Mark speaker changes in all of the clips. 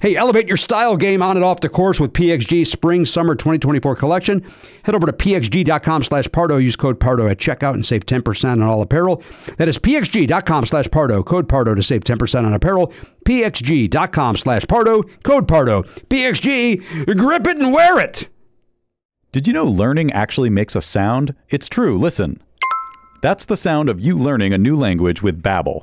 Speaker 1: Hey, elevate your style game on and off the course with PXG Spring Summer 2024 collection. Head over to pxg.com slash Pardo. Use code Pardo at checkout and save 10% on all apparel. That is pxg.com slash Pardo. Code Pardo to save 10% on apparel. pxg.com slash Pardo. Code Pardo. PXG, grip it and wear it.
Speaker 2: Did you know learning actually makes a sound? It's true. Listen. That's the sound of you learning a new language with Babbel.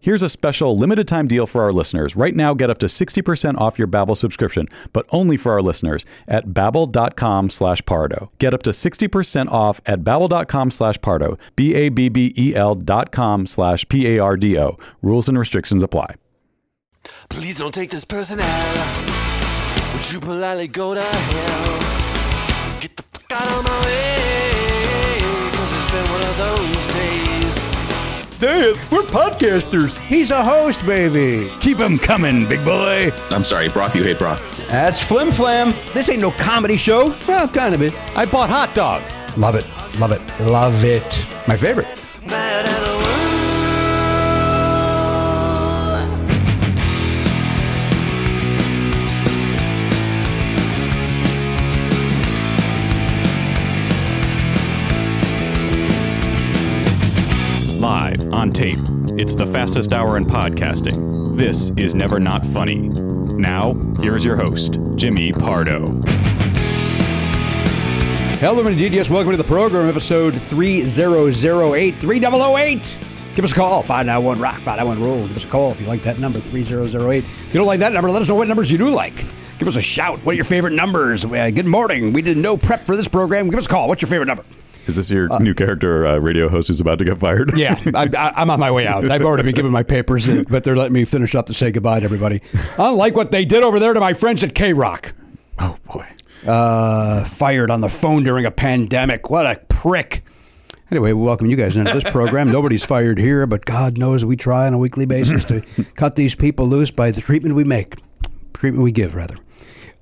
Speaker 2: Here's a special limited time deal for our listeners. Right now, get up to 60% off your Babbel subscription, but only for our listeners at babbel.com slash pardo. Get up to 60% off at babbel.com slash pardo, B-A-B-B-E-L E dot com slash P-A-R-D-O. Rules and restrictions apply.
Speaker 3: Please don't take this person out. Would you politely go to hell? Get the fuck out of my way. Cause it's been one of those days.
Speaker 1: Damn, we're podcasters. He's a host, baby.
Speaker 2: Keep them coming, big boy.
Speaker 4: I'm sorry, broth you hate broth.
Speaker 1: That's Flim Flam. This ain't no comedy show. Well, kind of it.
Speaker 2: I bought hot dogs.
Speaker 1: Love it. Love it. Love it. My favorite.
Speaker 3: Mad at the world.
Speaker 2: Live on tape. It's the fastest hour in podcasting. This is Never Not Funny. Now, here's your host, Jimmy Pardo.
Speaker 1: Hello, indeed. Yes, welcome to the program, episode 3008 3008. Give us a call, 591 Rock, 591 Roll. Give us a call if you like that number, 3008. If you don't like that number, let us know what numbers you do like. Give us a shout. What are your favorite numbers? Uh, good morning. We did no prep for this program. Give us a call. What's your favorite number?
Speaker 2: Is this your new character, uh, radio host who's about to get fired?
Speaker 1: Yeah, I, I, I'm on my way out. I've already been given my papers, but they're letting me finish up to say goodbye to everybody. Unlike what they did over there to my friends at K Rock.
Speaker 2: oh boy.
Speaker 1: uh, fired on the phone during a pandemic. What a prick. Anyway, we welcome you guys into this program. Nobody's fired here, but God knows we try on a weekly basis to cut these people loose by the treatment we make, treatment we give, rather.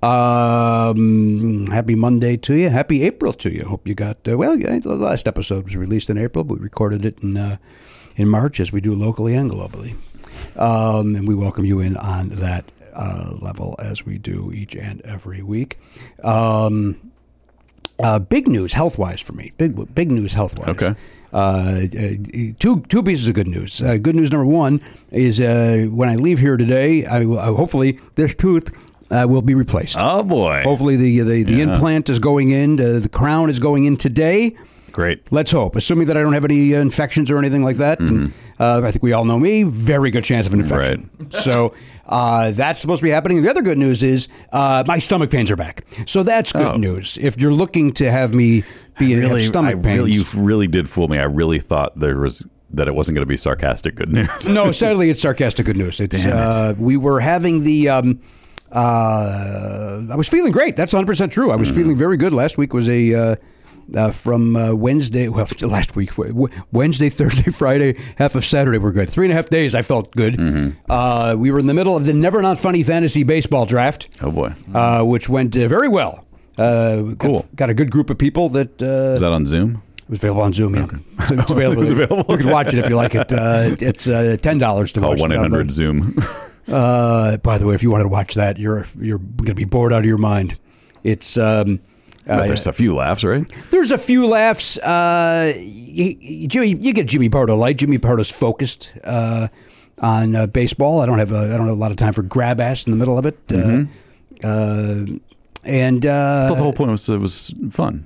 Speaker 1: Um, happy Monday to you. Happy April to you. Hope you got uh, well. Yeah, the last episode was released in April, but we recorded it in uh, in March, as we do locally and globally. Um, and we welcome you in on that uh, level as we do each and every week. Um, uh, big news health wise for me. Big big news health wise.
Speaker 2: Okay.
Speaker 1: Uh, uh, two two pieces of good news. Uh, good news number one is uh, when I leave here today, I will uh, hopefully this tooth uh, will be replaced.
Speaker 2: Oh boy.
Speaker 1: Hopefully the the, the implant is going in. Uh, the crown is going in today.
Speaker 2: Great.
Speaker 1: Let's hope. Assuming that I don't have any uh, infections or anything like that, and,
Speaker 2: Mm-hmm.
Speaker 1: uh, I think we all know me. Very good chance of an infection. So uh, that's supposed to be happening. The other good news is uh, my stomach pains are back. So that's good news. If you're looking to have me be in
Speaker 2: Really, Oh. I
Speaker 1: stomach pains,
Speaker 2: really, you really did fool me. I really thought there was that it wasn't going to be sarcastic good news.
Speaker 1: no, sadly, it's sarcastic good news. It's uh, we were having the. Um, uh, I was feeling great. That's 100 percent true. I was feeling very good. Last week was a. Uh, uh, from uh, Wednesday, well, last week, Wed- Wednesday, Thursday, Friday, half of Saturday were good. Three and a half days, I felt good. Uh, we were in the middle of the Never Not Funny Fantasy Baseball Draft,
Speaker 2: Oh boy.
Speaker 1: uh, which went uh, very well. Uh, got-
Speaker 2: Cool.
Speaker 1: Got, a good group of people that uh,
Speaker 2: Is that on Zoom?
Speaker 1: it was available on Zoom. Yeah, So it's available.
Speaker 2: was available.
Speaker 1: You can watch it if you like it. Uh, it's uh, ten dollars to
Speaker 2: Call
Speaker 1: watch.
Speaker 2: Oh, one eight hundred
Speaker 1: it.
Speaker 2: Zoom.
Speaker 1: Uh, by the way, if you wanted to watch that, you're you're going to be bored out of your mind. It's um, uh,
Speaker 2: There's a few laughs, right?
Speaker 1: there's a few laughs. Uh, y- y- Jimmy, you get Jimmy Pardo light. Jimmy Pardo's focused uh, on uh, baseball. I don't have a, I don't have a lot of time for grab ass in the middle of it. Uh, uh,
Speaker 2: Mm-hmm.
Speaker 1: and uh,
Speaker 2: the whole point was it was fun.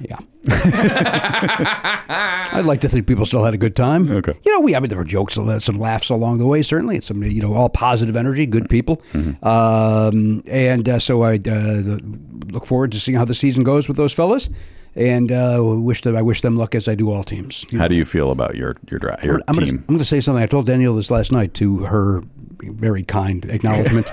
Speaker 1: Yeah. I'd like to think people still had a good time.
Speaker 2: Okay.
Speaker 1: You know, we, I mean, there were jokes, uh, some laughs along the way, certainly. It's some, you know, all positive energy, good people.
Speaker 2: Mm-hmm.
Speaker 1: Um, and uh, so I uh, look forward to seeing how the season goes with those fellas. And uh, wish them, I wish them luck as I do all teams.
Speaker 2: How do you feel about your your draft your
Speaker 1: I'm
Speaker 2: team?
Speaker 1: Gonna, I'm going to say something. I told Danielle this last night to her very kind acknowledgement.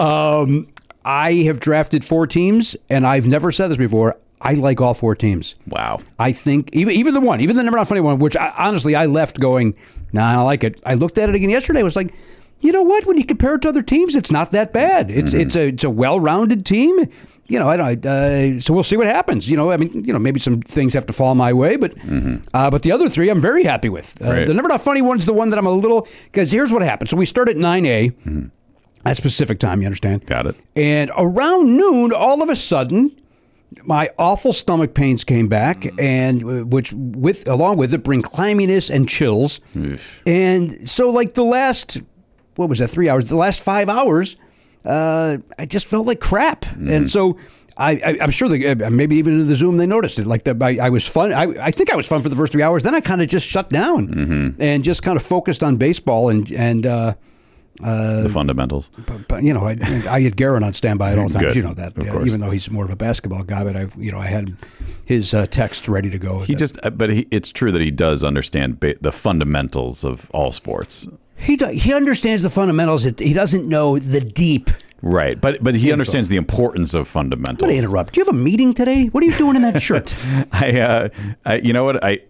Speaker 1: um, I have drafted four teams, and I've never said this before. I like all four teams.
Speaker 2: Wow.
Speaker 1: I think even even the one, even the never not funny one, which I, honestly I left going, nah, I don't like it. I looked at it again yesterday. I was like, you know what? When you compare it to other teams, it's not that bad. It's it's a it's a well rounded team. You know, I don't. Uh, so we'll see what happens. You know, I mean, you know, maybe some things have to fall my way, but uh, but the other three, I'm very happy with. Uh,
Speaker 2: Right.
Speaker 1: The never not funny one's the one that I'm a little because here's what happened. So we start at nine a. That's Pacific time, you understand?
Speaker 2: Got it.
Speaker 1: And around noon, all of a sudden, my awful stomach pains came back, and uh, which with along with it bring clamminess and chills. And so, like the last, what was that? Three hours. The last five hours, uh, I just felt like crap, and so. I, I, I'm sure they, uh, maybe even in the Zoom they noticed it. Like the, I, I was fun. I, I think I was fun for the first three hours. Then I kind of just shut down and just kind of focused on baseball and and uh,
Speaker 2: the fundamentals.
Speaker 1: but, but, you know, I, I had Garin on standby at all times.
Speaker 2: Good.
Speaker 1: You know that,
Speaker 2: Of
Speaker 1: Yeah,
Speaker 2: course.
Speaker 1: even though he's more of a basketball guy. But I, you know, I had his uh, text ready to go.
Speaker 2: He just, uh, but he, it's true that he does understand ba- the fundamentals of all sports,
Speaker 1: he do- he understands the fundamentals. It- He doesn't know the deep.
Speaker 2: right? But but he understands the importance of fundamentals.
Speaker 1: I'm going to interrupt. Do you have a meeting today? What are you doing in that shirt?
Speaker 2: I, uh, I, you know what? I,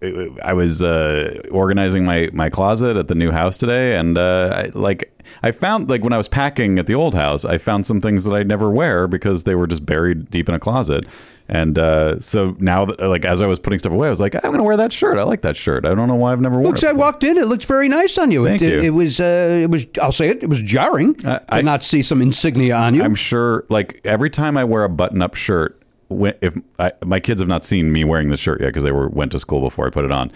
Speaker 2: I was uh, organizing my my closet at the new house today, and uh, I, like I found like when I was packing at the old house, I found some things that I never wear because they were just buried deep in a closet. And uh, so now, that, like as I was putting stuff away, I was like, I'm gonna wear that shirt. I like that shirt. I don't know why I've never worn
Speaker 1: Looks.
Speaker 2: it.
Speaker 1: I walked in. It looked very nice on you.
Speaker 2: Thank
Speaker 1: it,
Speaker 2: you.
Speaker 1: It, was. Uh, it was. I'll say it. It was jarring to
Speaker 2: I-
Speaker 1: not see some insignia on you.
Speaker 2: I'm sure, like every time I wear a button-up shirt, when, if I, my kids have not seen me wearing the shirt yet because they were went to school before I put it on,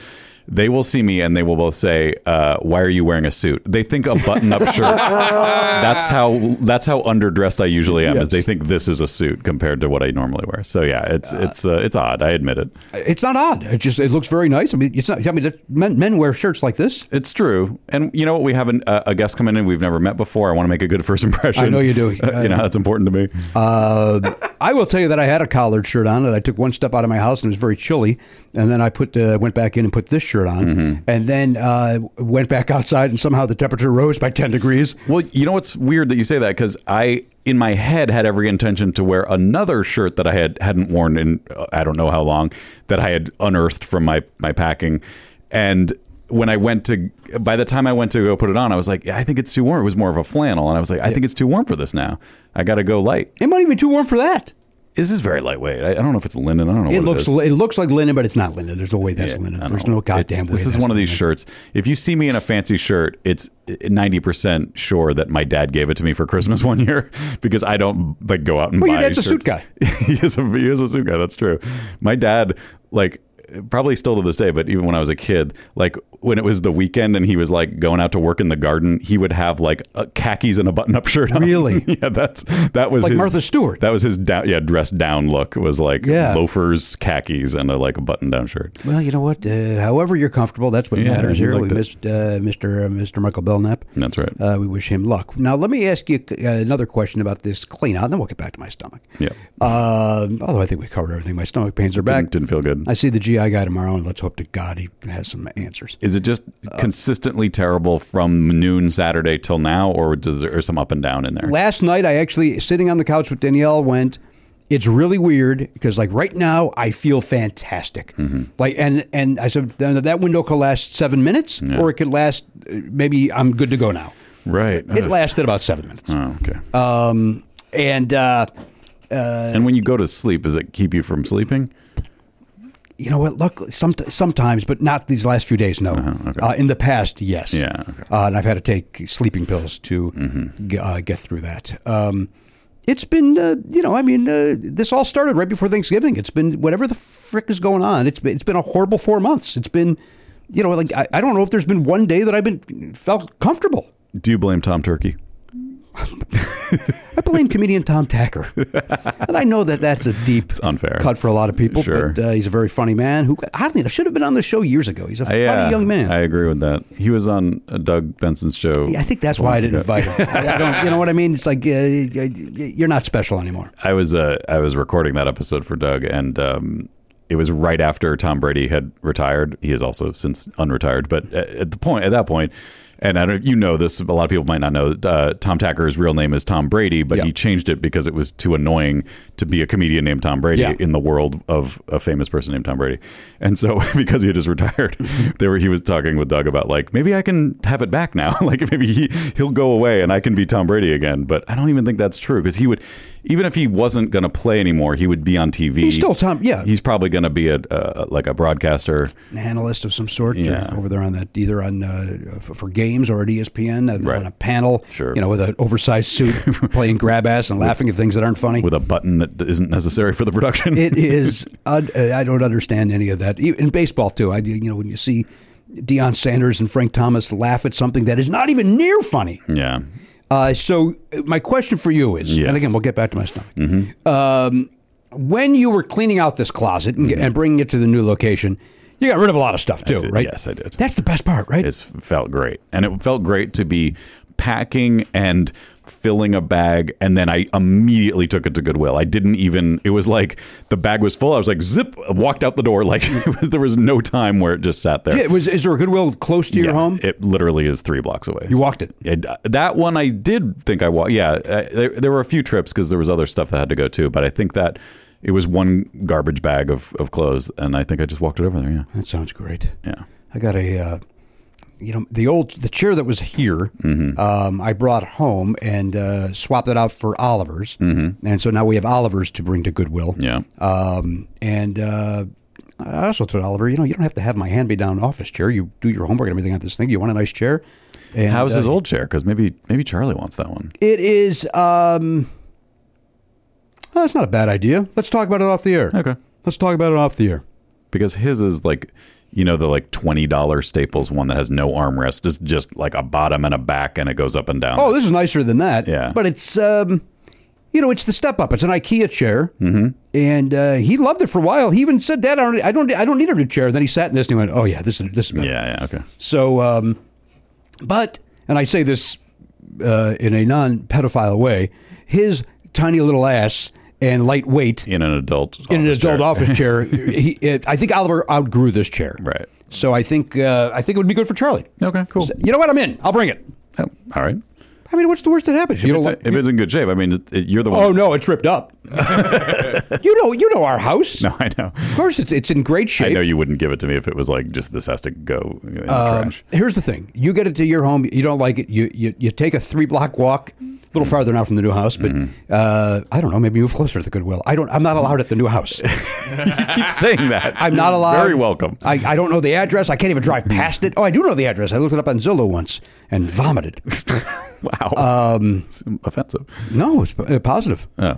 Speaker 2: they will see me and they will both say, uh, "Why are you wearing a suit?" They think a button-up shirt. that's how that's how underdressed I usually am. Is they think this is a suit compared to what I normally wear. So yeah, it's it's uh, it's odd. I admit it.
Speaker 1: It's not odd. It just it looks very nice. I mean, it's not. I mean, that- men men wear shirts like this.
Speaker 2: It's true. And you know what? We have an, a a guest coming in we've never met before. I want to make a good first impression.
Speaker 1: I know you do.
Speaker 2: you know that's important to me.
Speaker 1: Uh, I will tell you that I had a collared shirt on, and I took one step out of my house, and it was very chilly. And then I put uh, went back in and put this shirt on,
Speaker 2: Mm-hmm.
Speaker 1: and then uh, went back outside, and somehow the temperature rose by ten degrees.
Speaker 2: Well, you know what's weird that you say that because I, in my head, had every intention to wear another shirt that I had hadn't worn in uh, I don't know how long that I had unearthed from my my packing, and when I went to, by the time I went to go put it on, I was like, I think it's too warm. It was more of a flannel, and I was like, I think it's too warm for this now. I got to go light.
Speaker 1: It might even be too warm for that.
Speaker 2: This is very lightweight. I, I don't know if it's linen. I don't know.
Speaker 1: It
Speaker 2: what
Speaker 1: looks
Speaker 2: It is.
Speaker 1: it looks like linen, but it's not linen. There's no way that's linen.
Speaker 2: I don't
Speaker 1: There's
Speaker 2: know.
Speaker 1: no goddamn
Speaker 2: It's-
Speaker 1: way.
Speaker 2: This is
Speaker 1: that's
Speaker 2: one of these
Speaker 1: linen.
Speaker 2: shirts. If you see me in a fancy shirt, it's 90% sure that my dad gave it to me for Christmas one year because I don't like go out and
Speaker 1: Well,
Speaker 2: buy
Speaker 1: your dad's a suit
Speaker 2: shirts.
Speaker 1: guy.
Speaker 2: he, is a, he is a suit guy. That's true. My dad, like, probably still to this day, but even when I was a kid, like, when it was the weekend and he was like going out to work in the garden, he would have like a khakis and a button up shirt on.
Speaker 1: Really?
Speaker 2: yeah, that's that was
Speaker 1: Like
Speaker 2: his-
Speaker 1: Martha Stewart.
Speaker 2: That was his down, yeah, dress down look was like
Speaker 1: Yeah.
Speaker 2: loafers, khakis, and a like a button down shirt.
Speaker 1: Well, you know what? Uh, however you're comfortable, that's what
Speaker 2: Yeah,
Speaker 1: matters
Speaker 2: you
Speaker 1: here.
Speaker 2: liked
Speaker 1: we
Speaker 2: it.
Speaker 1: missed uh, Mr. Uh, Mr. Michael Belknap.
Speaker 2: That's right.
Speaker 1: Uh, we wish him luck. Now, let me ask you uh, another question about this clean out, and then we'll get back to my stomach.
Speaker 2: Yeah.
Speaker 1: Um, although I think we covered everything. My stomach pains are back.
Speaker 2: Didn't- didn't feel good.
Speaker 1: I see the GI guy tomorrow, and let's hope to God he has some answers.
Speaker 2: Is it just
Speaker 1: Uh,
Speaker 2: consistently terrible from noon Saturday till now, or does there or some up and down in there?
Speaker 1: Last night, I actually, sitting on the couch with Danielle, went, it's really weird because, like, right now, I feel fantastic. Like, and and I said, "Then that window could last seven minutes, or it could last, uh, maybe I'm good to go now.
Speaker 2: Right.
Speaker 1: It lasted about seven minutes.
Speaker 2: Oh, okay.
Speaker 1: Um, and, uh,
Speaker 2: and when you go to sleep, does it keep you from sleeping?
Speaker 1: you know what? Luckily, some, sometimes, but not these last few days. No, uh
Speaker 2: Uh-huh, okay.
Speaker 1: in the past, yes.
Speaker 2: Yeah, okay. Mm-hmm.
Speaker 1: uh, and I've had to take sleeping pills to g- uh, get through that. Um, it's been, uh, you know, I mean, uh, this all started right before Thanksgiving. It's been whatever the frick is going on. It's been, it's been a horrible four months. It's been, you know, like I, I don't know if there's been one day that I've been felt comfortable.
Speaker 2: Do you blame Tom Turkey?
Speaker 1: I blame comedian Tom Tacker, and I know that that's a deep
Speaker 2: It's unfair.
Speaker 1: cut for a lot of people.
Speaker 2: Sure.
Speaker 1: But uh, he's a very funny man who, oddly enough, should have been on the show years ago. He's a funny
Speaker 2: yeah,
Speaker 1: young man.
Speaker 2: I agree with that. He was on uh, Doug Benson's show.
Speaker 1: Yeah, I think that's why I didn't invite him. I I don't, you know what I mean? It's like uh, you're not special anymore.
Speaker 2: I was uh, I was recording that episode for Doug, and um, it was right after Tom Brady had retired. He is also since unretired, but at, at the point at that point, and I don't you know this. A lot of people might not know. Uh, Tom Tacker's real name is Tom Brady, but
Speaker 1: Yeah.
Speaker 2: he changed it because it was too annoying to be a comedian named Tom Brady
Speaker 1: Yeah.
Speaker 2: in the world of a famous person named Tom Brady. And so because he had just retired, they were he was talking with Doug about like maybe I can have it back now. like maybe he he'll go away and I can be Tom Brady again. But I don't even think that's true because he would even if he wasn't going to play anymore, he would be on TV.
Speaker 1: He's still Tom- yeah.
Speaker 2: He's probably going to be a uh, like a broadcaster.
Speaker 1: An analyst of some sort uh,
Speaker 2: Yeah.
Speaker 1: over there on that, either on uh, f- for games or at ESPN uh,
Speaker 2: Right.
Speaker 1: on a panel.
Speaker 2: Sure.
Speaker 1: You know, with an oversized suit, playing grab ass and laughing at things that aren't funny.
Speaker 2: With a button that isn't necessary for the production.
Speaker 1: it is. un- uh, I don't understand any of that. Even in baseball too. I do- you know when you see Deion Sanders and Frank Thomas laugh at something that is not even near funny.
Speaker 2: yeah.
Speaker 1: Uh, so uh, my question for you is,
Speaker 2: Yes. Mm-hmm.
Speaker 1: and again, we'll get back to my stomach. Um, when you were cleaning out this closet and, and bringing it to the new location, you got rid of a lot of stuff too,
Speaker 2: did.
Speaker 1: right?
Speaker 2: Yes, Mm-hmm. I did.
Speaker 1: That's the best part, right?
Speaker 2: It's felt great. And it felt great to be packing and filling a bag and then I immediately took it to Goodwill. I didn't even it was like the bag was full. I was like zip walked out the door like it was, there was no time where it just sat there.
Speaker 1: Yeah, it was is there a Goodwill close to your
Speaker 2: Yeah,
Speaker 1: home?
Speaker 2: It literally is three blocks away. You
Speaker 1: walked it?
Speaker 2: that one I did think I walked. Yeah, uh, there, there were a few trips because there was other stuff that I had to go to, but I think that it was one garbage bag of, of clothes, and I think I just walked it over there. Yeah,
Speaker 1: that sounds great.
Speaker 2: yeah.
Speaker 1: I got a, uh, you know, the old the chair that was here.
Speaker 2: Mm-hmm.
Speaker 1: Um, I brought home and uh, swapped it out for Oliver's, mm-hmm. and so now we have Oliver's to bring to Goodwill.
Speaker 2: Yeah.
Speaker 1: Um, and uh, I also told Oliver, you know, you don't have to have my hand me down office chair. You do your homework and everything on this thing. You want a nice chair? And,
Speaker 2: How's his
Speaker 1: uh,
Speaker 2: old chair? Because maybe maybe Charlie wants that one.
Speaker 1: It is. Um, uh, well, that's not a bad idea. Let's talk about it off the air.
Speaker 2: Okay.
Speaker 1: Let's talk about it off the air.
Speaker 2: because his is like you know the like twenty dollar Staples one that has no armrest. It's just like a bottom and a back, and it goes up and down.
Speaker 1: Oh, this is nicer than that.
Speaker 2: Yeah.
Speaker 1: But it's, um, you know, it's the step up. It's an IKEA chair, mm-hmm. and uh, he loved it for a while. He even said, "Dad, I don't, I don't, I don't need a new chair." Then he sat in this and he went, "Oh yeah, this is this is better."
Speaker 2: yeah, yeah, okay.
Speaker 1: So, um, but, and I say this uh, in a non-pedophile way, his tiny little ass and lightweight
Speaker 2: In an adult,
Speaker 1: in an
Speaker 2: office
Speaker 1: adult
Speaker 2: chair.
Speaker 1: office chair, he, it, I think Oliver outgrew this chair.
Speaker 2: right?
Speaker 1: So I think uh, I think it would be good for Charlie.
Speaker 2: Okay, cool.
Speaker 1: You know what? I'm in. I'll bring it.
Speaker 2: Oh, all right.
Speaker 1: I mean, what's the worst that happens? You
Speaker 2: If it's,
Speaker 1: like-
Speaker 2: if it's in good shape, I mean, it, it- you're the one.
Speaker 1: Oh no, it's ripped up. you know, you know our house.
Speaker 2: no, I know.
Speaker 1: Of course, it's it's in great shape.
Speaker 2: I know you wouldn't give it to me if it was like just this has to go in the
Speaker 1: Uh,
Speaker 2: trash.
Speaker 1: Here's the thing: you get it to your home, you don't like it. You you, you take a three block walk, a little farther now from the new house, but
Speaker 2: Mm-hmm.
Speaker 1: uh, I don't know. Maybe move closer to the Goodwill. I don't. I'm not allowed at the new house.
Speaker 2: You keep saying that.
Speaker 1: I'm not
Speaker 2: You're
Speaker 1: allowed.
Speaker 2: Very welcome. Mm-hmm.
Speaker 1: I, I don't know the address. I can't even drive past it. Oh, I do know the address. I looked it up on Zillow once and vomited.
Speaker 2: Wow. Um, it's offensive.
Speaker 1: no, it's uh, positive.
Speaker 2: Oh.
Speaker 1: uh,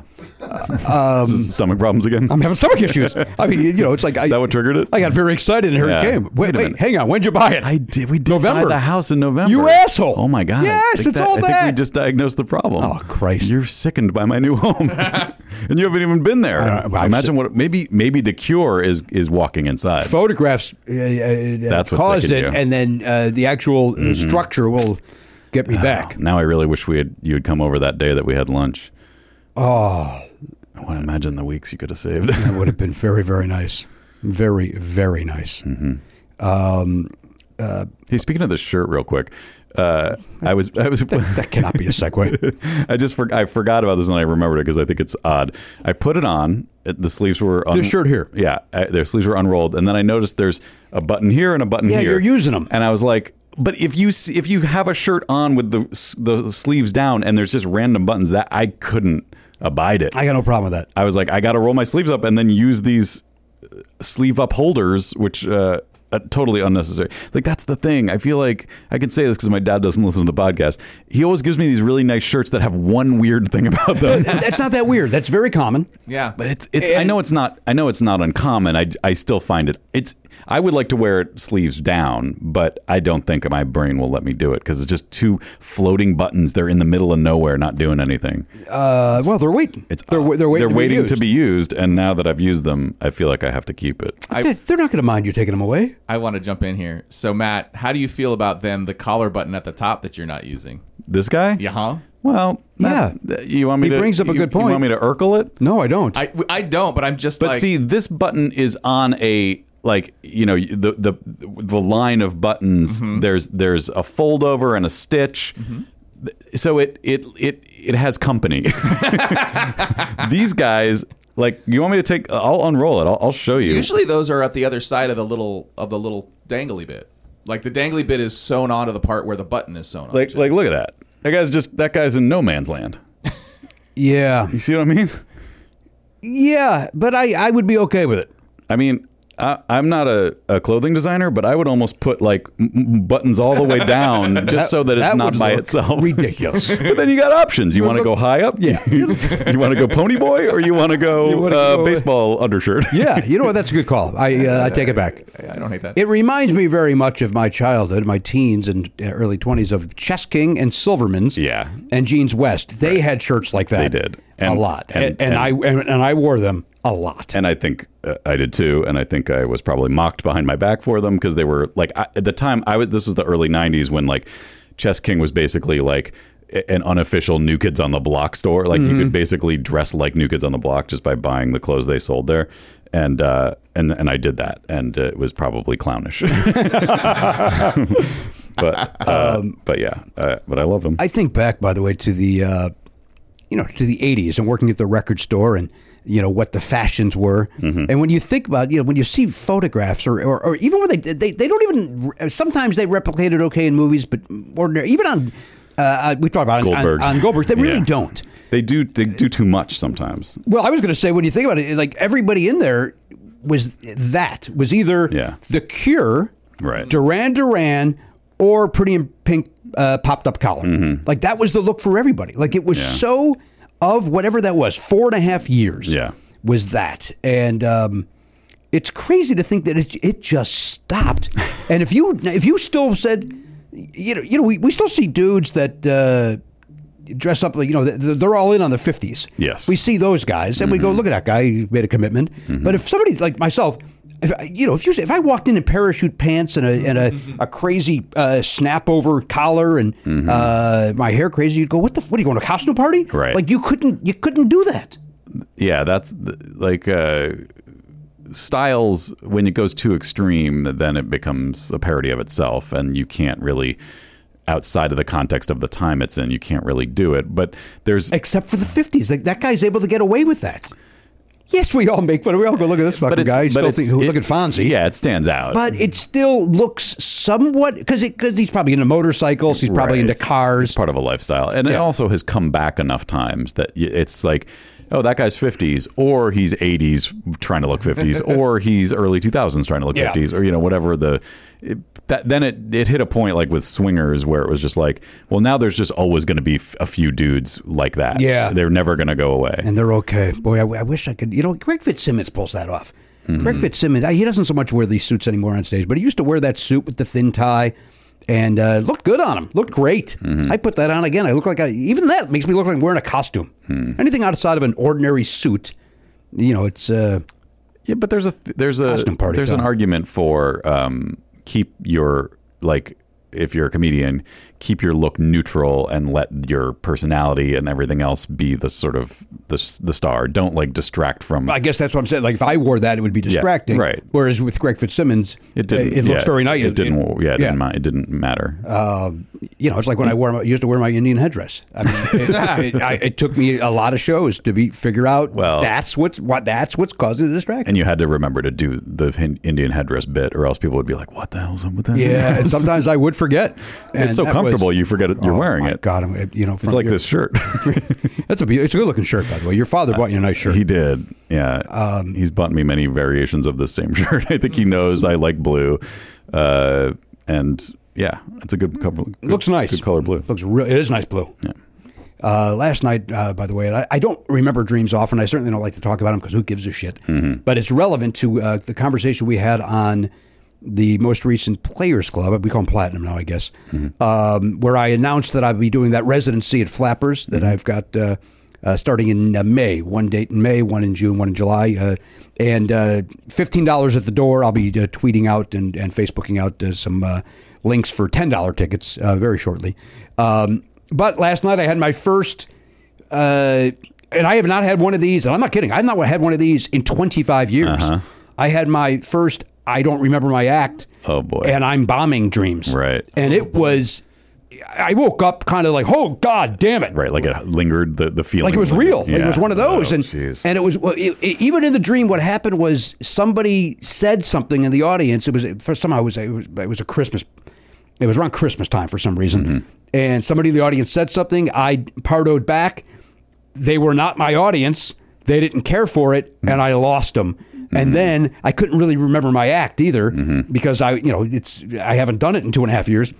Speaker 1: um,
Speaker 2: This is stomach problems again.
Speaker 1: I'm having stomach issues. I mean, you know, it's like I,
Speaker 2: that what triggered it?
Speaker 1: I got very excited and here
Speaker 2: Yeah.
Speaker 1: it came.
Speaker 2: Wait
Speaker 1: Wait,
Speaker 2: a
Speaker 1: wait,
Speaker 2: minute.
Speaker 1: hang on. When'd you buy it?
Speaker 2: I did. We did
Speaker 1: November.
Speaker 2: buy the house in November.
Speaker 1: You asshole.
Speaker 2: Oh my god. I
Speaker 1: Yes,
Speaker 2: think
Speaker 1: it's all
Speaker 2: I think we
Speaker 1: that.
Speaker 2: just diagnosed the problem.
Speaker 1: Oh, Christ.
Speaker 2: You're sickened by my new home, and you haven't even been there.
Speaker 1: I don't- I've
Speaker 2: Imagine what. Maybe maybe the cure is is walking inside.
Speaker 1: photographs uh, uh,
Speaker 2: That's what
Speaker 1: caused
Speaker 2: they
Speaker 1: it,
Speaker 2: could do. Mm-hmm.
Speaker 1: and then uh, the actual uh, structure will get
Speaker 2: Oh,
Speaker 1: me back.
Speaker 2: now I really wish we had you had come over that day that we had lunch. Oh. I want to imagine the weeks you could have saved.
Speaker 1: That would have been very, very nice. Very, very nice.
Speaker 2: Mm-hmm. hey, speaking of the shirt, real quick. Uh, I was I was
Speaker 1: That cannot be a segue.
Speaker 2: I just for, I forgot about this and I remembered it because I think it's odd. I put it on. it- The sleeves were un-
Speaker 1: This shirt here.
Speaker 2: Yeah, I, their sleeves were unrolled, and then I noticed there's a button here and a button
Speaker 1: Yeah,
Speaker 2: here.
Speaker 1: you're using 'em.
Speaker 2: and I was like, but if you s- if you have a shirt on with the s- the sleeves down and there's just random buttons, that I couldn't abide it.
Speaker 1: I got no problem with that.
Speaker 2: I was like, I got to roll my sleeves up and then use these uh, sleeve up holders, which uh, uh, totally unnecessary. Like that's the thing. I feel like I can say this because my dad doesn't listen to the podcast. He always gives me these really nice shirts that have one weird thing about them.
Speaker 1: That's not that weird. That's very common.
Speaker 4: Yeah.
Speaker 2: But it's it's. I know it's not. I know it's not uncommon. I, I still find it. It's. I would like to wear it sleeves down, but I don't think my brain will let me do it because it's just two floating buttons. They're in the middle of nowhere, not doing anything.
Speaker 1: Uh, well, they're waiting.
Speaker 2: It's
Speaker 1: they're,
Speaker 2: odd.
Speaker 1: they're waiting. to be
Speaker 2: waiting
Speaker 1: used.
Speaker 2: to be used, and now that I've used them, I feel like I have to keep it.
Speaker 4: I-
Speaker 1: They're- they're not going to mind you taking them away.
Speaker 4: I want to jump in here. So, Matt, how do you feel about them, the collar button at the top that you're not using?
Speaker 2: This guy?
Speaker 4: Yeah, huh?
Speaker 2: Well, that- th- You want me
Speaker 1: He
Speaker 2: to?
Speaker 1: brings up a
Speaker 2: you-
Speaker 1: good
Speaker 2: You want
Speaker 1: point.
Speaker 2: me to Urkel it?
Speaker 1: No, I don't.
Speaker 4: I, I don't, but I'm just
Speaker 2: But
Speaker 4: like.
Speaker 2: see, this button is on a like you know the the the line of buttons.
Speaker 4: Mm-hmm.
Speaker 2: There's there's a fold over and a stitch. Th- So it it it it has company. These guys, like, you want me to take? I'll unroll it. I'll, I'll show you.
Speaker 4: Usually those are at the other side of the little of the little dangly bit. Like the dangly bit is sewn onto the part where the button is sewn on.
Speaker 2: like like look at that. That guy's just that guy's in no man's land.
Speaker 1: yeah,
Speaker 2: You see what I mean?
Speaker 1: yeah, but I, I would be okay with it.
Speaker 2: I mean, I, I'm not a, a clothing designer, but I would almost put like m- m- buttons all the way down just so that it's
Speaker 1: That
Speaker 2: not
Speaker 1: would
Speaker 2: by
Speaker 1: look
Speaker 2: itself.
Speaker 1: Ridiculous.
Speaker 2: But then you got options. You want to go high up? Yeah. you want to go pony boy or you want to go,
Speaker 1: wanna
Speaker 2: uh,
Speaker 1: go-
Speaker 2: baseball undershirt?
Speaker 1: yeah, you know what? That's a good call. I uh, I take it back.
Speaker 4: I don't hate that.
Speaker 1: It reminds me very much of my childhood, my teens and uh, early 20s of Chess King and Silverman's.
Speaker 2: Yeah.
Speaker 1: And Jeans West. They had shirts like that.
Speaker 2: They did.
Speaker 1: a
Speaker 2: And-
Speaker 1: lot.
Speaker 2: and-
Speaker 1: And, and,
Speaker 2: and-
Speaker 1: I and, and I wore them a lot.
Speaker 2: And I think uh, I did too. And I think I was probably mocked behind my back for them because they were like, I, at the time, I was, this was the early 90s when like Chess King was basically like, a- an unofficial New Kids on the Block store. Like you could basically dress like New Kids on the Block just by buying the clothes they sold there, and uh, and and I did that, and uh, it was probably clownish. but uh, but yeah, uh, but I love them.
Speaker 1: I think back, by the way, to the uh, you know to the '80s and working at the record store and you know what the fashions were.
Speaker 2: Mm-hmm.
Speaker 1: And when you think about you know when you see photographs or or, or even when they, they they don't even sometimes they replicate it okay in movies, but ordinary even on uh, uh, we talked about it on, on,
Speaker 2: Goldbergs.
Speaker 1: on Goldbergs they really
Speaker 2: Yeah.
Speaker 1: don't.
Speaker 2: They do they do too much sometimes.
Speaker 1: Well, I was going to say when you think about it, like everybody in there was that was either
Speaker 2: Yeah.
Speaker 1: the Cure,
Speaker 2: Right.
Speaker 1: Duran Duran, or Pretty in Pink uh, popped up collar. Like that was the look for everybody. Like it was
Speaker 2: Mm-hmm. Yeah.
Speaker 1: so of whatever that was four and a half years.
Speaker 2: Yeah.
Speaker 1: was that and um, It's crazy to think that it, it just stopped. and if you if you still said, you know, you know, we, we still see dudes that uh, dress up like you know they're they're all in on the fifties.
Speaker 2: Yes.
Speaker 1: we see those guys and we
Speaker 2: Mm-hmm.
Speaker 1: go, look at that guy, he made a commitment. But if somebody like myself. If, I- you know, if you if I walked in in parachute pants and a and a, a crazy uh, snap over collar and
Speaker 2: Mm-hmm.
Speaker 1: uh, my hair crazy, you'd go, "What the? f- What are you going to a costume party?"
Speaker 2: Right.
Speaker 1: Like you couldn't you couldn't do that.
Speaker 2: yeah, that's th- like uh, styles when it goes too extreme, then it becomes a parody of itself, and you can't really outside of the context of the time it's in, you can't really do it. But there's
Speaker 1: except for the 50s. Like, that guy's able to get away with that. Yes, we all make fun. of- We all go, look at this fucking guy. Still think, who- look
Speaker 2: it-
Speaker 1: at Fonzie.
Speaker 2: Yeah, it stands out.
Speaker 1: But it still looks somewhat because because he's probably into motorcycles. He's probably
Speaker 2: Right.
Speaker 1: into cars.
Speaker 2: it's part of a lifestyle, and it also has come back enough times that y- it's like. Oh, that guy's 50s, or he's 80s trying to look 50s, or he's early 2000s trying to look
Speaker 1: Yeah.
Speaker 2: 50s, or you know whatever the. It, that then it it hit a point like with swingers where it was just like, well, now there's just always going to be f- a few dudes like that.
Speaker 1: Yeah.
Speaker 2: they're never going to go away.
Speaker 1: And they're okay. Boy, I, I wish I could. You know, Greg Fitzsimmons pulls that off.
Speaker 2: Mm-hmm.
Speaker 1: Greg Fitzsimmons, he doesn't so much wear these suits anymore on stage, but he used to wear that suit with the thin tie and uh, looked good on him. Looked great.
Speaker 2: Mm-hmm.
Speaker 1: I put that on again. I look like I, even that makes me look like I'm wearing a costume.
Speaker 2: Hmm.
Speaker 1: Anything outside of an ordinary suit, you know, it's. Uh,
Speaker 2: Yeah, but there's a th- there's a
Speaker 1: Costume party
Speaker 2: there's an
Speaker 1: film.
Speaker 2: argument for um, keep your like if you're a comedian, keep your look neutral and let your personality and everything else be the sort of the s- the star. Don't like distract from.
Speaker 1: I guess that's what I'm saying. Like if I wore that, it would be distracting.
Speaker 2: right.
Speaker 1: Whereas with Greg Fitzsimmons,
Speaker 2: it didn't.
Speaker 1: uh, It looks
Speaker 2: yeah,
Speaker 1: very nice.
Speaker 2: It didn't. yeah, it didn't.
Speaker 1: yeah. Uh,
Speaker 2: ma- It didn't matter.
Speaker 1: You know, it's like when I wore my, used to wear my Indian headdress. I mean, it, it, I, it took me a lot of shows to be figure out.
Speaker 2: Well-
Speaker 1: that's what's what that's what's causing the distraction.
Speaker 2: and you had to remember to do the Hin- Indian headdress bit, or else people would be like, "What the hell's up with that?"
Speaker 1: yeah, and sometimes I would forget. And
Speaker 2: it's so
Speaker 1: that
Speaker 2: comfortly
Speaker 1: was-
Speaker 2: you forget it, you're
Speaker 1: Oh,
Speaker 2: wearing
Speaker 1: my
Speaker 2: it.
Speaker 1: God, I'm, you know,
Speaker 2: It's like this shirt.
Speaker 1: That's a be- it's a good looking shirt, by the way. Your father bought you a nice shirt.
Speaker 2: He did. Yeah.
Speaker 1: Um,
Speaker 2: He's bought me many variations of the same shirt. I think he knows I like blue. Uh, and yeah, it's a good cover. good-
Speaker 1: Hmm. looks nice.
Speaker 2: Good color blue.
Speaker 1: Looks real. It is nice blue. Uh, last night, uh, by the way, and I, I don't remember dreams often. I certainly don't like to talk about them because who gives a shit?
Speaker 2: Mm-hmm.
Speaker 1: But it's relevant to uh, the conversation we had on the most recent Players Club. We call them Platinum now, I guess.
Speaker 2: Mm-hmm.
Speaker 1: Um, where I announced that I'll be doing that residency at Flappers
Speaker 2: Mm-hmm.
Speaker 1: that I've got uh, uh, starting in uh, May. One date in May, one in June, one in July, uh, and uh, fifteen dollars at the door. I'll be uh, tweeting out and, and Facebooking out uh, some uh, links for ten dollar tickets uh, very shortly. Um, but last night I had my first, uh, and I have not had one of these, and I'm not kidding. I've not had one of these in 25 years.
Speaker 2: Uh-huh.
Speaker 1: I had my first. I don't remember my act.
Speaker 2: Oh, boy.
Speaker 1: And I'm bombing dreams.
Speaker 2: Right.
Speaker 1: And it was. I woke up kind of like, oh god, damn it!
Speaker 2: Right. Like it lingered the, the feeling.
Speaker 1: Like it was real. Like it was
Speaker 2: Yeah.
Speaker 1: one of those,
Speaker 2: Oh,
Speaker 1: and
Speaker 2: jeez.
Speaker 1: and it was well, it, it- even in the dream. What happened was somebody said something in the audience. It was for somehow it was it was, it was a Christmas. It was around Christmas time for some reason,
Speaker 2: Mm-hmm.
Speaker 1: and somebody in the audience said something. I pardoed back. They were not my audience. They didn't care for it,
Speaker 2: Mm-hmm.
Speaker 1: and I lost them. And then I couldn't really remember my act either
Speaker 2: Mm-hmm.
Speaker 1: because I, you know, it's I haven't done it in two and a half years,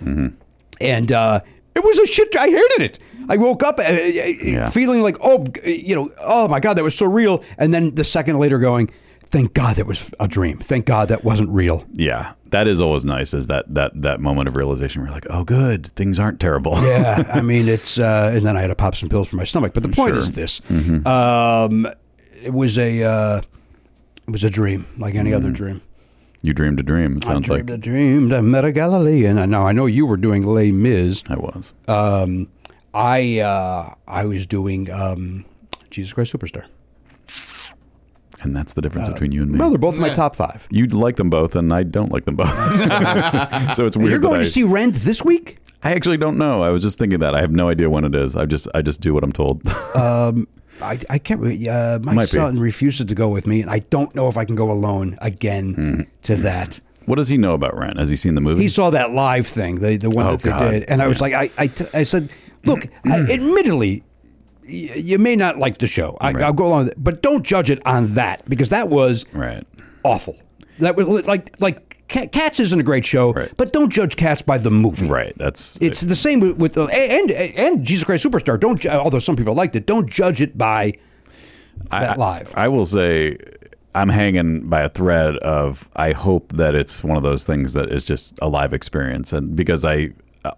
Speaker 1: and uh, it was a shit. I hated it. I woke up uh, uh, feeling like, oh, g- you know, oh my god, that was so real. And then the second later, going, thank God that was a dream. Thank God that wasn't real.
Speaker 2: yeah. That is always nice is that, that, that moment of realization where you're like, oh, good. Things aren't terrible.
Speaker 1: yeah, I mean it's. Uh, and then I had to pop some pills for my stomach. But the point is this: um, it was a uh, it was a dream, like any other dream.
Speaker 2: you dreamed a dream. It sounds
Speaker 1: I
Speaker 2: like
Speaker 1: dreamed, I dreamed, I met a Galilean. And now I know you were doing Les Mis.
Speaker 2: I was.
Speaker 1: Um, I uh, I was doing um, Jesus Christ Superstar.
Speaker 2: and that's the
Speaker 1: uh,
Speaker 2: difference between you and me.
Speaker 1: Well, they're both my top five.
Speaker 2: you like them both, and I don't like them both. so it's weird.
Speaker 1: You're going
Speaker 2: that I,
Speaker 1: to see Rent this week?
Speaker 2: I actually don't know. I was just thinking that. I have no idea when it is. I just I just do what I'm told.
Speaker 1: I, I can't. re- Uh, my
Speaker 2: Might be.
Speaker 1: son refuses to go with me, and I don't know if I can go alone again
Speaker 2: Hmm.
Speaker 1: to that.
Speaker 2: what does he know about Rent? Has he seen the movie?
Speaker 1: He saw that live thing, the the one
Speaker 2: Oh,
Speaker 1: that they
Speaker 2: God. Hmm.
Speaker 1: did, and I was like, I I, t- I said, look, I, admittedly, y- you may not like the show. I,
Speaker 2: Right.
Speaker 1: I'll go along, with it, but don't judge it on that because that was
Speaker 2: Right.
Speaker 1: awful. That was like like Ca- Cats isn't a great show,
Speaker 2: Right.
Speaker 1: but don't judge Cats by the movie.
Speaker 2: Right. That's
Speaker 1: It's the same with, with the, and and Jesus Christ Superstar. Don't ju- although some people liked it, don't judge it by that live.
Speaker 2: I will say I'm hanging by a thread of I hope that it's one of those things that is just a live experience, and because I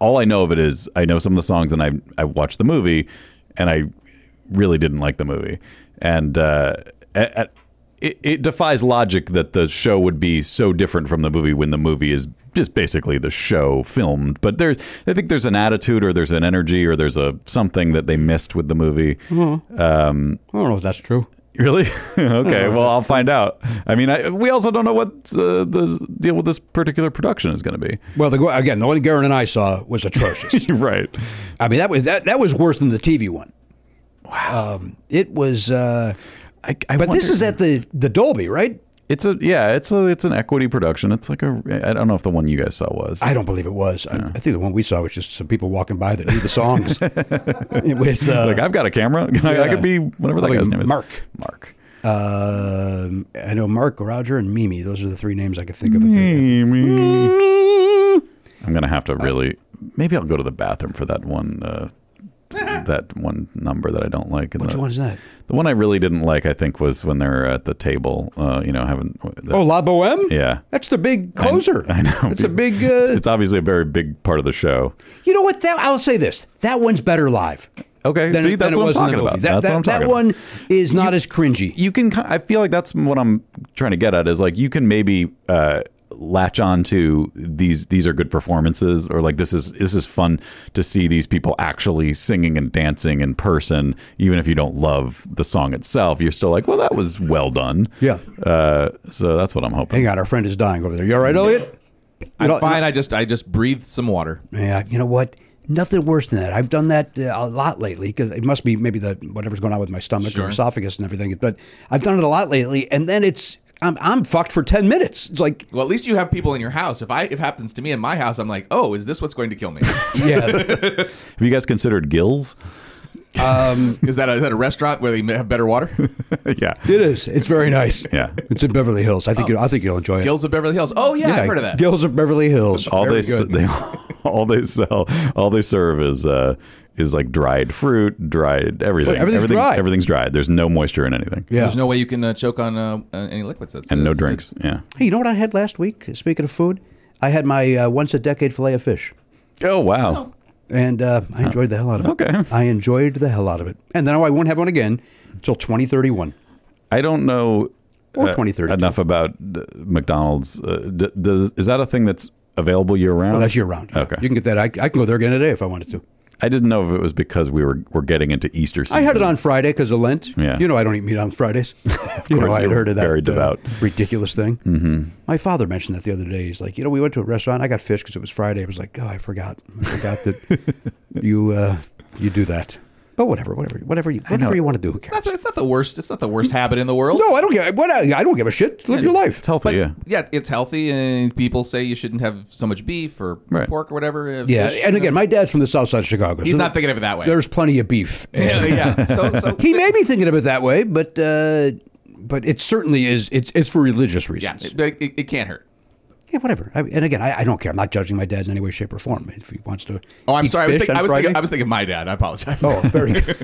Speaker 2: all I know of it is I know some of the songs, and I I watched the movie, and I really didn't like the movie, and uh, a- a- it, it defies logic that the show would be so different from the movie when the movie is just basically the show filmed. But there's, I think there's an attitude or there's an energy or there's a something that they missed with the movie. Um,
Speaker 1: I don't know if that's true.
Speaker 2: Really? okay.
Speaker 1: Uh-huh.
Speaker 2: Well, I'll find out. I mean, I, we also don't know what uh, the deal with this particular production is going to be.
Speaker 1: Well, the, again, the one Garen and I saw was atrocious.
Speaker 2: right.
Speaker 1: I mean, that was that, that was worse than the TV one. Wow. Um, it was. Uh,
Speaker 2: I, I
Speaker 1: but this
Speaker 2: wonder-
Speaker 1: is at the the Dolby, right?
Speaker 2: it's a yeah it's a it's an equity production. It's like a I don't know if the one you guys saw was.
Speaker 1: I don't believe it was. I, I think the one we saw was just some people walking by that knew the songs. it was uh,
Speaker 2: like I've got a camera. I, I
Speaker 1: yeah.
Speaker 2: could be whatever that
Speaker 1: Like
Speaker 2: guy's name is.
Speaker 1: Mark.
Speaker 2: Mark.
Speaker 1: um, I know Mark, Roger, and Mimi. Those are the three names I could think of. at the-
Speaker 2: I'm Mm. gonna have to really. Maybe I'll go to the bathroom for that one. Uh, that one number that I don't like.
Speaker 1: Which one is that?
Speaker 2: The one I really didn't like, I think, was when they're at the table. Uh, you know, having. the-
Speaker 1: Oh, La Boheme.
Speaker 2: yeah.
Speaker 1: That's the big closer.
Speaker 2: I know.
Speaker 1: It's a big. Uh,
Speaker 2: It's, it's obviously a very big part of the show.
Speaker 1: you know what? That I'll say this. That one's better live.
Speaker 2: Okay,
Speaker 1: than-
Speaker 2: see,
Speaker 1: than
Speaker 2: that's
Speaker 1: it
Speaker 2: what I'm
Speaker 1: was in the
Speaker 2: talking
Speaker 1: movie.
Speaker 2: about. That's
Speaker 1: That, that,
Speaker 2: what I'm
Speaker 1: that
Speaker 2: talking
Speaker 1: one
Speaker 2: about.
Speaker 1: is not as cringy.
Speaker 2: you can ki- i feel like that's what i'm trying to get at is like you can maybe uh latch on to these these are good performances or like this is this is fun to see these people actually singing and dancing in person even if you don't love the song itself you're still like well that was well done
Speaker 1: Yeah.
Speaker 2: uh so that's what i'm hoping
Speaker 1: Hang on, our friend is dying over there. You all right, Elliot?
Speaker 4: I'm
Speaker 1: don't-
Speaker 4: fine. I just I just breathed some water.
Speaker 1: Yeah, you know what? Nothing worse than that. I've done that uh, a lot lately because it must be maybe the whatever's going on with my stomach or
Speaker 4: Sure.
Speaker 1: esophagus and everything. But I've done it a lot lately, and then it's I'm I'm fucked for ten minutes. It's like
Speaker 4: Well, at least you have people in your house. If I if it happens to me in my house, I'm like, oh, is this what's going to kill me?
Speaker 1: yeah,
Speaker 2: have you guys considered gills
Speaker 4: is that a, is that a restaurant where they may have better water?
Speaker 2: yeah
Speaker 1: it is. It's very nice.
Speaker 2: Yeah.
Speaker 1: it's in Beverly Hills. I think you, I think you'll enjoy it.
Speaker 4: Gills of Beverly Hills. Oh yeah, I've heard of that.
Speaker 1: Gills of Beverly Hills.
Speaker 2: all
Speaker 1: Very
Speaker 2: they, s-
Speaker 1: good.
Speaker 2: they all they sell all they serve is uh is like dried fruit dried everything
Speaker 1: everything's dried.
Speaker 2: everything's dried there's no moisture in anything
Speaker 1: yeah.
Speaker 4: There's no way you can uh, choke on uh, uh, any liquids. That's
Speaker 2: and no
Speaker 4: it's-
Speaker 2: drinks. Yeah.
Speaker 1: Hey, you know what I had last week? Speaking of food, I had my uh, once a decade fillet of fish.
Speaker 2: Oh wow.
Speaker 1: and uh, I enjoyed the hell out of it.
Speaker 2: Okay.
Speaker 1: I enjoyed the hell out of it, and now I won't have one again until 2031.
Speaker 2: I don't know
Speaker 1: Or
Speaker 2: uh,
Speaker 1: 2032.
Speaker 2: enough about uh, McDonald's. Uh, d- does, is that a thing that's available year round?
Speaker 1: Well, Oh, that's year round.
Speaker 2: Okay.
Speaker 1: you can get that. I, I can go there again today if I wanted to.
Speaker 2: I didn't know if it was because we were were getting into Easter season.
Speaker 1: I had it on Friday because of Lent.
Speaker 2: Yeah.
Speaker 1: you know I don't eat meat on Fridays. you know
Speaker 2: course,
Speaker 1: I had
Speaker 2: you're
Speaker 1: heard of that
Speaker 2: very
Speaker 1: uh,
Speaker 2: devout.
Speaker 1: ridiculous thing. Mm-hmm. My father mentioned that the other day. He's like, you know, we went to a restaurant. I got fish because it was Friday. I was like, oh, I forgot. I forgot that you uh, you do that. But whatever, whatever, whatever you whatever you want to do. who cares?
Speaker 4: It's not, it's not the worst. It's not the worst habit in the world.
Speaker 1: No, I don't give. What I, I don't give a shit. Live your life.
Speaker 2: It's healthy. yeah.
Speaker 4: Yeah, it's healthy, and people say you shouldn't have so much beef or
Speaker 2: Right.
Speaker 4: pork or whatever. uh,
Speaker 1: Yeah,
Speaker 4: fish,
Speaker 1: and
Speaker 4: you know.
Speaker 1: again, my dad's from the south side of Chicago.
Speaker 4: He's
Speaker 1: so there-
Speaker 4: not thinking of it that way.
Speaker 1: There's plenty of beef.
Speaker 4: yeah, yeah. So, so
Speaker 1: he may be thinking of it that way, but uh, but it certainly is. It's it's for religious
Speaker 4: yeah,
Speaker 1: reasons.
Speaker 4: it, it, it can't hurt.
Speaker 1: Yeah, whatever. I, and again, I, I don't care. I'm not judging my dad in any way, shape, or form. If he wants to,
Speaker 4: Oh, I'm
Speaker 1: eat
Speaker 4: sorry. I was,
Speaker 1: fish
Speaker 4: thinking,
Speaker 1: on
Speaker 4: I, was thinking,
Speaker 1: Friday-
Speaker 4: I was thinking my dad. I apologize.
Speaker 1: Oh, very good.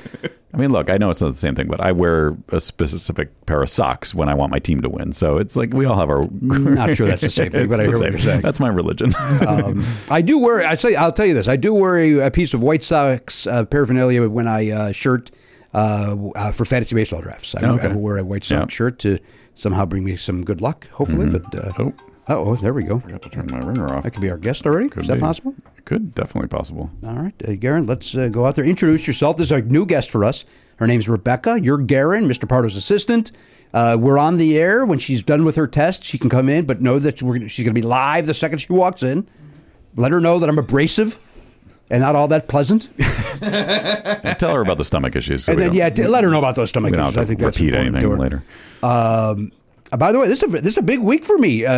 Speaker 2: I mean, look, I know it's not the same thing, but I wear a specific pair of socks when I want my team to win. So it's like we all have our.
Speaker 1: Not sure that's the same thing,
Speaker 2: It's
Speaker 1: but I
Speaker 2: the
Speaker 1: hear what
Speaker 2: same.
Speaker 1: you're saying.
Speaker 2: That's my religion.
Speaker 1: Um, I do wear. I say, I'll tell you this. I do wear a, a piece of White Sox uh, paraphernalia when I uh, shirt uh, w- uh, for fantasy baseball drafts. I,
Speaker 2: Okay.
Speaker 1: I will wear a White Sox
Speaker 2: Yeah.
Speaker 1: shirt to somehow bring me some good luck, hopefully. But uh,
Speaker 2: Oh.
Speaker 1: oh, there we go.
Speaker 2: have to turn my ringer off.
Speaker 1: That could be our guest already. Is that
Speaker 2: be.
Speaker 1: possible?
Speaker 2: Could definitely possible.
Speaker 1: All right, uh, Garen, let's uh, go out there. Introduce yourself. This is our new guest for us. Her name's Rebecca. You're Garen, Mr. Pardo's assistant. Uh, we're on the air. When she's done with her test, she can come in, but know that we're, gonna- she's going to be live the second she walks in. Let her know that I'm abrasive and not all that pleasant.
Speaker 2: And tell her about the stomach issues. So
Speaker 1: and
Speaker 2: we
Speaker 1: then,
Speaker 2: don't-
Speaker 1: yeah, t- let her know about those stomach
Speaker 2: we don't have
Speaker 1: issues.
Speaker 2: to
Speaker 1: I think that's
Speaker 2: repeat
Speaker 1: important to
Speaker 2: anything
Speaker 1: her.
Speaker 2: later.
Speaker 1: Um, uh, by the way, this is a, this is a big week for me. Uh,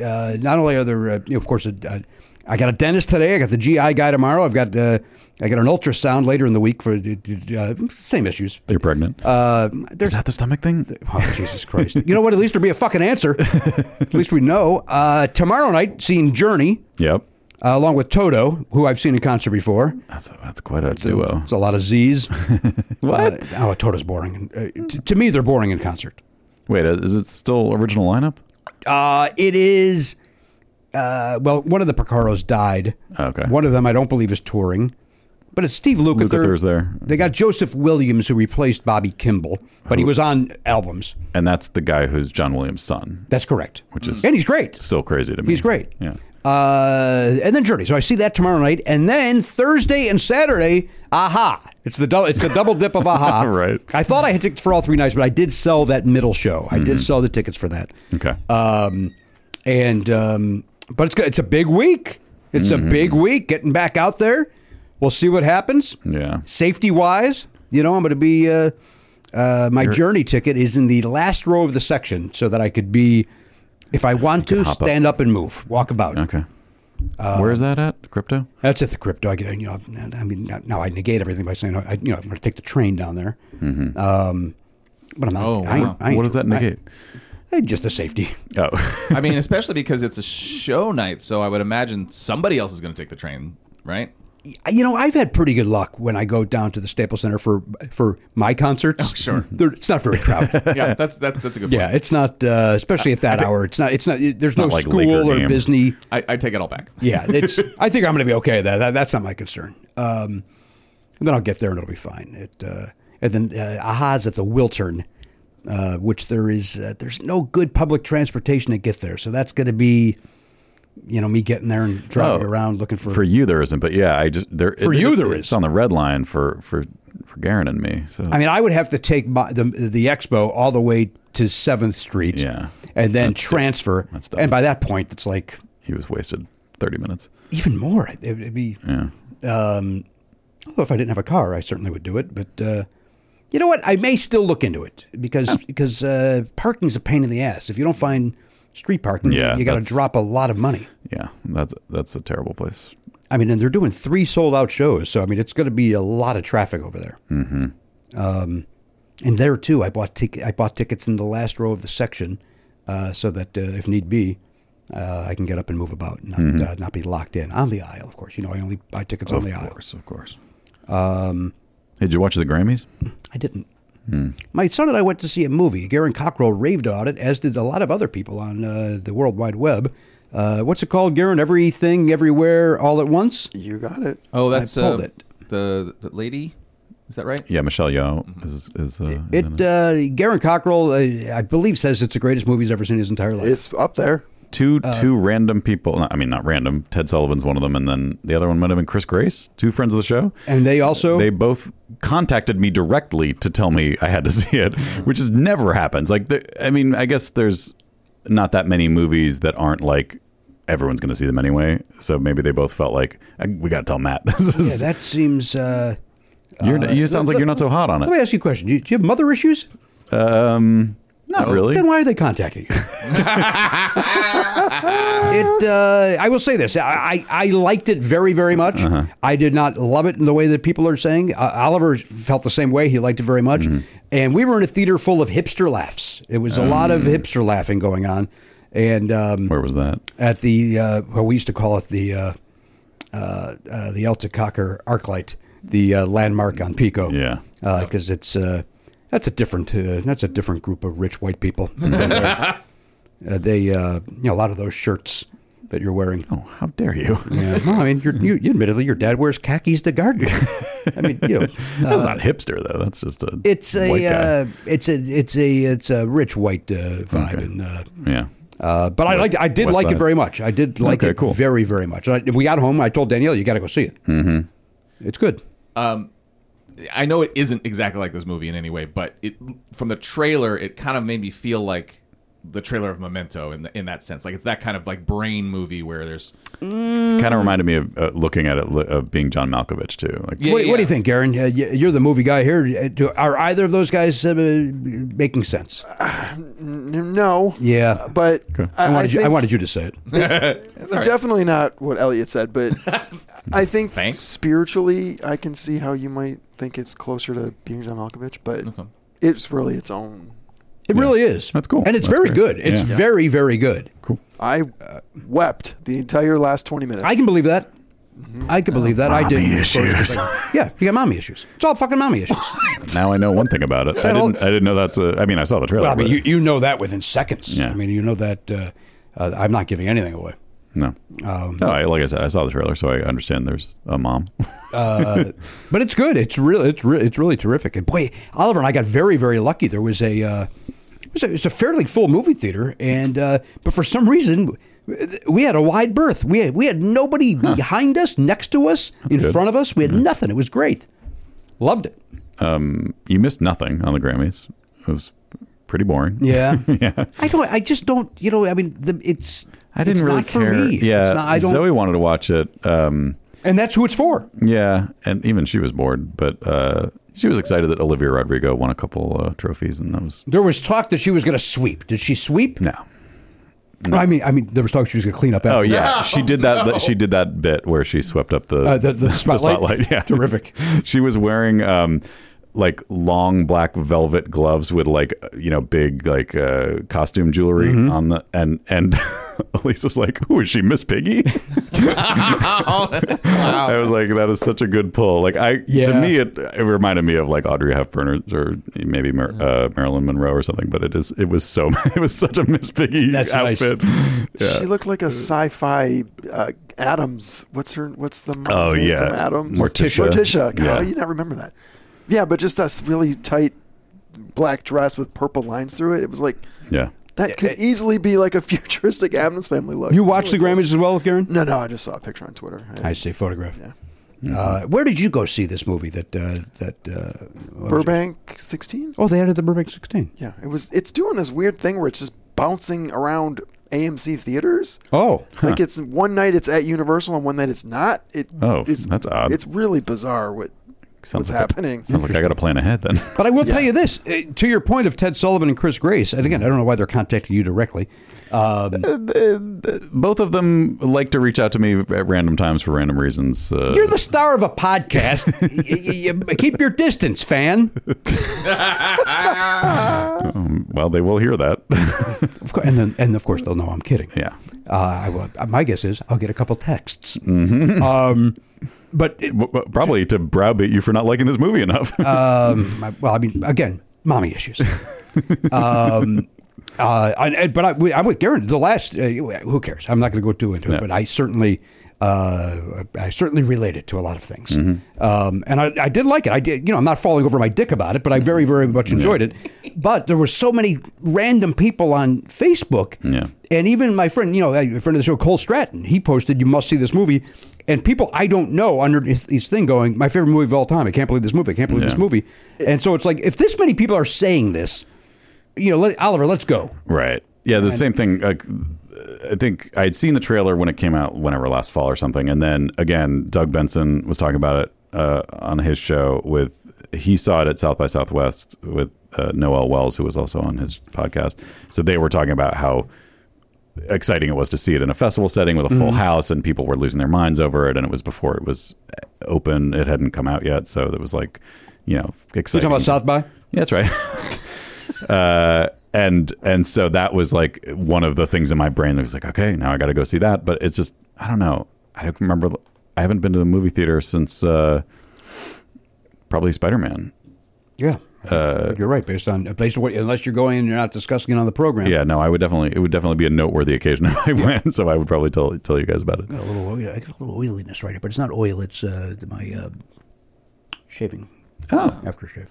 Speaker 1: uh, not only are there, uh, you know, of course, uh, uh, I got a dentist today. I got the GI guy tomorrow. I've got uh, I got an ultrasound later in the week for uh, same issues.
Speaker 2: You're pregnant.
Speaker 1: Uh,
Speaker 2: Is
Speaker 1: there's
Speaker 2: that the stomach thing?
Speaker 1: oh, Jesus Christ. You know what? At least there'll be a fucking answer. At least we know. Uh, tomorrow night, seeing Journey
Speaker 2: Yep.
Speaker 1: uh, along with Toto, who I've seen in concert before.
Speaker 2: That's that's quite a duo.
Speaker 1: It's a lot of Z's.
Speaker 2: What?
Speaker 1: Uh, oh, Toto's boring. Uh, t- to me, they're boring in concert.
Speaker 2: Wait, uh, is it still original lineup?
Speaker 1: Uh, it is. Uh, well, one of the Picaros died.
Speaker 2: Okay.
Speaker 1: One of them, I don't believe, is touring, but it's Steve Lukather.
Speaker 2: Lukather's there.
Speaker 1: They got Joseph Williams, who replaced Bobby Kimball, but he was on albums.
Speaker 2: And that's the guy who's John Williams' son.
Speaker 1: That's correct.
Speaker 2: Which is-
Speaker 1: and he's great.
Speaker 2: Still crazy to me.
Speaker 1: He's great.
Speaker 2: Yeah.
Speaker 1: Uh, and then Journey. So I see that tomorrow night, and then Thursday and Saturday. Aha! It's the dou- it's the double dip of Aha.
Speaker 2: Right.
Speaker 1: I thought I had tickets for all three nights, but I did sell that middle show. I
Speaker 2: Mm-hmm.
Speaker 1: did sell the tickets for that.
Speaker 2: Okay.
Speaker 1: Um, and um, but it's go- it's a big week. It's a big
Speaker 2: Mm-hmm.
Speaker 1: week getting back out there. We'll see what happens.
Speaker 2: Yeah.
Speaker 1: Safety wise, you know, I'm going to be. Uh, uh, my journey ticket is in the last row of the section, so that I could be, if I want to,
Speaker 2: hop up.
Speaker 1: stand up. and move, walk about.
Speaker 2: okay.
Speaker 1: uh,
Speaker 2: Where is that at? Crypto?
Speaker 1: That's at the crypto. I get, you know, I mean, now I negate everything by saying, I, you know, I'm going to take the train down there. Um, but I'm not. I, ain't-
Speaker 4: Oh, wow.
Speaker 1: I ain't-
Speaker 2: Mm-hmm. What does that
Speaker 1: I-
Speaker 2: negate?
Speaker 1: I- just the safety.
Speaker 2: oh.
Speaker 4: I mean, especially because it's a show night, so I would imagine somebody else is going to take the train, right?
Speaker 1: you know, I've had pretty good luck when I go down to the Staples Center for for my concerts.
Speaker 4: sure.
Speaker 1: They're- it's not very crowded.
Speaker 4: Yeah, that's that's that's a good point.
Speaker 1: yeah, it's not, uh, especially at that hour. It's not. It's not. There's no
Speaker 2: not like Laker
Speaker 1: school or
Speaker 2: game.
Speaker 1: Disney.
Speaker 4: I, I take it all back.
Speaker 1: Yeah, it's. I think I'm going to be okay. with That, that that's not my concern. Um, and then I'll get there and it'll be fine. It uh, and then uh, Aha's at the Wiltern, uh, which there is uh, there's no good public transportation to get there, so that's going to be, you know, me getting there and driving
Speaker 2: Oh.
Speaker 1: around looking for.
Speaker 2: For you there isn't, but yeah, I just there
Speaker 1: For you there
Speaker 2: It's
Speaker 1: is.
Speaker 2: on the red line for for for Garen and me. So
Speaker 1: I mean, I would have to take my, the the expo all the way to Seventh Street,
Speaker 2: Yeah.
Speaker 1: and then
Speaker 2: That's dumb.
Speaker 1: transfer.
Speaker 2: That's dumb.
Speaker 1: and by that point, it's like
Speaker 2: he was wasted 30 minutes.
Speaker 1: even more. It, it'd be. Um, although if I didn't have a car, I certainly would do it. But uh, you know what? I may still look into it because because uh, parking's a pain in the ass. If you don't find street parking,
Speaker 2: Yeah,
Speaker 1: you got to
Speaker 2: that's-
Speaker 1: drop a lot of money.
Speaker 2: Yeah, that's that's a terrible place.
Speaker 1: I mean, and they're doing three sold out shows, so I mean, it's going to be a lot of traffic over there. Mm-hmm. Um, and there too, I bought tic- I bought tickets in the last row of the section, uh, so that uh, if need be, uh, I can get up and move about, and not uh, not be locked in on the aisle. Of course, you know, I only buy tickets on the
Speaker 2: Of
Speaker 1: aisle.
Speaker 2: course, of course.
Speaker 1: Um,
Speaker 2: Hey, did you watch the Grammys?
Speaker 1: I didn't. My son and I went to see a movie. Garen Cockrell raved about it, as did a lot of other people on uh, the World Wide Web. Uh, what's it called, Garen? Everything, everywhere, all at once.
Speaker 5: You got it.
Speaker 4: Oh, that's
Speaker 1: pulled
Speaker 4: uh,
Speaker 1: it.
Speaker 4: the the lady. Is that right?
Speaker 2: Yeah, Michelle Yeoh is is uh, is in
Speaker 1: It uh, Garen Cockrell, uh, I believe, says it's the greatest movie he's ever seen in his entire life.
Speaker 5: It's up there.
Speaker 2: two
Speaker 1: Uh,
Speaker 2: two random people. no, I mean, not random. Ted Sullivan's one of them, and then the other one might have been Chris Grace, two friends of the show.
Speaker 1: and they also
Speaker 2: they both contacted me directly to tell me I had to see it, which is never happens. Like, there, I mean, I guess there's not that many movies that aren't like everyone's going to see them anyway. So maybe they both felt like "I- we got to tell Matt. This
Speaker 1: yeah,
Speaker 2: is
Speaker 1: that seems. Uh,
Speaker 2: you're, you sounds like you're not so hot on
Speaker 1: let me
Speaker 2: it.
Speaker 1: ask you a question. Do you, do you have mother issues?
Speaker 2: Not really.
Speaker 1: Then why are they contacting you? it. Uh, I will say this. I, I, I liked it very very much. I did not love it in the way that people are saying. Uh, Oliver felt the same way. He liked it very much. And we were in a theater full of hipster laughs. It was a lot of hipster laughing going on. And um,
Speaker 2: Where was that?
Speaker 1: at the uh, well, we used to call it the uh, uh, uh, the Elta Cocker ArcLight, the uh, landmark on Pico.
Speaker 2: Yeah.
Speaker 1: because it's uh, that's a different uh, that's a different group of rich white people. uh, they uh, you know a lot of those shirts that you're wearing.
Speaker 2: Oh, how dare you?
Speaker 1: Yeah. No, I mean, you're, you, you admittedly, your dad wears khakis to garden. I mean, you know,
Speaker 2: That's not hipster though. That's just a
Speaker 1: Uh, it's
Speaker 2: white
Speaker 1: a
Speaker 2: guy.
Speaker 1: uh, it's a it's a it's a rich white uh, vibe, and uh,
Speaker 2: yeah.
Speaker 1: uh, but I liked, I did
Speaker 2: West
Speaker 1: like it
Speaker 2: Side.
Speaker 1: very much. I did like
Speaker 2: Okay,
Speaker 1: it
Speaker 2: cool.
Speaker 1: very, very much. I, we got home. I told Danielle, "You got to go see it. Mm-hmm. It's good."
Speaker 4: I know it isn't exactly like this movie in any way, but it from the trailer, it kind of made me feel like the trailer of Memento in the, in that sense. Like it's that kind of like brain movie where there's
Speaker 2: Kind of reminded me of uh, looking at it li- of being John Malkovich too. Like,
Speaker 4: Yeah,
Speaker 1: what, what do
Speaker 4: yeah.
Speaker 1: you think, Garen? Uh, y- you're the movie guy here. Uh, do- Are either of those guys uh, making sense?
Speaker 5: Uh, N- No. Uh,
Speaker 1: Yeah.
Speaker 5: But I,
Speaker 1: I
Speaker 5: I
Speaker 1: wanted, you, I
Speaker 5: think-
Speaker 1: wanted you to say it.
Speaker 5: Definitely not what Elliot said, but I think
Speaker 4: Thanks.
Speaker 5: spiritually, I can see how you might think it's closer to being John Malkovich, but it's really its own.
Speaker 1: It really is.
Speaker 2: That's cool.
Speaker 1: and it's
Speaker 2: That's
Speaker 1: very
Speaker 2: great.
Speaker 1: good. It's
Speaker 2: Yeah.
Speaker 1: very, very good.
Speaker 2: cool.
Speaker 5: I wept the entire last 20 minutes.
Speaker 1: I can believe that. I could believe that. I didn't.
Speaker 2: Mommy
Speaker 1: of course,
Speaker 2: issues.
Speaker 1: but- yeah, you got mommy issues. It's all fucking mommy issues.
Speaker 2: Now I know one thing about it. I
Speaker 1: well-
Speaker 2: didn't. I didn't know that's a. I mean, I saw the trailer.
Speaker 1: well, I mean,
Speaker 2: but- uh,
Speaker 1: you, you know that within seconds.
Speaker 2: Yeah.
Speaker 1: I mean, you know that. Uh, uh, I'm not giving anything away.
Speaker 2: no.
Speaker 1: Um,
Speaker 2: no. I, like I said, I saw the trailer, so I understand. There's a mom.
Speaker 1: But it's good. It's really, it's re- it's really terrific. And boy, Oliver and I got very, very lucky. There was a, uh, it was a, it's a fairly full movie theater, and uh, but for some reason, we had a wide berth. We had, we had nobody behind us, next to us, in
Speaker 2: good. Mm-hmm.
Speaker 1: front of us. We had nothing. It was great. Loved it.
Speaker 2: you missed nothing on the Grammys. It was pretty boring.
Speaker 1: Yeah. yeah. I don't. I just don't. You know. I mean, the, it's.
Speaker 2: I didn't
Speaker 1: it's
Speaker 2: really
Speaker 1: not for
Speaker 2: care.
Speaker 1: me.
Speaker 2: Yeah,
Speaker 1: It's not, I don't.
Speaker 2: Zoe wanted to watch it. Um,
Speaker 1: and that's who it's for.
Speaker 2: yeah, and even she was bored, but uh, she was excited that Olivia Rodrigo won a couple uh, trophies, and that was
Speaker 1: There was talk that she was going to sweep. Did she sweep?
Speaker 2: no.
Speaker 1: I mean, I mean, there was talk she was going to clean up. After
Speaker 2: Oh yeah, she did that. She did that bit where she swept up the
Speaker 1: Uh, the- the spotlight?
Speaker 2: Yeah,
Speaker 1: Terrific.
Speaker 2: she was wearing um, like long black velvet gloves with like you know big like uh, costume jewelry
Speaker 1: Mm-hmm.
Speaker 2: on the and and Elise was like, "Who is she, Miss Piggy?" I was like, "That is such a good pull." Like I to
Speaker 1: Oh. Yeah.
Speaker 2: me, it, it reminded me of like Audrey Hepburn or, or maybe Mar- uh, Marilyn Monroe or something. But it is it was so it was such a Miss Piggy
Speaker 1: That's nice.
Speaker 2: outfit.
Speaker 5: She looked like a sci-fi uh, Adams. What's her? What's the mom's
Speaker 2: Oh,
Speaker 5: name
Speaker 2: yeah.
Speaker 5: from Adams?
Speaker 2: Morticia.
Speaker 5: Morticia. God,
Speaker 2: Yeah.
Speaker 5: How do you not remember that? Yeah, but just this really tight black dress with purple lines through it. It was like
Speaker 2: Yeah.
Speaker 5: that could easily be like a futuristic Adams family look.
Speaker 1: You watched the Grammys as well, Karen?
Speaker 5: No, no, I just saw a picture on Twitter. I-
Speaker 1: I say photograph. Uh, where did you go see this movie? That uh, that uh, what was it?
Speaker 5: Burbank 16.
Speaker 1: Oh, they had it at the Burbank 16.
Speaker 5: Yeah, it was. It's doing this weird thing where it's just bouncing around AMC theaters.
Speaker 1: Oh,
Speaker 5: Like it's one night it's at Universal and one night it's not. It,
Speaker 2: Oh,
Speaker 5: it's,
Speaker 2: that's odd.
Speaker 5: It's really bizarre what
Speaker 2: Sounds
Speaker 5: what's
Speaker 2: like a-
Speaker 5: happening.
Speaker 2: Sounds like I got to plan ahead then.
Speaker 1: but I will tell you this: uh, to your point of Ted Sullivan and Chris Grace, and again, I don't know why they're contacting you directly. Um,
Speaker 2: Uh, Both of them like to reach out to me at random times for random reasons. Uh,
Speaker 1: you're the star of a podcast. Y- y- y- keep your distance, fan.
Speaker 2: well, they will hear that.
Speaker 1: Of course, and then and of course they'll know I'm kidding.
Speaker 2: yeah.
Speaker 1: Uh, I will, my guess is I'll get a couple texts. Um, but it,
Speaker 2: W- w- Probably to browbeat you for not liking this movie enough.
Speaker 1: um, my- well, I mean, again, mommy issues. um, uh, and, and- but I, we- I'm with Garen. The last, uh, who cares? I'm not going to go too into it. But I certainly, uh, I certainly related to a lot of things,
Speaker 2: Mm-hmm.
Speaker 1: um, and I, I did like it. I did, you know, I'm not falling over my dick about it, but I very, very much enjoyed it. But there were so many random people on Facebook,
Speaker 2: Yeah.
Speaker 1: and even my friend, you know, a friend of the show, Cole Stratton, he posted, "You must see this movie." And people I don't know underneath his thing going, "My favorite movie of all time." I can't believe this movie. I can't believe
Speaker 2: Yeah.
Speaker 1: this movie. And so it's like, if this many people are saying this, you know, let, Oliver, let's go.
Speaker 2: right. Yeah, the same thing. Uh, I think I had seen the trailer when it came out, whenever last fall or something. And then again, Doug Benson was talking about it uh, on his show with, he saw it at South by Southwest with uh, Noel Wells, who was also on his podcast. So they were talking about how exciting it was to see it in a festival setting with a
Speaker 1: Mm-hmm.
Speaker 2: full house and people were losing their minds over it and it was before it was open it hadn't come out yet so it was like you know
Speaker 1: You
Speaker 2: exciting
Speaker 1: talking about South by?
Speaker 2: yeah, that's right uh and and so that was like one of the things in my brain that was like okay now i gotta go see that but it's just i don't know i don't remember i haven't been to the movie theater since uh probably spider-man
Speaker 1: Yeah, you're right. Based on based on what, unless you're going and you're not discussing it on the program.
Speaker 2: yeah no i would definitely it would definitely be a noteworthy occasion if i went so i would probably tell tell you guys about it
Speaker 1: Got a little oil, I got a little oiliness right here, but it's not oil. It's uh, my uh, shaving. Oh, aftershave.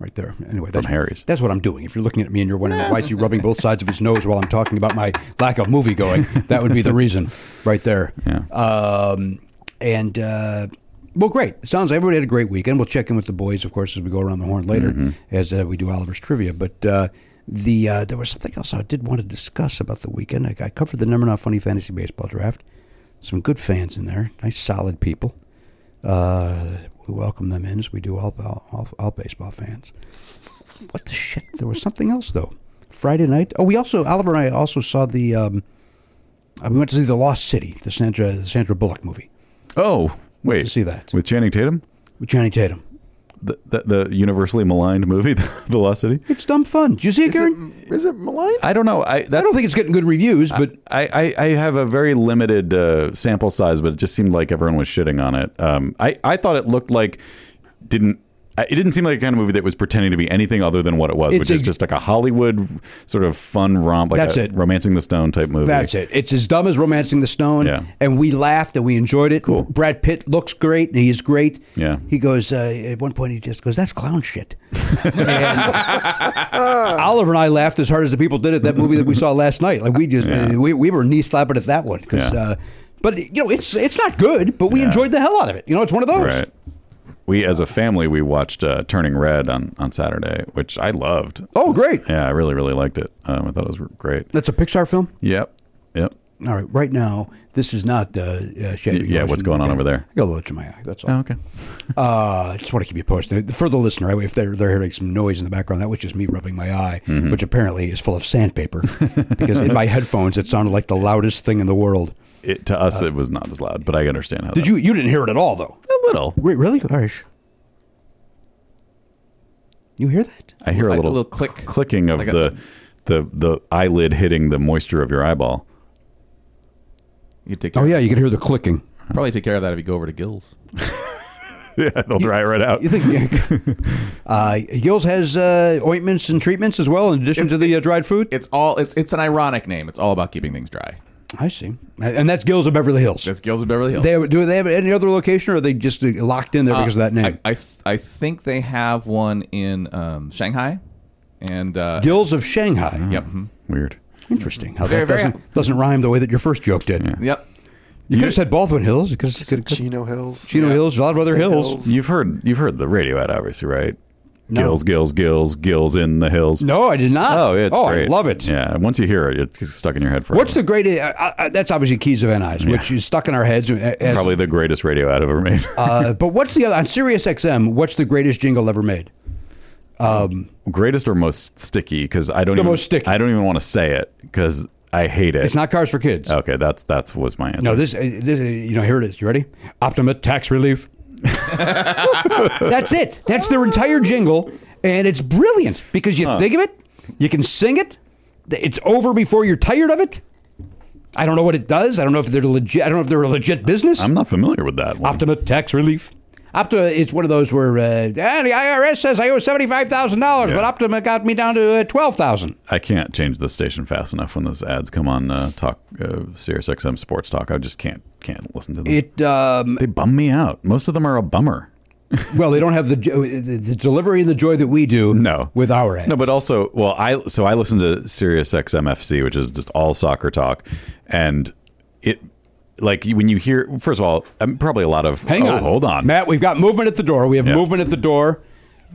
Speaker 1: Right there. Anyway, that's,
Speaker 2: Harry's.
Speaker 1: That's what I'm doing. If you're looking at me and you're wondering why is he rubbing both sides of his nose while I'm talking about my lack of movie going, that would be the reason, right there.
Speaker 2: Yeah.
Speaker 1: Um, and uh, well, great. Sounds like everybody had a great weekend. We'll check in with the boys, of course, as we go around the horn later,
Speaker 2: Mm-hmm.
Speaker 1: as uh, we do Oliver's trivia. But uh, the uh, there was something else I did want to discuss about the weekend. I, I covered the number not funny fantasy baseball draft. Some good fans in there, nice solid people. Uh, we welcome them in as we do all all, all, all baseball fans. What the shit? There was something else though. Friday night. Oh, we also Oliver and I also saw the. Um, uh, we went to see the Lost City, the Sandra the Sandra Bullock movie.
Speaker 2: oh wait
Speaker 1: see that.
Speaker 2: with channing tatum
Speaker 1: With Johnny Tatum.
Speaker 2: the, the, the universally maligned movie, Velocity.
Speaker 1: It's dumb fun. Did you see it,
Speaker 5: Is it,
Speaker 1: Karen?
Speaker 5: is it maligned?
Speaker 2: I don't know. I that's,
Speaker 1: I don't think it's getting good reviews, but
Speaker 2: I, I, I have a very limited uh, sample size, but it just seemed like everyone was shitting on it. Um, I, I thought it looked like didn't I- it didn't seem like a kind of movie that was pretending to be anything other than what it was,
Speaker 1: It's
Speaker 2: which is
Speaker 1: ex-
Speaker 2: just like a Hollywood sort of fun romp, like
Speaker 1: That's
Speaker 2: a
Speaker 1: it.
Speaker 2: romancing the stone type movie.
Speaker 1: that's it. It's as dumb as Romancing the Stone.
Speaker 2: Yeah.
Speaker 1: And we laughed and we enjoyed it.
Speaker 2: Cool.
Speaker 1: Brad Pitt looks great. He is great.
Speaker 2: Yeah.
Speaker 1: He goes, uh, at one point, he just goes, that's clown shit. and Oliver and I laughed as hard as the people did at that movie that we saw last night. Like we just, uh, we, we were knee slapping at that one. 'cause,
Speaker 2: Yeah.
Speaker 1: uh, but, you know, it's it's not good, but we enjoyed the hell out of it. You know, it's one of those.
Speaker 2: Right. We as a family we watched uh, Turning Red on on Saturday, which I loved.
Speaker 1: Oh, great.
Speaker 2: Yeah, I really really liked it. Um, I thought it was great.
Speaker 1: That's a Pixar film?
Speaker 2: Yep. Yep.
Speaker 1: All right, right now, this is not uh, uh, Shabby.
Speaker 2: Y- yeah, what's
Speaker 1: Larson.
Speaker 2: going on over there?
Speaker 1: I got a little itch in my eye. That's all.
Speaker 2: Oh, okay.
Speaker 1: Uh, just want to keep you posted for the listener. If they're they're hearing some noise in the background, that was just me rubbing my eye, which apparently is full of sandpaper. because in my headphones, it sounded like the loudest thing in the world.
Speaker 2: It, to us it was not as loud, but I understand how.
Speaker 1: Uh, Did
Speaker 2: that-
Speaker 1: you you didn't hear it at all though?
Speaker 2: a little?
Speaker 1: Wait, really? All right. shh. You hear that?
Speaker 2: I hear a
Speaker 4: Like a
Speaker 2: little,
Speaker 4: little click.
Speaker 2: cl- clicking of
Speaker 4: Like a-
Speaker 2: the the the eyelid hitting the moisture of your eyeball.
Speaker 4: You take care
Speaker 1: Oh yeah, you can hear the clicking.
Speaker 4: Probably take care of that if you go over to Gills.
Speaker 2: yeah, they'll dry it right out.
Speaker 1: You think uh, Gills has uh, ointments and treatments as well, in addition to the uh, dried food?
Speaker 4: It's all it's it's an ironic name. It's all about keeping things dry.
Speaker 1: I see, and that's Gills of Beverly Hills.
Speaker 4: That's Gills of Beverly Hills.
Speaker 1: They have, do they have any other location, or are they just uh, locked in there because of that name?
Speaker 4: I I, th- I think they have one in um, Shanghai, and uh,
Speaker 1: Gills of Shanghai.
Speaker 4: Yep. mhm.
Speaker 2: Weird.
Speaker 1: Interesting. How that
Speaker 4: Very, very-
Speaker 1: doesn't, doesn't rhyme the way that your first joke did.
Speaker 4: Yep.
Speaker 1: You could have said Baldwin Hills because it's Chino,
Speaker 5: Chino Hills.
Speaker 4: yeah.
Speaker 1: Hills, a lot of other hills.
Speaker 5: Hills.
Speaker 2: You've heard you've heard the Radiohead, obviously, right?
Speaker 1: No.
Speaker 2: Gills, gills, gills, gills in the hills.
Speaker 1: No, I did not.
Speaker 2: Oh, it's
Speaker 1: oh,
Speaker 2: great.
Speaker 1: I love it.
Speaker 2: Yeah, and once you hear it, it's stuck in your head forever.
Speaker 1: What's the great? Uh, uh, that's obviously Keys of Van Nuys, which is stuck in our heads. As,
Speaker 2: probably the greatest radio ad ever made?
Speaker 1: Uh, but what's the other on Sirius XM? What's the greatest jingle ever made?
Speaker 2: greatest or most sticky? Because I don't
Speaker 1: The
Speaker 2: even,
Speaker 1: most sticky.
Speaker 2: I don't even want to say it because I hate it.
Speaker 1: It's not Cars for Kids.
Speaker 2: okay. That's that's was my answer.
Speaker 1: No, this, uh, this, uh, you know, here it is. You ready? Optima tax relief. That's it. That's their entire jingle, and it's brilliant because you think of it, you can sing it. th- It's over before you're tired of it. I don't know what it does. I don't know if they're legit. I don't know if they're a legit business.
Speaker 2: I'm not familiar with that. One.
Speaker 1: Optima tax relief. Optima, it's one of those where uh, "Ah, the IRS says I owe seventy-five thousand dollars,
Speaker 2: Yeah.
Speaker 1: but Optima got me down to uh, twelve thousand.
Speaker 2: I can't change the station fast enough when those ads come on uh, talk uh, Sirius XM Sports Talk. I just can't can't listen to them.
Speaker 1: It um,
Speaker 2: they bum me out. Most of them are a bummer.
Speaker 1: well, they don't have the, jo- the the delivery and the joy that we do.
Speaker 2: No.
Speaker 1: with our ad.
Speaker 2: No, but also, well, I so I listen to Sirius XM FC, which is just all soccer talk, and it like when you hear first of all, um, probably a lot of
Speaker 1: Hang
Speaker 2: oh,
Speaker 1: on.
Speaker 2: hold on,
Speaker 1: Matt, we've got movement at the door. We have
Speaker 2: Yeah.
Speaker 1: movement at the door.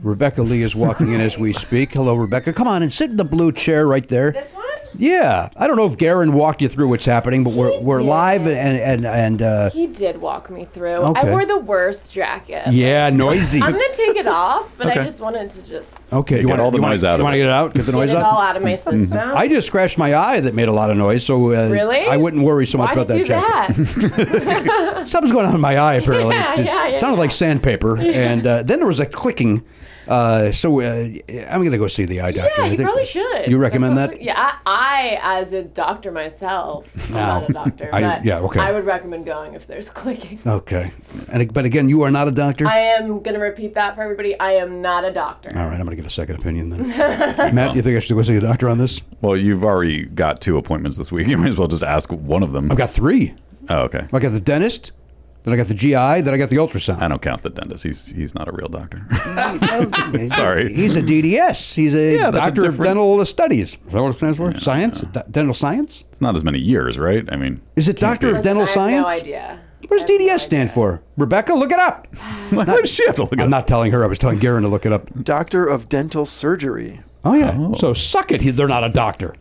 Speaker 1: Rebecca Lee is walking in as we speak. Hello, Rebecca. Come on and sit in the blue chair right there.
Speaker 6: This one?
Speaker 1: Yeah. I don't know if Garen walked you through what's happening, but we're,
Speaker 6: He
Speaker 1: we're
Speaker 6: did.
Speaker 1: live and, and, and uh,
Speaker 6: He did walk me through.
Speaker 1: Okay.
Speaker 6: I wore the worst jacket.
Speaker 1: yeah, noisy.
Speaker 6: I'm gonna take it off, but
Speaker 2: Okay.
Speaker 6: I just wanted to just
Speaker 1: Okay,
Speaker 2: get all the noise out of
Speaker 1: You want
Speaker 2: it.
Speaker 1: to get it out? Get the
Speaker 6: get
Speaker 1: noise
Speaker 6: it all
Speaker 1: out?
Speaker 6: out of my system.
Speaker 1: I just scratched my eye that made a lot of noise, so uh,
Speaker 6: really?
Speaker 1: I wouldn't worry so much
Speaker 6: Why
Speaker 1: about
Speaker 6: did
Speaker 1: that jacket.
Speaker 6: you do that?
Speaker 1: Something's going on in my eye, apparently.
Speaker 6: Yeah,
Speaker 1: It just
Speaker 6: yeah, yeah,
Speaker 1: sounded
Speaker 6: yeah.
Speaker 1: like sandpaper. And uh, then there was a clicking. Uh, so uh, I'm going to go see the eye doctor.
Speaker 6: yeah,
Speaker 1: I
Speaker 6: you
Speaker 1: think-
Speaker 6: probably should.
Speaker 1: You recommend that?
Speaker 6: Yeah, I, I as a doctor myself, I'm not a doctor,
Speaker 1: I-
Speaker 6: but
Speaker 1: yeah, okay.
Speaker 6: I would recommend going if there's clicking.
Speaker 1: Okay. And, but again, you are not a doctor?
Speaker 6: I am gonna repeat that for everybody. I am not a doctor.
Speaker 1: All right, I'm going to get a second opinion then. Matt, do you think I should go see a doctor on this?
Speaker 2: Well, you've already got two appointments this week. You might as well just ask one of them.
Speaker 1: I've got three.
Speaker 2: Oh, okay.
Speaker 1: I got the dentist, then I got the GI, then I got the ultrasound.
Speaker 2: I don't count the dentist. He's he's not a real doctor.
Speaker 1: Well,
Speaker 2: Sorry.
Speaker 1: He's a DDS. He's a
Speaker 2: Yeah, that's a
Speaker 1: doctor of
Speaker 2: different-
Speaker 1: dental studies. Is that what it stands for? science? D- dental science?
Speaker 2: it's not as many years, right? I mean,
Speaker 1: Is it doctor of
Speaker 6: Listen,
Speaker 1: dental
Speaker 6: I have
Speaker 1: science?
Speaker 6: No idea.
Speaker 1: What does
Speaker 6: I have no
Speaker 1: DDS stand
Speaker 6: idea.
Speaker 1: for? Rebecca, look it up.
Speaker 2: why does she have to look
Speaker 1: I'm
Speaker 2: at
Speaker 1: not telling her. I was telling Garen to look it up.
Speaker 5: Doctor of Dental Surgery.
Speaker 1: Oh, yeah. So suck it. He- They're not a doctor.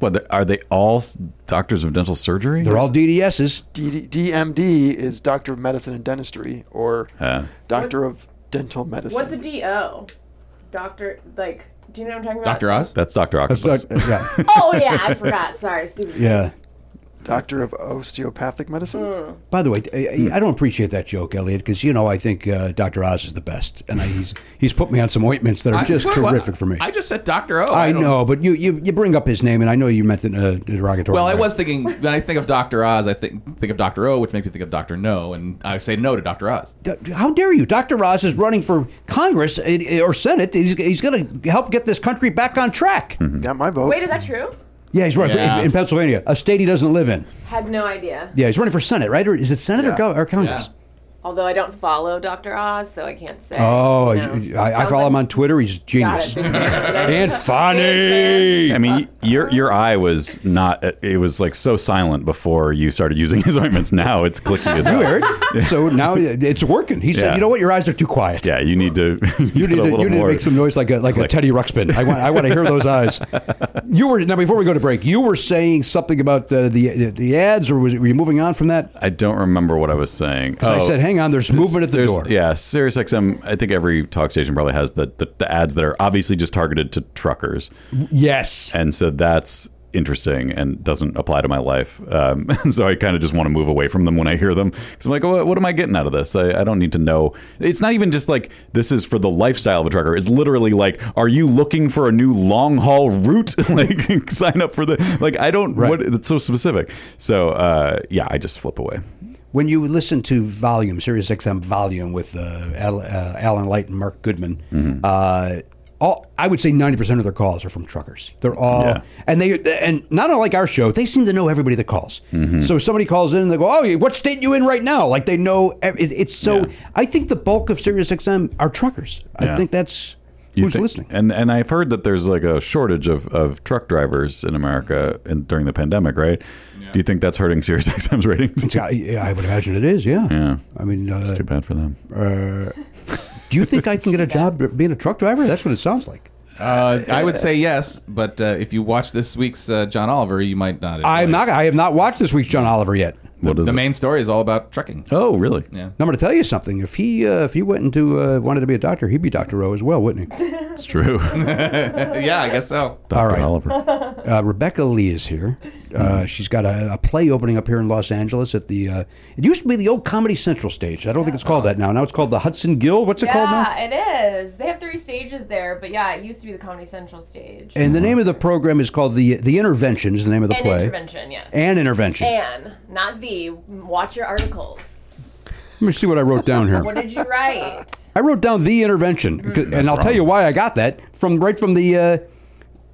Speaker 2: what? Are they all s- doctors of dental surgery?
Speaker 1: They're all DDSs.
Speaker 5: D- DMD is Doctor of Medicine and Dentistry, or
Speaker 2: Uh,
Speaker 5: Doctor of Dental Medicine.
Speaker 6: What's a DO? Doctor, like, do you know what I'm talking about?
Speaker 4: Dr. Oz?
Speaker 2: That's Doctor
Speaker 1: That's
Speaker 2: Octopus.
Speaker 1: doc- yeah.
Speaker 6: Oh yeah, I forgot. Sorry, stupid.
Speaker 1: uh, Yeah.
Speaker 5: doctor of osteopathic medicine.
Speaker 1: By the way, I, I- I don't appreciate that joke, Elliot, because you know I think uh, Dr. Oz is the best, and I, he's he's put me on some ointments that are
Speaker 4: I-
Speaker 1: just
Speaker 4: what- what-
Speaker 1: terrific for me.
Speaker 4: I just said Doctor O.
Speaker 1: I
Speaker 4: don't-
Speaker 1: know, but you, you you bring up his name, and I know you meant it in a derogatory.
Speaker 4: Well, I
Speaker 1: way.
Speaker 4: was thinking when I think of Doctor Oz, I think think of Doctor O, which makes me think of Doctor No, and I say no to Doctor Oz.
Speaker 1: D- How dare you? Dr. Oz is running for Congress eh, eh, or Senate. He's, he's going to help get this country back on track.
Speaker 5: Got my vote.
Speaker 6: Hmm. Wait, is that true?
Speaker 1: Yeah, he's running for-
Speaker 4: Yeah.
Speaker 1: in, in Pennsylvania, a state he doesn't live in.
Speaker 6: Had no idea.
Speaker 1: Yeah, he's running for Senate, right? Or is it Senate or,
Speaker 5: Yeah.
Speaker 1: gov- or Congress?
Speaker 6: Although I don't follow Dr. Oz, so I can't say.
Speaker 1: Oh,
Speaker 6: No.
Speaker 1: I, I
Speaker 6: Sounds
Speaker 1: follow
Speaker 6: like-
Speaker 1: him on Twitter. He's a
Speaker 6: Got
Speaker 1: genius.
Speaker 6: it. Big fan.
Speaker 1: And
Speaker 6: Big
Speaker 2: I
Speaker 6: fan.
Speaker 2: mean, your your eye was not. It was like so silent before you started using his ointments. Now it's clicky as
Speaker 1: You,
Speaker 2: hell.
Speaker 1: Eric. So now it's working. He said,
Speaker 2: Yeah.
Speaker 1: "You know what? Your eyes are too quiet.
Speaker 2: Yeah, you need to.
Speaker 1: You need,
Speaker 2: a
Speaker 1: to,
Speaker 2: little
Speaker 1: you need to
Speaker 2: more-
Speaker 1: make some noise like a like a
Speaker 2: click.
Speaker 1: Teddy Ruxpin. I want I want to hear those eyes. You were now before we go to break. You were saying something about uh, the the ads, or was it, were you moving on from that?
Speaker 2: I don't remember what I was saying.
Speaker 1: I said, "Hang on, there's movement at the
Speaker 2: Oh. There's-
Speaker 1: door."
Speaker 2: Yeah, Sirius XM. I think every talk station probably has the, the the ads that are obviously just targeted to truckers,
Speaker 1: Yes.
Speaker 2: and so that's interesting and doesn't apply to my life. Um, and so I kind of just want to move away from them when I hear them because I'm like, oh, what, what am I getting out of this? I, I don't need to know. It's not even just like this is for the lifestyle of a trucker. It's literally like, are you looking for a new long haul route? like sign up for the like. I don't. What, it's so specific. So uh, yeah, I just flip away.
Speaker 1: When you listen to Volume, Sirius XM Volume with uh, Al, uh, Alan Light and Mark Goodman,
Speaker 2: Mm-hmm.
Speaker 1: uh, all I would say ninety percent of their calls are from truckers. They're all
Speaker 2: Yeah.
Speaker 1: and they and not unlike our show, they seem to know everybody that calls.
Speaker 2: Mm-hmm.
Speaker 1: So if somebody calls in and they go, "Oh, what state you in right now?" Like they know ev- it, it's so. I think the bulk of Sirius XM are truckers. I
Speaker 2: Yeah.
Speaker 1: think that's
Speaker 2: You
Speaker 1: who's
Speaker 2: think-
Speaker 1: listening.
Speaker 2: And and I've heard that there's like a shortage of, of truck drivers in America in, during the pandemic, right? Do you think that's hurting Sirius XM's ratings?
Speaker 1: uh, Yeah, I I would imagine it is. Yeah.
Speaker 2: Yeah.
Speaker 1: I mean, uh,
Speaker 2: Too bad for them.
Speaker 1: uh, do you think I can get a job being a truck driver? That's what it sounds like.
Speaker 4: Uh, I would say yes, but uh, if you watch this week's uh, John Oliver, you might not. enjoy
Speaker 1: I'm
Speaker 4: it.
Speaker 1: not. I have not watched this week's John Oliver yet.
Speaker 4: The,
Speaker 2: What is
Speaker 4: the
Speaker 2: it?
Speaker 4: main story is all about trucking.
Speaker 2: Oh, really?
Speaker 4: Yeah.
Speaker 1: And I'm going to tell you something. If he uh, if he went into uh, wanted to be a doctor, he'd be Doctor O as well, wouldn't he?
Speaker 2: It's true.
Speaker 1: Oh,
Speaker 4: yeah, I guess so.
Speaker 1: All right.
Speaker 2: Oliver.
Speaker 1: Uh, Rebecca Lee is here.
Speaker 6: Hmm.
Speaker 1: Uh, she's got a, a play opening up here in Los Angeles at the. Uh, it used to be the old Comedy Central stage. I don't think it's called that now. Now it's called the Hudson Guild. What's it called now?
Speaker 6: Yeah, it is. They have three stages there, but yeah, it used to be the Comedy Central stage.
Speaker 1: And the name of the program is called the the Intervention. Is the name of the
Speaker 6: And
Speaker 1: play.
Speaker 6: intervention, yes.
Speaker 1: And intervention.
Speaker 6: And, not the. Watch your articles.
Speaker 1: Let me see what I wrote down here.
Speaker 6: What did you write?
Speaker 1: I wrote down the intervention,
Speaker 6: Hmm.
Speaker 1: and I'll tell
Speaker 2: wrong.
Speaker 1: you why I got that from right from the. Uh,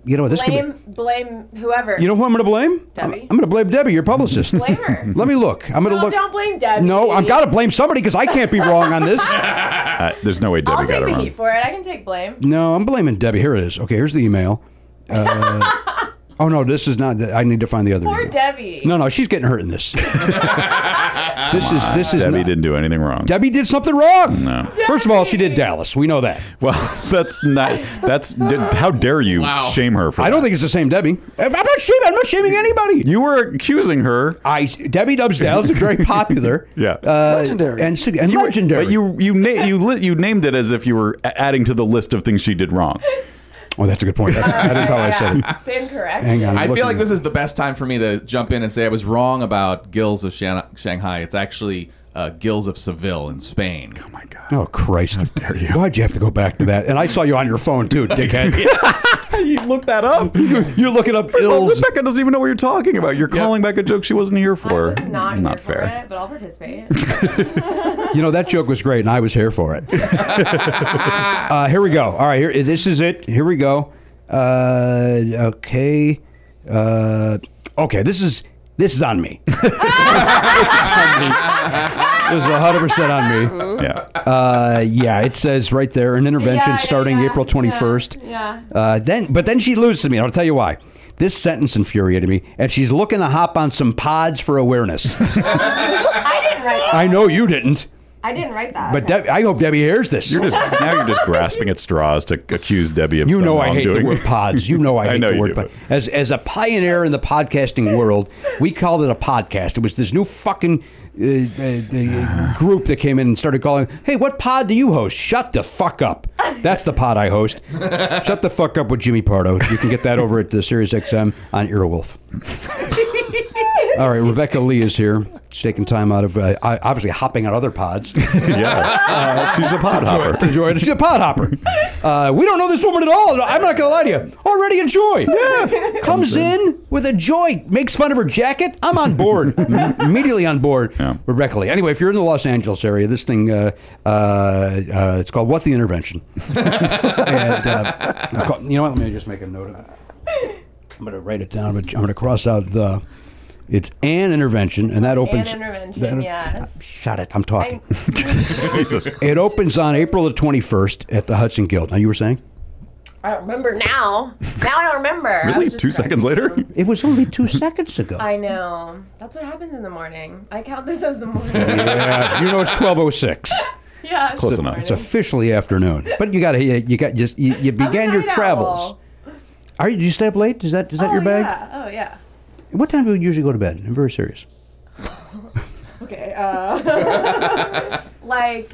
Speaker 1: you know this could be.
Speaker 6: Blame, blame whoever.
Speaker 1: You know who I'm going to blame? I'm,
Speaker 6: Debbie.
Speaker 1: I'm going to blame Debbie, your publicist.
Speaker 6: blame her.
Speaker 1: Let me look. I'm going to
Speaker 6: No,
Speaker 1: look.
Speaker 6: Oh, don't blame Debbie.
Speaker 1: No, I've got to blame somebody because I can't be wrong on this.
Speaker 2: Uh, there's no way Debbie got
Speaker 6: I'll take
Speaker 2: it
Speaker 6: the
Speaker 2: wrong.
Speaker 6: heat for it. I can take blame.
Speaker 1: No, I'm blaming Debbie. Here it is. Okay, here's the email. Uh, oh no, this is not. I need to find the other.
Speaker 6: Poor
Speaker 1: email.
Speaker 6: Debbie.
Speaker 1: No, no, she's getting hurt in this. this is this is
Speaker 2: Debbie
Speaker 1: not-
Speaker 2: didn't do anything wrong.
Speaker 1: Debbie did something wrong. No. First of all, she did
Speaker 6: Debbie.
Speaker 1: Dallas. We know that.
Speaker 2: well, that's not. That's how dare you
Speaker 4: Wow.
Speaker 2: shame her for?
Speaker 1: I don't
Speaker 2: that.
Speaker 1: think it's the same Debbie. I'm not shaming. I'm not shaming anybody.
Speaker 2: you were accusing her.
Speaker 1: I Debbie Dubs Dallas is very popular.
Speaker 2: Yeah.
Speaker 1: uh,
Speaker 5: Legendary.
Speaker 1: and, sig- and
Speaker 2: You were-
Speaker 1: legendary.
Speaker 2: But you you na- you li- you named it as if you were a- adding to the list of things she did wrong.
Speaker 1: oh, that's a good point. That's, that is how I said it.
Speaker 6: Yeah, Stand correct.
Speaker 1: Hang on. I'm
Speaker 4: I feel
Speaker 1: looking
Speaker 4: like
Speaker 1: at-
Speaker 4: this is the best time for me to jump in and say I was wrong about Gills of Shan- Shanghai. It's actually uh, Gills of Seville in Spain. Oh my god!
Speaker 1: Oh Christ! dare you? Why'd you have to go back to that? And I saw you on your phone too, dickhead.
Speaker 2: you look that up.
Speaker 1: You're looking up
Speaker 2: First of all,
Speaker 1: ills.
Speaker 2: Rebecca doesn't even know what you're talking about. You're calling back a joke she wasn't here
Speaker 6: I
Speaker 2: for.
Speaker 6: was not, here
Speaker 2: fair.
Speaker 6: for it, but I'll participate.
Speaker 1: You know that joke was great, and I was here for it. uh, here we go. All right, here this is it. Here we go. Uh, okay. Uh, okay. This is this is on me. this is on me. This is 100 percent on me.
Speaker 2: Yeah.
Speaker 1: Uh, yeah, it says right there an intervention
Speaker 6: Yeah,
Speaker 1: starting
Speaker 6: yeah,
Speaker 1: April 21st.
Speaker 6: yeah, yeah.
Speaker 1: Uh, then, but then she loses me. I'll tell you why. This sentence infuriated me, and she's looking to hop on some pods for awareness.
Speaker 6: I didn't write that.
Speaker 1: I know you didn't,
Speaker 6: I didn't write that.
Speaker 1: but Deb- I hope Debbie hears this.
Speaker 2: You're just now you're just grasping at straws to accuse Debbie of
Speaker 1: you know
Speaker 2: something
Speaker 1: I hate the
Speaker 2: wrongdoing.
Speaker 1: word pods. You know I
Speaker 2: I
Speaker 1: hate
Speaker 2: know
Speaker 1: the
Speaker 2: you
Speaker 1: word
Speaker 2: do,
Speaker 1: pod.
Speaker 2: but-
Speaker 1: As as a pioneer in the podcasting world, we called it a podcast. It was this new fucking uh, uh, uh, group that came in and started calling, "Hey, what pod do you host? Shut the fuck up." That's the pod I host. Shut the fuck up uh, with Jimmy Pardo. You can get that over at the Sirius XM on Earwolf. All right, Rebecca Lee is here. She's taking time out of uh, obviously hopping on other pods.
Speaker 2: yeah. She's a pod hopper.
Speaker 1: to enjoy it. She's a pod hopper. Uh, we don't know this woman at all. I'm not going to lie to you. Already in joy. Yeah. Comes in with a joy, makes fun of her jacket. I'm on board. M- Immediately on board.
Speaker 2: Yeah.
Speaker 1: Rebecca Lee. Anyway, if you're in the Los Angeles area, this thing, uh, uh, uh, it's called What the Intervention. and, uh, it's called, you know what? Let me just make a note of it. I'm going to write it down, but I'm going to cross out the. It's an intervention, and that opens.
Speaker 7: intervention,
Speaker 1: that-
Speaker 7: yes.
Speaker 1: Shut it! I'm talking.
Speaker 2: Jesus.
Speaker 1: It opens on April the 21st at the Hudson Guild. Now, you were saying?
Speaker 7: I don't remember now. Now I don't remember. I was
Speaker 2: Really?
Speaker 7: just
Speaker 2: Two seconds later?
Speaker 7: practicing.
Speaker 1: It was only two seconds ago.
Speaker 7: I know. That's what happens in the morning. I count this as the morning.
Speaker 1: yeah, you know it's 1206.
Speaker 7: yeah
Speaker 2: Close enough.
Speaker 7: the morning.
Speaker 1: It's officially afternoon. But you got to, you got just, you, you
Speaker 7: I'm a
Speaker 1: began your
Speaker 7: night
Speaker 1: travels.
Speaker 7: owl.
Speaker 1: Are you, did you stay up late? Is that, is that
Speaker 7: oh,
Speaker 1: your bag?
Speaker 7: Yeah. Oh, yeah.
Speaker 1: What time do you usually go to bed? I'm very serious.
Speaker 7: Okay. Uh, like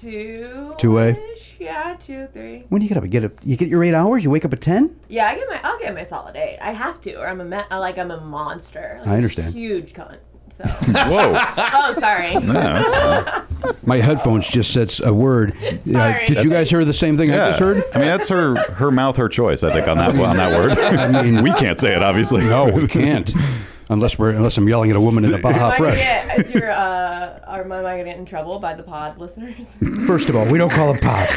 Speaker 7: two.
Speaker 1: 2 a?
Speaker 7: Yeah, two, three.
Speaker 1: When do you get up? You get up, you get your eight hours? You wake up at 10?
Speaker 7: Yeah, I get my. I'll get my solid eight. I have to, or I'm a me- I- like I'm a monster. Like
Speaker 1: I understand.
Speaker 7: A huge cunt. So.
Speaker 2: Whoa.
Speaker 7: oh, sorry.
Speaker 2: Yeah, that's fine.
Speaker 1: My headphones just says a word. Yeah,
Speaker 7: Sorry.
Speaker 1: did you guys hear the same thing I
Speaker 2: Yeah.
Speaker 1: just heard?
Speaker 2: I mean, that's her her mouth, her choice. I think on that on that word. I mean, we can't say it, obviously.
Speaker 1: No, we can't. Unless we're unless I'm yelling at a woman in a Baja
Speaker 7: Am I gonna
Speaker 1: Fresh.
Speaker 7: get- is your uh, or am I gonna get in trouble by the pod listeners?
Speaker 1: First of all, we don't call them pop.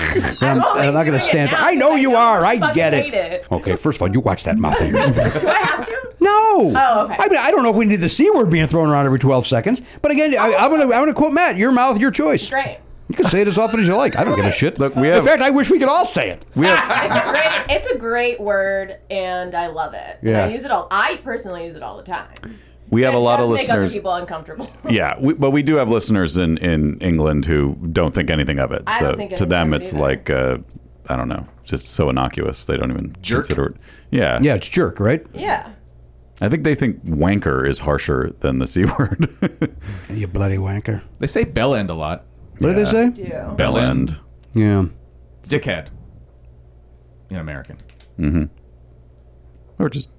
Speaker 7: I'm,
Speaker 1: not
Speaker 7: going
Speaker 1: gonna
Speaker 7: to
Speaker 1: stand. For, I know you are. I get it. Okay, first of all, you watch that mouth of yours.
Speaker 7: Do I have to?
Speaker 1: No.
Speaker 7: Oh, okay.
Speaker 1: I mean, I don't know if we need the c word being thrown around every twelve seconds. But again, I, I'm gonna I'm gonna quote Matt. Your mouth, your choice.
Speaker 7: Great.
Speaker 1: You can say it as often as you like. I don't give a shit.
Speaker 2: Look, we
Speaker 1: In
Speaker 2: have-
Speaker 1: fact, I wish we could all say it.
Speaker 2: We have,
Speaker 7: It's a great. It's a great word, and I love it. And
Speaker 1: Yeah.
Speaker 7: I use it all. I personally use it all the time.
Speaker 2: we have a
Speaker 7: It
Speaker 2: lot
Speaker 7: does
Speaker 2: of
Speaker 7: make other
Speaker 2: listeners.
Speaker 7: people uncomfortable.
Speaker 2: Yeah, we, but we do have listeners in in England who don't think anything of it. So
Speaker 7: I don't think
Speaker 2: to
Speaker 7: anything
Speaker 2: them,
Speaker 7: of it
Speaker 2: it's
Speaker 7: either.
Speaker 2: like uh, I don't know, just so innocuous they don't even
Speaker 4: Jerk.
Speaker 2: consider it. Yeah,
Speaker 1: Yeah, it's jerk, right?
Speaker 7: yeah.
Speaker 2: I think they think wanker is harsher than the c word.
Speaker 1: You bloody wanker.
Speaker 4: They say bell end a lot.
Speaker 1: What did they say?
Speaker 7: Do.
Speaker 2: Bell
Speaker 4: end.
Speaker 2: end.
Speaker 1: Yeah.
Speaker 4: Dickhead. In American.
Speaker 2: or just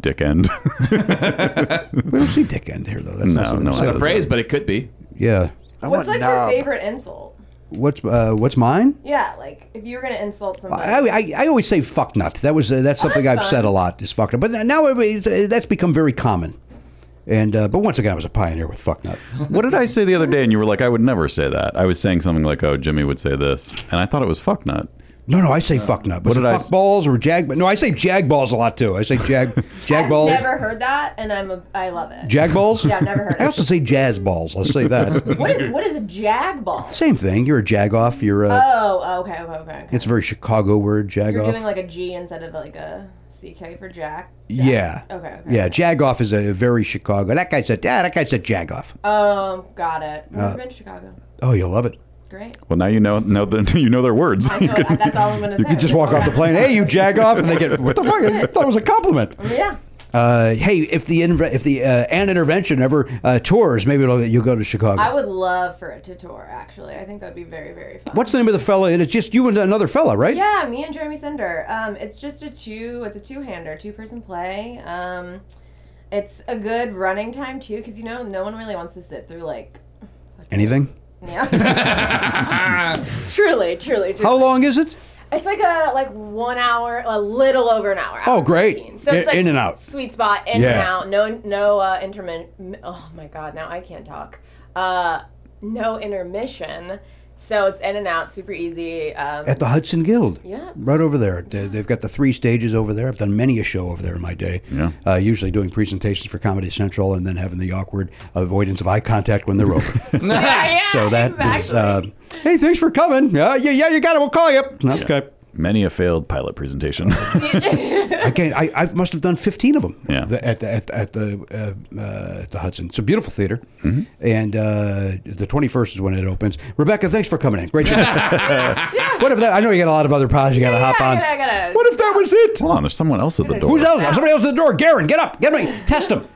Speaker 2: dick end.
Speaker 1: We don't see dick end here though. That's
Speaker 2: No,
Speaker 1: not something
Speaker 2: no,
Speaker 1: to
Speaker 2: it's
Speaker 1: say.
Speaker 2: a
Speaker 4: Phrase, but it could be.
Speaker 1: Yeah.
Speaker 5: I
Speaker 7: What's
Speaker 5: want
Speaker 7: like
Speaker 5: knob.
Speaker 7: your favorite insult?
Speaker 1: What's uh, what's mine?
Speaker 7: Yeah, like if you were gonna insult somebody.
Speaker 1: I, I, I always say fuck nut. That was uh, that's something
Speaker 7: Oh, that's
Speaker 1: I've
Speaker 7: fine.
Speaker 1: said a lot is fuck nut. But now everybody's- uh, that's become very common. And uh, but once again, I was a pioneer with fuck nut.
Speaker 2: what did I say the other day? And you were like, I would never say that. I was saying something like, oh, Jimmy would say this. And I thought it was fucknut.
Speaker 1: No, no, I say fuck nut. Was
Speaker 2: What
Speaker 1: it
Speaker 2: did I
Speaker 1: fuck
Speaker 2: s-
Speaker 1: balls or jag? No, I say jag balls a lot too. I say jag jag
Speaker 7: I've
Speaker 1: balls.
Speaker 7: never heard that, and I'm a. I love it.
Speaker 1: Jag balls.
Speaker 7: Yeah, I've never heard
Speaker 1: I also say jazz balls. I'll say that.
Speaker 7: what is what is a jag ball?
Speaker 1: Same thing. You're a jag off. You're a.
Speaker 7: Oh, okay, okay, okay. okay.
Speaker 1: it's a very Chicago word. Jag
Speaker 7: You're
Speaker 1: off.
Speaker 7: doing like a G instead of like a CK for Jack.
Speaker 1: yeah.
Speaker 7: Okay, okay.
Speaker 1: Yeah, jag off is a very Chicago. That guy said. Yeah, that guy said jag off.
Speaker 7: Um, got it.
Speaker 1: Uh,
Speaker 7: Never been to Chicago.
Speaker 1: oh, you'll love it.
Speaker 7: Great.
Speaker 2: Well, now you know know the, you know their words.
Speaker 7: I know, that's all I'm gonna say.
Speaker 1: You just walk off the plane. Hey, you jag off, and they get what the fuck? I thought it was a compliment.
Speaker 7: Yeah.
Speaker 1: Uh, hey, if the inv- if the uh, an intervention ever uh, tours, maybe it'll, you'll go to Chicago.
Speaker 7: I would love for it to tour. Actually, I think that'd be very, very fun.
Speaker 1: What's the name of the fella? And it's just you and another fella, right?
Speaker 7: Yeah, me and Jeremy Cinder. Um, it's just a two. It's a two-hander, two-person play. Um, it's a good running time too, because you know no one really wants to sit through like.
Speaker 1: Anything?
Speaker 7: Yeah. truly, truly, truly.
Speaker 1: How long is it?
Speaker 7: It's like a like one hour, a little over an hour.
Speaker 1: Oh,
Speaker 7: hour
Speaker 1: great. In-
Speaker 7: 15.
Speaker 1: in and out.
Speaker 7: Sweet spot. In
Speaker 1: Yes.
Speaker 7: and out. No, no uh, intermin. Oh my god, now I can't talk. Uh, no intermission. So it's in and out, super easy. Um,
Speaker 1: At the Hudson Guild.
Speaker 7: Yeah.
Speaker 1: Right over there. They- They've got the three stages over there. I've done many a show over there in my day.
Speaker 2: Yeah.
Speaker 1: Uh, usually doing presentations for Comedy Central and then having the awkward avoidance of eye contact when they're over.
Speaker 7: yeah, yeah,
Speaker 1: so that is.
Speaker 7: exactly.
Speaker 1: uh, hey, thanks for coming. Yeah, yeah, yeah, you got it. We'll call you. Okay.
Speaker 2: Many a failed pilot presentation.
Speaker 1: I can't. I, I must have done fifteen of them.
Speaker 2: Yeah.
Speaker 1: The- at the at, at the uh, uh, at the Hudson. It's a beautiful theater,
Speaker 2: Mm-hmm.
Speaker 1: and uh, the twenty first is when it opens. Rebecca, thanks for coming in. Great. show. what if that? I know you got a lot of other pods you got to hop
Speaker 7: yeah, I
Speaker 1: on.
Speaker 7: gotta- I gotta-
Speaker 1: What if that was it?
Speaker 2: Hold on, there's someone else at the door.
Speaker 1: Who's else? Somebody else at the door. Garen, get up. Get me. Test him.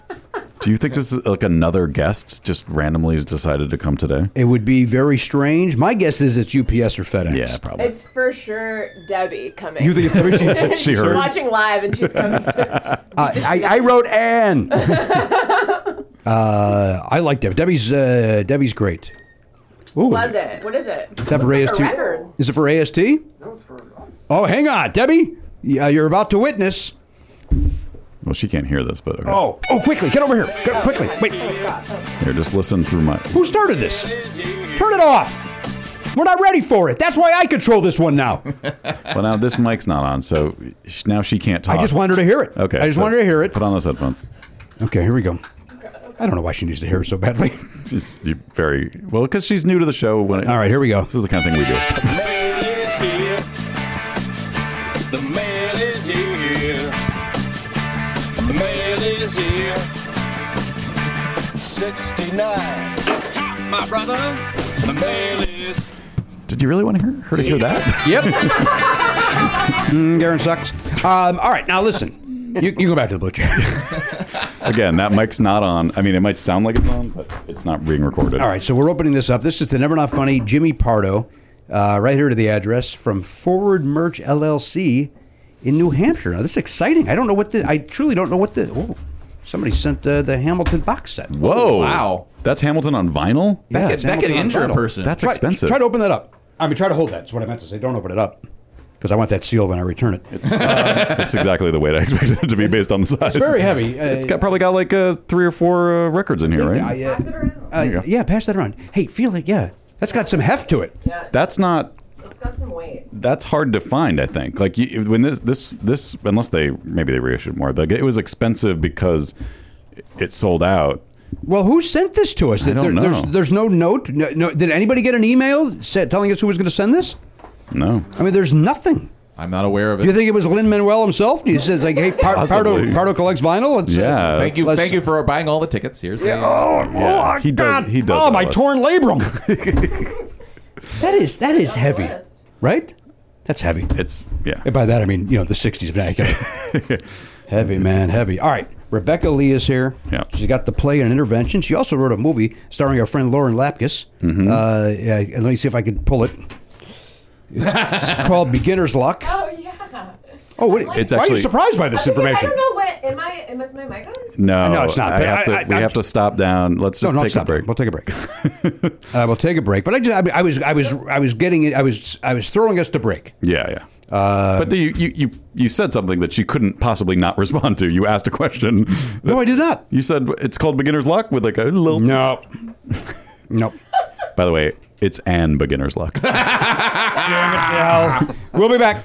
Speaker 2: Do you think this is like another guest just randomly decided to come today?
Speaker 1: It would be very strange. My guess is it's UPS or FedEx.
Speaker 2: Yeah, probably.
Speaker 7: It's for sure Debbie coming.
Speaker 1: You think it's every season?
Speaker 2: She
Speaker 7: she's
Speaker 2: heard.
Speaker 7: watching live and she's coming. To,
Speaker 1: I, I wrote Anne. Uh, I like Debbie. Debbie's uh, Debbie's great. Ooh.
Speaker 6: Was it? What is it?
Speaker 1: Is that for
Speaker 6: Looks
Speaker 1: AST?
Speaker 6: like a record.
Speaker 1: Is it for AST? Oh, hang on, Debbie. Yeah, you're about to witness.
Speaker 2: Well, she can't hear this, but okay.
Speaker 1: Oh, oh, quickly, get over here, get, quickly. Wait,
Speaker 2: Here, just listen through my.
Speaker 1: who started this? Turn it off. We're not ready for it. That's why I control this one now.
Speaker 2: Well, now this mic's not on, so sh- now she can't talk.
Speaker 1: I just wanted her to hear it.
Speaker 2: Okay.
Speaker 1: I just
Speaker 2: so
Speaker 1: wanted her to hear it.
Speaker 2: Put on those headphones.
Speaker 1: Okay, here we go. I don't know why she needs to hear it so badly.
Speaker 2: She's you're very well because she's new to the show. When it,
Speaker 1: All right, here we go.
Speaker 2: This is the kind of thing we do.
Speaker 3: man is here. The man is here. The man is here. 69. Top, my brother. The man is.
Speaker 2: Did you really want to hear, her to hear that?
Speaker 1: Yep. mm, Garen sucks. Um, all right, now listen. You, you go back to the blue chair.
Speaker 2: Again, that mic's not on. I mean, it might sound like it's on, but it's not being recorded.
Speaker 1: all right, so we're opening this up. This is the Never Not Funny Jimmy Pardo, uh, right here to the address from Forward Merch LLC in New Hampshire. Now, this is exciting. I don't know what the. I truly don't know what the. Oh, somebody sent uh, the Hamilton box set.
Speaker 2: Whoa!
Speaker 4: Wow.
Speaker 2: That's Hamilton on vinyl.
Speaker 1: Yeah,
Speaker 4: That,
Speaker 1: it's
Speaker 4: could, that could
Speaker 1: Hamilton on
Speaker 4: injure a
Speaker 1: vinyl.
Speaker 4: person.
Speaker 2: That's
Speaker 1: Try-
Speaker 2: expensive.
Speaker 1: Try to open that up. I mean, try to hold that. That's what I meant to say. Don't open it up because I want that sealed when I return it. It's
Speaker 2: That's exactly the weight I expected it to be based on the size.
Speaker 1: very heavy. Uh,
Speaker 2: It's got probably got like uh, three or four uh, records in here, right?
Speaker 1: I, uh,
Speaker 6: Pass it around.
Speaker 1: Uh,
Speaker 2: you go.
Speaker 1: yeah, pass that around. Hey, feel it. Yeah, that's got some heft to it.
Speaker 6: yeah.
Speaker 2: That's not.
Speaker 6: it's got some weight.
Speaker 2: That's hard to find. I think. Like you, when this this this unless they maybe they reissued more, but it was expensive because it sold out.
Speaker 1: Well, who sent this to us?
Speaker 2: I don't
Speaker 1: There- There's,
Speaker 2: know.
Speaker 1: there's no note. No, no- did anybody get an email sa- telling us who was going to send this?
Speaker 2: No.
Speaker 1: I mean, there's nothing.
Speaker 4: I'm not aware of it.
Speaker 1: Do you think it was Lin Manuel himself? He says like, "Hey, Par- Pardo,
Speaker 2: Possibly.
Speaker 1: Pardo collects vinyl." Let's, uh,
Speaker 2: Yeah.
Speaker 4: thank you,
Speaker 1: Let's-
Speaker 4: thank you for buying all the tickets. Here's yeah.
Speaker 1: Oh, oh,
Speaker 2: He does-
Speaker 1: God.
Speaker 2: he does
Speaker 1: Oh,
Speaker 2: owe
Speaker 1: my
Speaker 2: us.
Speaker 1: torn labrum. that is that is
Speaker 6: On the
Speaker 1: heavy,
Speaker 6: list.
Speaker 1: right? That's heavy.
Speaker 2: It's yeah.
Speaker 1: And by that I mean you know the '60s vernacular. heavy man, heavy. All right, Rebecca Lee is here.
Speaker 2: Yeah.
Speaker 1: she got the play and intervention. She also wrote a movie starring our friend Lauren Lapkus.
Speaker 2: Mm-hmm.
Speaker 1: Uh, yeah, and let me see if I can pull it. It's called Beginner's Luck.
Speaker 6: Oh yeah.
Speaker 1: Oh, what,
Speaker 6: It's
Speaker 1: why are you
Speaker 2: actually-
Speaker 1: surprised by this
Speaker 6: I think I-
Speaker 1: information?
Speaker 6: I don't know what. Am I? Am is my mic on?
Speaker 2: No,
Speaker 1: No, it's not.
Speaker 2: I have to,
Speaker 1: I- I-
Speaker 2: we
Speaker 1: I'm-
Speaker 2: have to stop down. Let's just
Speaker 1: no, no,
Speaker 2: take
Speaker 1: stop.
Speaker 2: a break.
Speaker 1: We'll take a break. uh, we'll take a break. But I just, I, mean, I was, I was, I was getting it. I was, I was throwing us to break.
Speaker 2: Yeah, yeah.
Speaker 1: Uh,
Speaker 2: but the, you, you, you, you said something that she couldn't possibly not respond to. You asked a question.
Speaker 1: No, I did not.
Speaker 2: You said it's called beginner's luck with like a little.
Speaker 1: No. nope.
Speaker 2: By the way, it's an beginner's luck.
Speaker 1: We'll be back.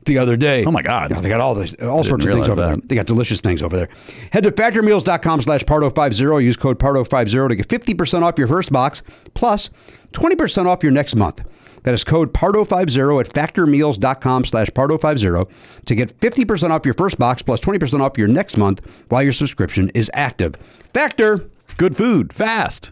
Speaker 1: the other day.
Speaker 2: Mm. Oh, my God.
Speaker 1: Yeah, they got all this all sorts of things
Speaker 2: realize
Speaker 1: over there.
Speaker 2: that.
Speaker 1: They got delicious things over there. Head to factormeals.com slash pardo50. Use code pardo50 to get 50% off your first box plus 20% off your next month. That is code pardo50 at factormeals.com slash pardo50 to get 50% off your first box plus 20% off your next month while your subscription is active. Factor.
Speaker 2: Good food, fast.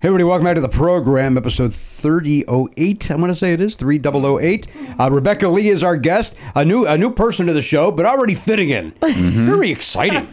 Speaker 1: Hey everybody, welcome back to the program, episode 3008. I'm going to say it is 3008. Uh, Rebecca Lee is our guest, a new a new person to the show, but already fitting in.
Speaker 7: Mm-hmm.
Speaker 1: Very exciting.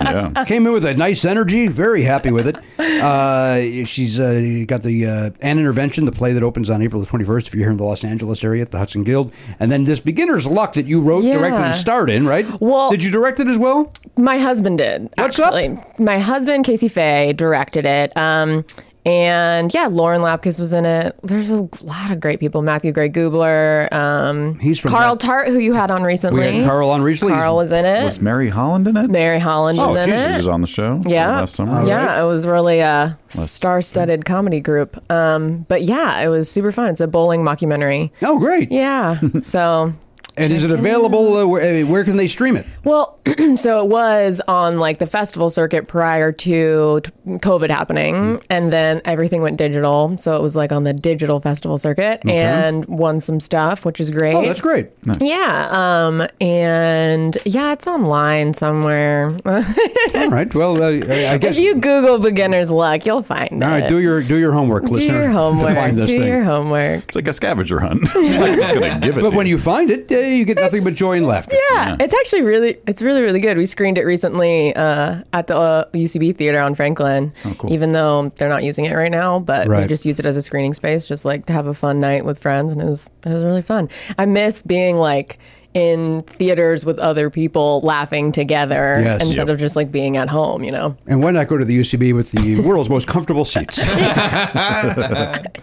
Speaker 1: Came in with a nice energy, very happy with it. Uh, she's uh, got the uh, An Intervention, the play that opens on April the 21st if you're here in the Los Angeles area at the Hudson Guild. And then this Beginner's Luck that you wrote, directed,
Speaker 7: Yeah.
Speaker 1: and starred in, right?
Speaker 7: Well-
Speaker 1: Did you direct it as well?
Speaker 7: My husband did.
Speaker 1: What's up?
Speaker 7: actually. My husband, Casey Faye, directed it. Um, and yeah, Lauren Lapkus was in it. There's a lot of great people. Matthew Gray Goobler. Um,
Speaker 1: He's from
Speaker 7: Carl
Speaker 1: that-
Speaker 7: Tart, who you had on recently.
Speaker 1: We had Carl on recently. Oh,
Speaker 7: Carl was in it.
Speaker 2: Was Mary Holland in it?
Speaker 7: Eh.
Speaker 2: Oh,
Speaker 7: Mary Holland was in
Speaker 2: she
Speaker 7: it.
Speaker 2: was on the show.
Speaker 7: yeah.
Speaker 2: Last summer.
Speaker 7: Yeah, it was really a star-studded comedy group. Um, but yeah, it was super fun. It's a bowling mockumentary.
Speaker 1: Oh, great.
Speaker 7: Yeah. so
Speaker 1: And is it available? Uh, where, uh, where can they stream it?
Speaker 7: Well, so it was on like the festival circuit prior to t- COVID happening, and then everything went digital. So it was like on the digital festival circuit and won some stuff, which is great.
Speaker 1: Oh, that's great.
Speaker 7: Yeah. Um, and yeah, it's online somewhere.
Speaker 1: All right. Well, uh, I I guess.
Speaker 7: if you Google beginner's luck, you'll find
Speaker 1: all
Speaker 7: it.
Speaker 1: right. Do your do your homework,
Speaker 7: Do
Speaker 1: listener.
Speaker 7: your
Speaker 1: to
Speaker 7: homework.
Speaker 1: find
Speaker 7: Do
Speaker 1: this thing.
Speaker 7: your homework.
Speaker 2: It's like a scavenger hunt. She's like, I'm just going to give it
Speaker 1: but
Speaker 2: to
Speaker 1: when you find it, uh, you get nothing but joy and laughter.
Speaker 7: Yeah, it's actually really, it's really, really good. We screened it recently uh, at the uh, UCB theater on Franklin. Even though they're not using it right now, but we
Speaker 1: Oh, Right.
Speaker 7: just use it as a screening space, just like to have a fun night with friends, and it was it was really fun. I miss being like in theaters with other people laughing together
Speaker 1: Yes. Um,
Speaker 7: instead of just like being at home, you know.
Speaker 1: And why not go to the UCB with the world's most comfortable seats?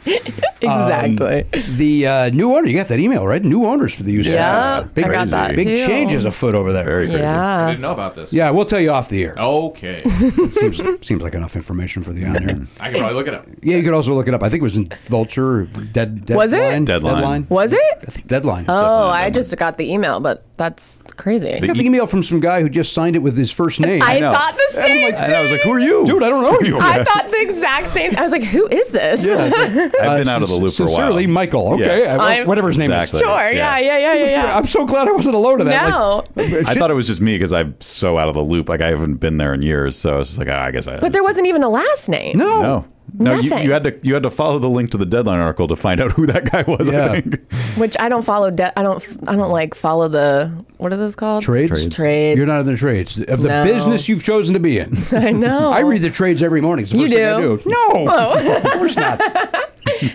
Speaker 7: Exactly.
Speaker 1: the uh, new owner. You got that email, right? New owners for the UCB.
Speaker 7: yeah,
Speaker 1: Big,
Speaker 7: I got that.
Speaker 1: big
Speaker 7: too.
Speaker 1: changes afoot over there.
Speaker 2: Very crazy.
Speaker 4: I
Speaker 7: Yeah.
Speaker 4: didn't know about this.
Speaker 1: Yeah, we'll tell you off the air.
Speaker 4: Oh, Okay.
Speaker 1: It seems, seems like enough information for the on air.
Speaker 4: I can probably look it up.
Speaker 1: Yeah, you could also look it up. I think it was in Vulture. Dead, deadline,
Speaker 7: Was it?
Speaker 2: Deadline.
Speaker 7: Was
Speaker 1: I
Speaker 7: it?
Speaker 1: think deadline. is
Speaker 7: Oh,
Speaker 1: deadline.
Speaker 7: I just got the email, but that's crazy.
Speaker 1: I got the email from some guy who just signed it with his first name.
Speaker 7: I,
Speaker 2: know.
Speaker 7: thought the same.
Speaker 1: like,
Speaker 2: And I was like, who are you?
Speaker 1: Dude, I don't know you.
Speaker 7: I thought the exact same. I was like, "Who is this?"
Speaker 2: I've been
Speaker 1: Uh,
Speaker 2: out of the loop for a while.
Speaker 1: sincerely, Michael. Okay,
Speaker 2: Yeah.
Speaker 1: I-
Speaker 7: I'm-
Speaker 1: whatever his name
Speaker 2: Exactly.
Speaker 1: is.
Speaker 7: Sure.
Speaker 2: Yeah.
Speaker 7: Yeah. Yeah. Yeah. Yeah. yeah.
Speaker 1: I'm so glad I wasn't alone to that.
Speaker 7: No.
Speaker 1: Like, uh,
Speaker 2: I
Speaker 1: shit.
Speaker 2: thought it was just me because I'm so out of the loop. Like I haven't been there in years, so I was just like, ah, I guess I.
Speaker 7: but there wasn't even a last name.
Speaker 1: no.
Speaker 2: No. No, you,
Speaker 7: Nothing.
Speaker 2: you had to you had to follow the link to the deadline article to find out who that guy was.
Speaker 1: Yeah.
Speaker 2: I think.
Speaker 7: Which I don't follow. De- I don't. I don't like follow the. What are those called?
Speaker 1: Trades?
Speaker 7: Trades.
Speaker 1: You're not in the trades of the
Speaker 7: No.
Speaker 1: business you've chosen to be in.
Speaker 7: I know.
Speaker 1: I read the trades every morning. It's the
Speaker 7: You
Speaker 1: first thing I
Speaker 7: do? Oh.
Speaker 1: do. No, of course not.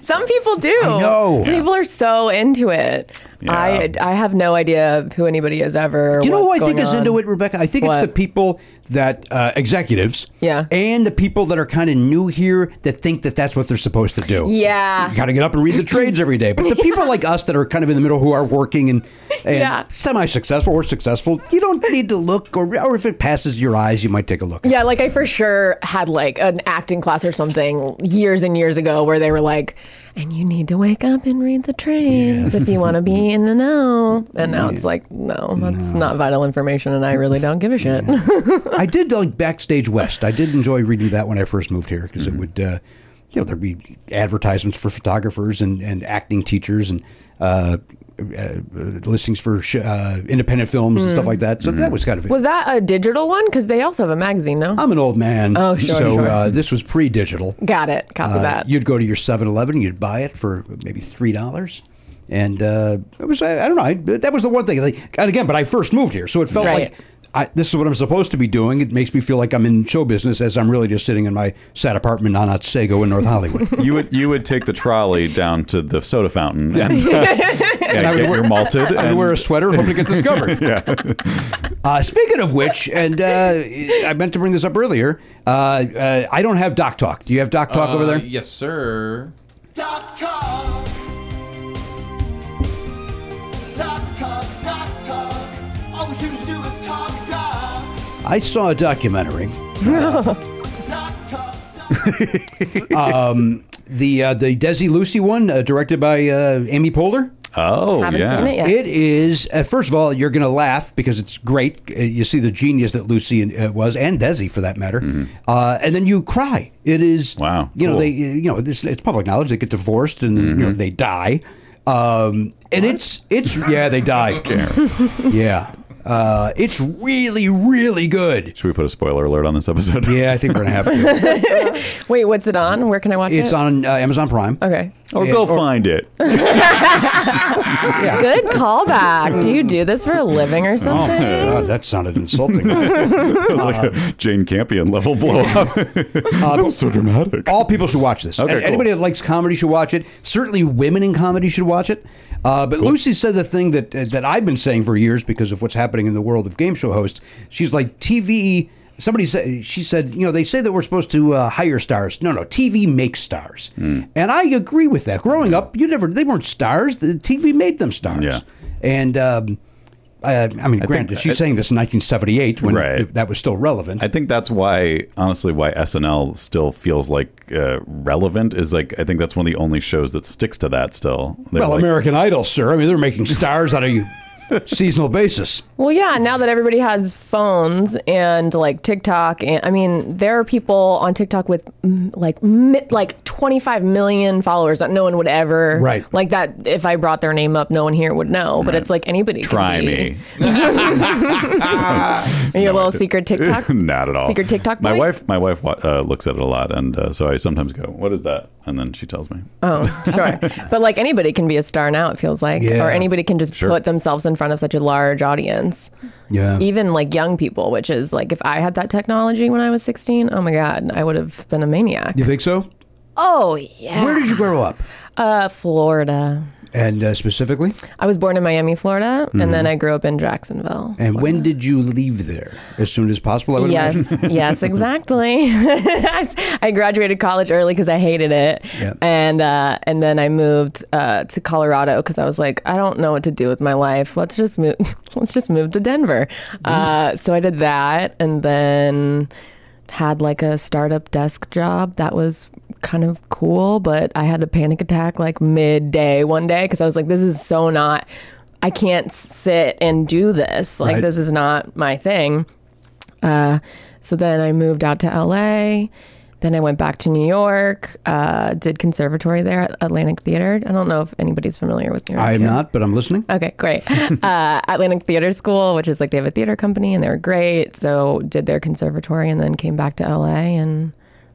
Speaker 7: Some people do.
Speaker 1: I know.
Speaker 7: Some
Speaker 1: Yeah.
Speaker 7: people are so into it.
Speaker 2: Yeah.
Speaker 7: I I have no idea who anybody is ever.
Speaker 1: You know who I
Speaker 7: what's
Speaker 1: think
Speaker 7: going
Speaker 1: is
Speaker 7: on.
Speaker 1: into it, Rebecca? I think
Speaker 7: What?
Speaker 1: it's the people that uh, executives,
Speaker 7: Yeah.
Speaker 1: and the people that are kind of new here that think that that's what they're supposed to do.
Speaker 7: Yeah.
Speaker 1: you got to get up and read the trades every day. But the people like us that are kind of in the middle who are working and, and
Speaker 7: Yeah.
Speaker 1: semi-successful or successful, you don't need to look, or or if it passes your eyes, you might take a look.
Speaker 7: Yeah, like I for sure had like an acting class or something years and years ago where they were like, and you need to wake up and read the trains if you want to be me in the know. And now it's like, no, that's not vital information, and I really don't give a shit.
Speaker 1: I did like Backstage West. I did enjoy reading that when I first moved here because it would, uh, you know, there'd be advertisements for photographers and, and acting teachers and uh, uh, listings for sh- uh, independent films and stuff like that. So that was kind of
Speaker 7: Mm. Was that a digital one? Because they also have a magazine, no?
Speaker 1: I'm an old man.
Speaker 7: Oh, sure,
Speaker 1: So
Speaker 7: sure.
Speaker 1: Uh, this was pre digital.
Speaker 7: Got it. Copy
Speaker 1: Uh,
Speaker 7: that.
Speaker 1: You'd go to your 7 Eleven, you'd buy it for maybe $3. And uh, it was, I, I don't know, I, that was the one thing. Like, and again, but I first moved here, so it felt
Speaker 7: Right.
Speaker 1: like I, this is what I'm supposed to be doing. It makes me feel like I'm in show business as I'm really just sitting in my sad apartment on Otsego in North Hollywood.
Speaker 2: You would you would take the trolley down to the soda fountain and, yeah, get your malted
Speaker 1: I
Speaker 2: and
Speaker 1: wear a sweater and hope to get discovered. yeah. uh, speaking of which, and uh, I meant to bring this up earlier, uh, uh, I don't have Doc Talk. Do you have Doc Talk over
Speaker 4: Uh,
Speaker 1: there?
Speaker 4: Yes, sir.
Speaker 8: Doc Talk. Doc Talk, Doc Talk. All we seem to do is talk docs.
Speaker 1: I saw a documentary.
Speaker 8: Doc Talk, Doc Talk.
Speaker 1: the uh, the Desi Lucy one, uh, directed by uh, Amy Poehler.
Speaker 2: Oh
Speaker 7: Haven't
Speaker 2: yeah.
Speaker 7: seen it yet.
Speaker 1: It is uh, first of all, you're going to laugh because it's great. Uh, you see the genius that Lucy uh, was, and Desi for that matter, uh, and then you cry. It is
Speaker 2: Mm-hmm. Wow,
Speaker 1: You know
Speaker 2: cool. Mm-hmm.
Speaker 1: they you know this it's public knowledge they get divorced and you know they die, um, and it's it's yeah they die yeah. Uh, it's really, really good.
Speaker 2: Should we put a spoiler alert on this episode?
Speaker 1: Yeah, I think we're gonna have to.
Speaker 7: Wait, what's it on? Where can I watch it?
Speaker 1: It's on uh, Amazon Prime.
Speaker 7: Okay.
Speaker 2: Or
Speaker 1: Yeah,
Speaker 2: go
Speaker 1: or-
Speaker 2: find it.
Speaker 1: Yeah. Oh.
Speaker 7: Good callback. Do you do this for a living or something?
Speaker 1: God, that sounded insulting.
Speaker 2: It was like a Jane Campion level blow up. that was so dramatic.
Speaker 1: All people should watch this.
Speaker 2: Okay,
Speaker 1: An-
Speaker 2: cool.
Speaker 1: Anybody that likes comedy should watch it. Certainly, women in comedy should watch it. Uh, but Lucy said the thing that uh, that I've been saying for years because of what's happening in the world of game show hosts. She's like TV. Somebody said she said, you know, they say that we're supposed to uh, hire stars. No, no, TV makes stars,
Speaker 2: Hmm.
Speaker 1: and I agree with that. Growing up, you never they weren't stars. The TV made them stars.
Speaker 2: Yeah.
Speaker 1: and. Um, uh, I mean, granted, she's saying this in 1978 when
Speaker 2: Right.
Speaker 1: th- that was still relevant.
Speaker 2: I think that's why, honestly, why SNL still feels like uh, relevant is like I think that's one of the only shows that sticks to that still. They're
Speaker 1: Well,
Speaker 2: like,
Speaker 1: American Idol, sir. I mean, they're making stars out of you seasonal basis.
Speaker 7: Well, yeah, now that everybody has phones and like TikTok, and I mean, there are people on TikTok with mm, like mi- like 25 million followers that no one would ever
Speaker 1: Right.
Speaker 7: like that. If I brought their name up, no one here would know. But it's like anybody. can
Speaker 2: Try
Speaker 7: be.
Speaker 2: me.
Speaker 7: Are you a little secret TikTok?
Speaker 2: Not at all.
Speaker 7: Secret TikTok
Speaker 2: My
Speaker 7: boy?
Speaker 2: wife, my wife wa- uh, looks at it a lot, and uh, so I sometimes go, "What is that?" And then she tells me.
Speaker 7: Oh, sure. but like anybody can be a star now. It feels like,
Speaker 1: Yeah.
Speaker 7: or anybody can just put themselves in front of such a large audience.
Speaker 1: Yeah.
Speaker 7: even like young people, which is like if I had that technology when I was 16, oh my God, I would have been a maniac.
Speaker 1: you think so?
Speaker 7: Oh, yeah.
Speaker 1: Where did you grow up?
Speaker 7: Uh, Florida.
Speaker 1: And uh, specifically?
Speaker 7: I was born in Miami, Florida, and then I grew up in Jacksonville.
Speaker 1: And when did you leave there? As soon as possible, I would imagine.
Speaker 7: Yes, yes, exactly. I graduated college early because I hated it,
Speaker 1: Yeah.
Speaker 7: and uh, and then I moved uh, to Colorado because I was like, I don't know what to do with my life. Let's just move. Let's just move to Denver. Uh, so I did that, and then had like a startup desk job that was kind of cool, but I had a panic attack like midday one day because I was like, this is so not. I can't sit and do this. Like
Speaker 1: Right.
Speaker 7: this is not my thing. So then I moved out to LA. Then I went back to New York, uh, did conservatory there at Atlantic Theater. I don't know if anybody's familiar with New York.
Speaker 1: I am
Speaker 7: here.
Speaker 1: not, but I'm listening.
Speaker 7: Okay, great. uh, Atlantic Theater School, which is like they have a theater company and they were great. So did their conservatory and then came back to LA and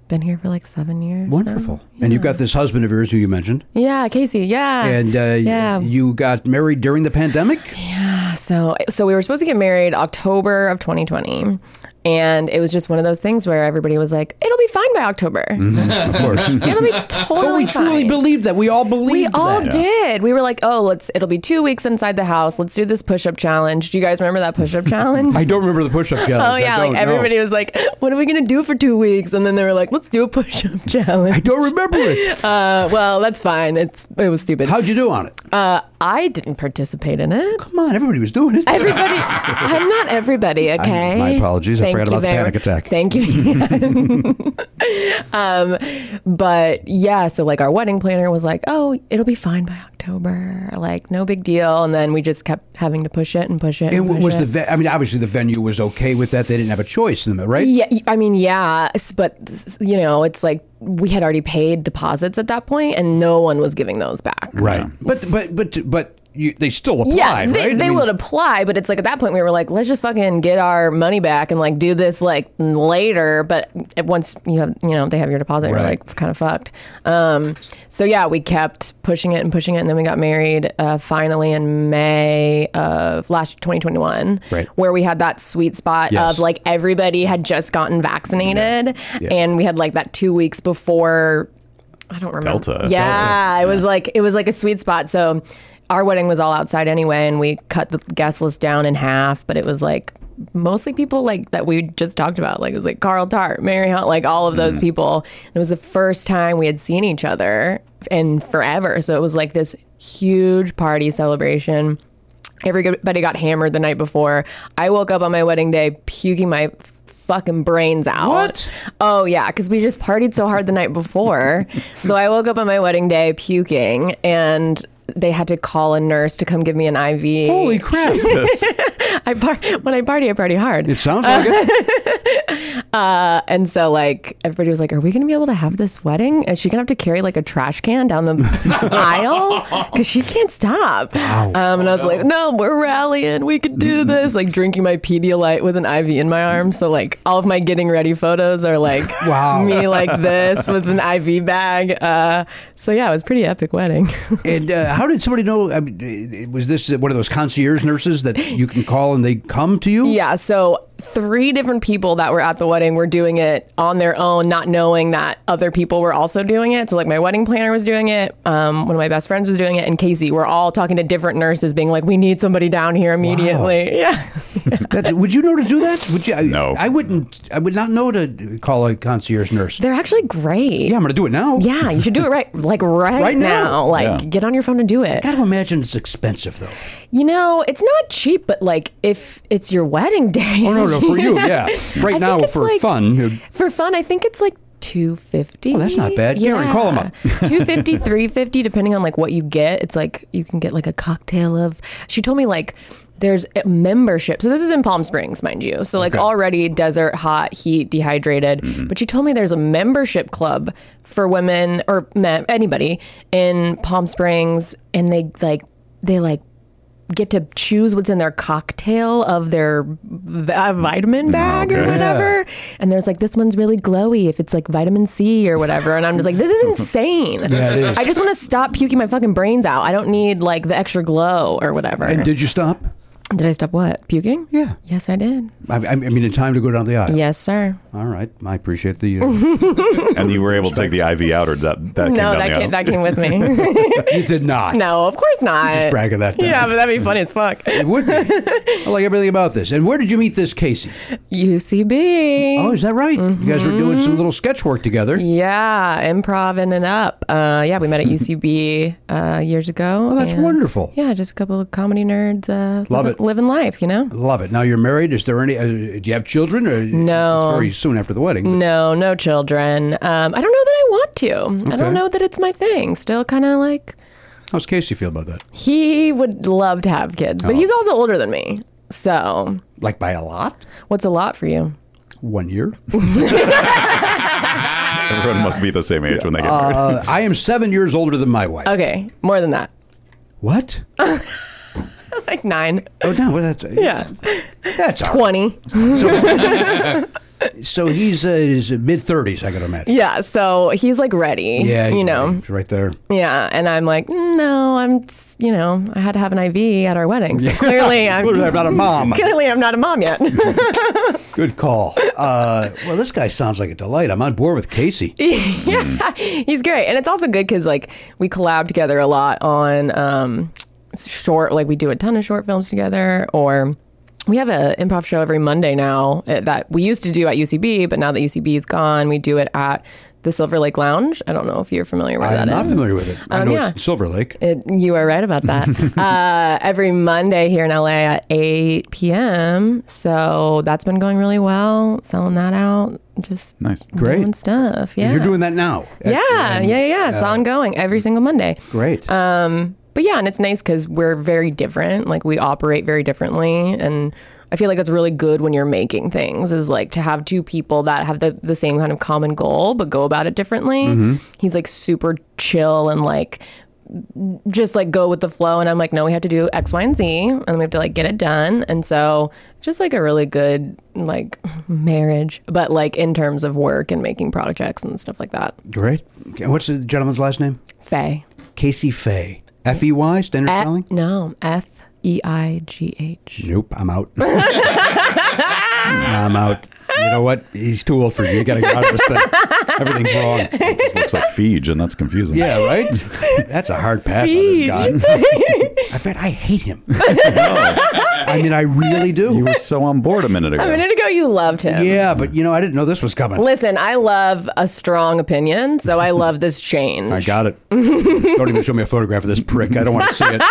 Speaker 7: been here for like seven years. now.
Speaker 1: Wonderful. And you've got this husband of yours who you mentioned.
Speaker 7: Yeah, Casey. Yeah.
Speaker 1: And uh,
Speaker 7: yeah.
Speaker 1: you got married during the pandemic?
Speaker 7: So, so we were supposed to get married October of 2020, and it was just one of those things where everybody was like, "It'll be fine by October.
Speaker 1: Of course.
Speaker 7: It'll be totally."
Speaker 1: Mm-hmm. we
Speaker 7: fine.
Speaker 1: truly believed that. We all believed
Speaker 7: We all
Speaker 1: that.
Speaker 7: did. We were like, "Oh, let's." It'll be two weeks inside the house. Let's do this push-up challenge. Do you guys remember that push-up challenge?
Speaker 1: I don't remember the push-up challenge.
Speaker 7: oh
Speaker 1: I
Speaker 7: yeah,
Speaker 1: don't
Speaker 7: like
Speaker 1: know.
Speaker 7: everybody was like, "What are we gonna do for two weeks?" And then they were like, "Let's do a push-up challenge."
Speaker 1: I don't remember it.
Speaker 7: Uh, well, that's fine. It's it was stupid.
Speaker 1: How'd you do on it?
Speaker 7: uh, I didn't participate in it.
Speaker 1: Come on, everybody was doing it.
Speaker 7: Everybody, I'm not everybody. Okay.
Speaker 1: my apologies. I
Speaker 7: Thank
Speaker 1: forgot about the
Speaker 7: very-
Speaker 1: panic attack.
Speaker 7: Thank you. um, but yeah, so like our wedding planner was like, "Oh, it'll be fine by October. Like, no big deal." And then we just kept having to push it and push it.
Speaker 1: It
Speaker 7: and
Speaker 1: w- was
Speaker 7: push it.
Speaker 1: the. Ve- I mean, obviously the venue was okay with that. They didn't have a choice in the right?
Speaker 7: Yeah, y- I mean, yeah, s- but s- you know, it's like we had already paid deposits at that point, and no one was giving those back.
Speaker 1: Right. But but but but you, they still applied,
Speaker 7: Yeah, they,
Speaker 1: right? I
Speaker 7: they
Speaker 1: mean,
Speaker 7: would apply, but it's like at that point we were like, let's just fucking get our money back and like do this like later. But at once you have, you know, they have your deposit,
Speaker 1: Right.
Speaker 7: you're like kind of fucked. Um, so yeah, we kept pushing it and pushing it, and then we got married uh, finally in May of last 2021,
Speaker 1: Right.
Speaker 7: where we had that sweet spot
Speaker 1: Yes.
Speaker 7: of like everybody had just gotten vaccinated,
Speaker 1: Yeah.
Speaker 7: and we had like that two weeks before I don't remember.
Speaker 2: Delta.
Speaker 7: Yeah, it was like it was like a sweet spot. So our wedding was all outside anyway, and we cut the guest list down in half. But it was like mostly people like that we just talked about. Like it was like Carl Tart, Mary Hunt, like all of
Speaker 2: Mm.
Speaker 7: those people. And it was the first time we had seen each other in forever. So it was like this huge party celebration. Everybody got hammered the night before. I woke up on my wedding day puking my fucking brains out.
Speaker 1: What?
Speaker 7: Oh yeah, because we just partied so hard the night before. so I woke up on my wedding day puking, and they had to call a nurse to come give me an IV.
Speaker 1: Holy crap!
Speaker 7: I par- when I party, I party hard.
Speaker 1: it sounds like it.
Speaker 7: And so like everybody was like, "Are we going to be able to have this wedding? Is she going to have to carry like a trash can down the aisle because she can't stop?" Um, and I was like, "No, we're rallying. We could do this." Like drinking my Pedialyte with an IV in my arm. So like all of my getting ready photos are like
Speaker 1: Wow.
Speaker 7: me like this with an IV bag. Uh, so yeah, it was a pretty epic wedding.
Speaker 1: And uh, how did somebody know? I mean, uh, was this one of those concierge nurses that you can call and they come to you?
Speaker 7: Yeah, so three different people that were at the wedding were doing it on their own, not knowing that other people were also doing it. So like my wedding planner was doing it, um, one of my best friends was doing it, and Casey. We're all talking to different nurses, being like, "We need somebody down here immediately." Yeah,
Speaker 1: That, would you know to do that? Would you? I,
Speaker 2: No.
Speaker 1: I wouldn't. I would not know to call a concierge nurse.
Speaker 7: they're actually great.
Speaker 1: yeah, I'm going to do it now.
Speaker 7: Yeah, you should do it right, like right,
Speaker 1: Right now.
Speaker 7: now. Like,
Speaker 2: Yeah.
Speaker 7: get on your phone and do it.
Speaker 1: Got to imagine it's expensive though.
Speaker 7: You know, it's not cheap, but like, if it's your wedding day,
Speaker 1: Oh no, no, for you, yeah. Right
Speaker 7: I
Speaker 1: now
Speaker 7: think it's
Speaker 1: for
Speaker 7: like-
Speaker 1: fun, you're-
Speaker 7: For fun, I think it's like two fifty.
Speaker 1: Oh, that's not bad. Karen, call 'em up.
Speaker 7: 250, 350, depending on like what you get. It's like you can get like a cocktail of. She told me like there's a membership. So this is in Palm Springs, mind you. So like
Speaker 1: Okay. Mm-hmm.
Speaker 7: already desert, hot, heat, dehydrated. But she told me there's a membership club for women or men, anybody in Palm Springs, and they like they like get to choose what's in their cocktail of their v- uh,
Speaker 1: Ah,
Speaker 7: vitamin bag or
Speaker 2: okay.
Speaker 7: whatever. And there's like, this one's really glowy if it's like vitamin C or whatever. And I'm just like, this is insane.
Speaker 1: Yeah, it is.
Speaker 7: I just want to stop puking my fucking brains out. I don't need like the extra glow or whatever.
Speaker 1: And did you stop?
Speaker 7: Did I stop what? Puking?
Speaker 1: Yeah.
Speaker 7: Yes, I did.
Speaker 1: I, I mean, in time to go down the aisle.
Speaker 7: Yes, sir.
Speaker 1: All right, I appreciate the. Uh,
Speaker 2: and you were able to take the IV out, or that that came
Speaker 7: no,
Speaker 2: down
Speaker 7: that
Speaker 2: the
Speaker 7: came,
Speaker 2: aisle?
Speaker 7: that came with me.
Speaker 1: you did not.
Speaker 7: no, of course not.
Speaker 1: Just bragging that down.
Speaker 7: yeah, but that'd be funny as fuck.
Speaker 1: It would be. I like everything about this. And where did you meet this Casey?
Speaker 7: UCB.
Speaker 1: Oh, is that right? You guys were doing some little sketch work together.
Speaker 7: Mm-hmm. Yeah, improv in and up. Uh, yeah, we met at UCB uh, years ago.
Speaker 1: Oh, that's
Speaker 7: and-
Speaker 1: wonderful.
Speaker 7: Yeah, just a couple of comedy nerds. Uh,
Speaker 1: Love
Speaker 7: living,
Speaker 1: it.
Speaker 7: Living life, you know?
Speaker 1: Love it. Now you're married. Is there any? Uh, do you have children? Or
Speaker 7: No.
Speaker 1: It's very soon after the wedding.
Speaker 7: No, no children. Um, I don't know that I want to. I
Speaker 1: Okay.
Speaker 7: don't know that it's my thing. Still kind of like,
Speaker 1: How's Casey feel about that?
Speaker 7: he would love to have kids, but
Speaker 1: Oh.
Speaker 7: he's also older than me. So,
Speaker 1: Like by a lot?
Speaker 7: what's a lot for you?
Speaker 1: One year?
Speaker 2: Everyone must be the same age when they get married.
Speaker 1: Uh, I am seven years older than my wife.
Speaker 7: Okay, more than that.
Speaker 1: What?
Speaker 7: Like nine.
Speaker 1: Oh no, well, that's
Speaker 7: Yeah.
Speaker 1: That's all right.
Speaker 7: 20.
Speaker 1: So he's uh, his mid thirties. I got to imagine.
Speaker 7: Yeah, so he's like ready.
Speaker 1: Yeah, he's
Speaker 7: you know.
Speaker 1: right, he's right there.
Speaker 7: Yeah, and I'm like, no, I'm, s- you know, I had to have an IV at our wedding, so clearly I'm
Speaker 1: Clearly, I'm not a mom.
Speaker 7: clearly I'm not a mom yet.
Speaker 1: Hmm. Good call. Uh, well, this guy sounds like a delight. I'm on board with Casey.
Speaker 7: He's great, and it's also good because like we collab together a lot on um, short, like we do a ton of short films together, or we have an improv eh, show every Monday now uh, that we used to do at UCB, but now that UCB is gone, we do it at the Silver Lake Lounge. I don't know if you're familiar with
Speaker 1: I'm
Speaker 7: that.
Speaker 1: not
Speaker 7: is.
Speaker 1: familiar with it. I
Speaker 7: Um,
Speaker 1: know
Speaker 7: yeah.
Speaker 1: it's Silver Lake.
Speaker 7: It, you are right about that. uh, every Monday here in LA at 8 p.m. So that's been going really well, selling that out, just
Speaker 2: Nice.
Speaker 1: Great.
Speaker 7: doing stuff. Yeah.
Speaker 1: You're doing that now.
Speaker 7: yeah, yeah, yeah, yeah. It's ongoing every single Monday.
Speaker 1: Great.
Speaker 7: Uh, But yeah, and it's nice because we're very different. Like we operate very differently, and I feel like that's really good when you're making things. Is like to have two people that have the, the same kind of common goal, but go about it differently. He's like super chill and like just like go with the flow, and I'm like, no, we have to do X, Y, and Z, and we have to like get it done. And so just like a really good like marriage, but like in terms of work and making projects and stuff like that.
Speaker 1: Great. Okay, What's the gentleman's last name?
Speaker 7: Faye,
Speaker 1: Casey Fay. F E Y, standard
Speaker 7: F-
Speaker 1: spelling?
Speaker 7: no, F E I G H.
Speaker 1: Nope, I'm out. I'm out. You know what? He's too old for you. You got to get out of this thing. Everything's wrong.
Speaker 2: It just looks like Feige, and that's confusing.
Speaker 1: Yeah, right? That's a hard pass on this guy. I bet I hate him. I mean, I really
Speaker 2: You
Speaker 1: do.
Speaker 2: were so on board a minute ago.
Speaker 7: A minute ago, you loved him.
Speaker 1: Yeah, but you know, I didn't know this was coming.
Speaker 7: Listen, I love a strong opinion, so I love this change.
Speaker 1: I got it. Don't even show me a photograph of this prick. I don't want to see it.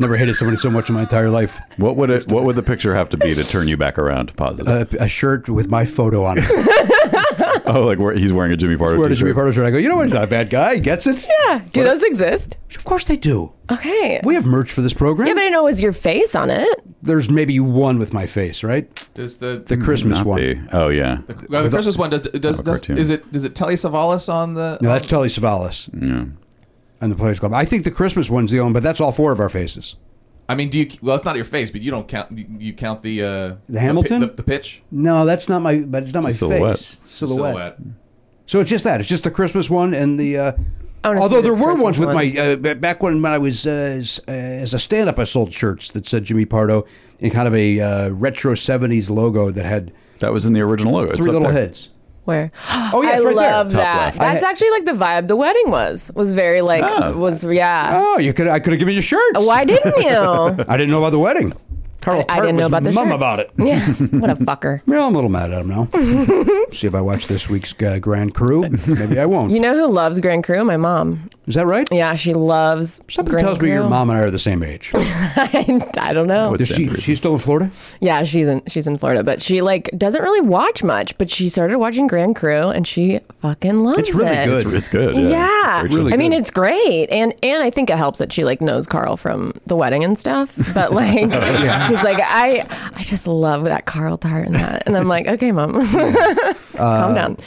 Speaker 1: Never hated somebody so much in my entire life.
Speaker 2: What would it? What would the picture have to be to turn you back around to positive?
Speaker 1: A, a shirt with my photo on it.
Speaker 2: oh, like where, he's wearing a Jimmy Pardo.
Speaker 1: Where did Jimmy
Speaker 2: t-shirt.
Speaker 1: Pardo shirt? I go, you know what? He's not a bad guy. He gets it.
Speaker 7: Yeah. Do those exist?
Speaker 1: Of course they do.
Speaker 7: Okay.
Speaker 1: We have merch for this program.
Speaker 7: yeah, but I know it was your face on it.
Speaker 1: There's maybe one with my face, right?
Speaker 4: Does the
Speaker 1: The Christmas
Speaker 2: Mm, Not
Speaker 1: one.
Speaker 2: the- Oh yeah.
Speaker 4: well, the Christmas one does does,
Speaker 2: a
Speaker 4: does
Speaker 2: cartoon.
Speaker 4: is it does it Telly Savalas on the?
Speaker 1: No, that's Telly Savalas and the Players Club. I think the Christmas one's the only, but that's all four of our faces.
Speaker 4: I mean, do you? Well, it's not your face, but you don't count. you- You count the uh, pi-
Speaker 1: Hamilton?
Speaker 4: the, the pitch
Speaker 1: No, that's not my. But it's not my
Speaker 2: It's a silhouette.
Speaker 1: face.
Speaker 4: silhouette.
Speaker 1: Silhouette. So it's just that. It's just the Christmas one and the. Uh,
Speaker 7: wanna see
Speaker 1: although there
Speaker 7: this
Speaker 1: were
Speaker 7: Christmas
Speaker 1: ones with
Speaker 7: one.
Speaker 1: my uh, b- back when, when I was uh, as, as a stand-up, I sold shirts that said Jimmy Pardo in kind of a uh, retro '70s logo that had
Speaker 2: That was in the original logo. It's
Speaker 1: three
Speaker 2: up
Speaker 1: little
Speaker 2: there.
Speaker 1: heads.
Speaker 7: Where? Oh
Speaker 1: yeah,
Speaker 7: I
Speaker 1: it's right there.
Speaker 7: love
Speaker 2: Top
Speaker 7: that.
Speaker 2: left.
Speaker 7: That's actually like the vibe the wedding was. Was very like
Speaker 2: Oh.
Speaker 7: was yeah.
Speaker 1: Oh, you could I could have given you shirts.
Speaker 7: Why didn't you?
Speaker 1: I didn't know about the wedding. Carl
Speaker 7: Oh, I
Speaker 1: Tart
Speaker 7: didn't know
Speaker 1: was
Speaker 7: about the
Speaker 1: mum
Speaker 7: shirts.
Speaker 1: about it.
Speaker 7: Yeah. What a fucker.
Speaker 1: Well, I'm a little mad at him now. See if I watch this week's uh, Grand Crew. Maybe I won't.
Speaker 7: You know who loves Grand Crew? My mom.
Speaker 1: Is that right?
Speaker 7: Yeah, she loves.
Speaker 1: Something
Speaker 7: Grand
Speaker 1: tells me your
Speaker 7: Cru.
Speaker 1: mom and I are the same age.
Speaker 7: I, don't know.
Speaker 2: What's
Speaker 1: Is she?
Speaker 2: that?
Speaker 1: She's still in Florida.
Speaker 7: Yeah, she's in she's in Florida, but she like doesn't really watch much. But she started watching Grand Crew, and she fucking loves
Speaker 1: It's really
Speaker 7: it.
Speaker 1: good.
Speaker 2: It's, it's good.
Speaker 7: Yeah,
Speaker 2: It's very
Speaker 1: Really
Speaker 7: I mean
Speaker 1: good.
Speaker 7: it's great, and and I think it helps that she like knows Carl from the wedding and stuff. But like
Speaker 1: Oh,
Speaker 7: she's like I I just love that Carl Tart and that, and I'm like okay mom,
Speaker 1: Uh,
Speaker 7: calm down.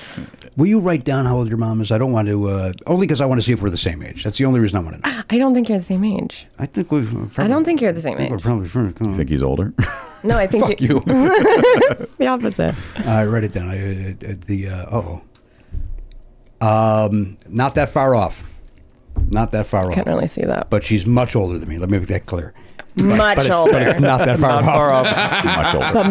Speaker 1: Will you write down how old your mom is? I don't want to. Uh, only because I want to see if we're the same age. That's the only reason I want to know.
Speaker 7: I don't think you're the same age.
Speaker 1: I think we.
Speaker 7: I don't think you're the same
Speaker 1: We're
Speaker 7: age.
Speaker 1: probably
Speaker 2: I think he's older.
Speaker 7: No, I think
Speaker 2: Fuck you.
Speaker 7: the opposite.
Speaker 1: I write it down. I, uh, uh, the uh oh, um, not that far off. Not that far off.
Speaker 7: Can't really see that.
Speaker 1: But she's much older than me. Let me make that clear.
Speaker 7: much
Speaker 1: But it's,
Speaker 7: older. mm,
Speaker 1: but it's not that far off.
Speaker 2: Much older.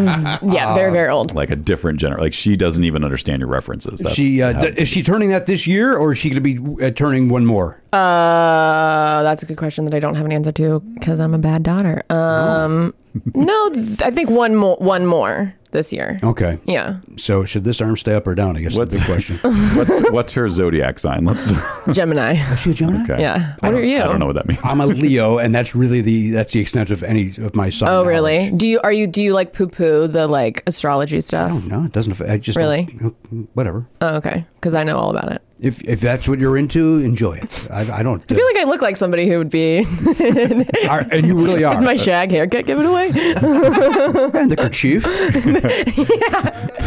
Speaker 7: yeah,
Speaker 1: Ah.
Speaker 7: very very old.
Speaker 2: like a different general. Like she doesn't even understand your references. That's
Speaker 1: She uh,
Speaker 2: how-
Speaker 1: d- is she turning that this year, or is she going to be uh, turning one more?
Speaker 7: Uh, that's a good question that I don't have an answer to because I'm a bad daughter. Um, no, th- I think one more, one more this year.
Speaker 1: okay.
Speaker 7: Yeah,
Speaker 1: So should this arm stay up or down? I guess
Speaker 2: What's-
Speaker 1: that's the big question.
Speaker 2: what's what's her zodiac sign? Let's.
Speaker 7: Gemini.
Speaker 1: Is she a Gemini?
Speaker 2: Okay.
Speaker 7: Yeah. What are you?
Speaker 2: I don't know what that means.
Speaker 1: I'm a Leo, and that's really the that's the extent of any of my sign.
Speaker 7: Oh, really?
Speaker 1: knowledge.
Speaker 7: Do you are you do you like poo poo the like astrology stuff?
Speaker 1: Oh, no, it doesn't. affect- I just
Speaker 7: Really?
Speaker 1: don't- whatever.
Speaker 7: Oh, okay, because I know all about it.
Speaker 1: If if that's what you're into, enjoy it. I, I don't.
Speaker 7: I feel like I look like somebody who would be
Speaker 1: are, and you really are.
Speaker 7: my shag haircut given away.
Speaker 1: and the kerchief.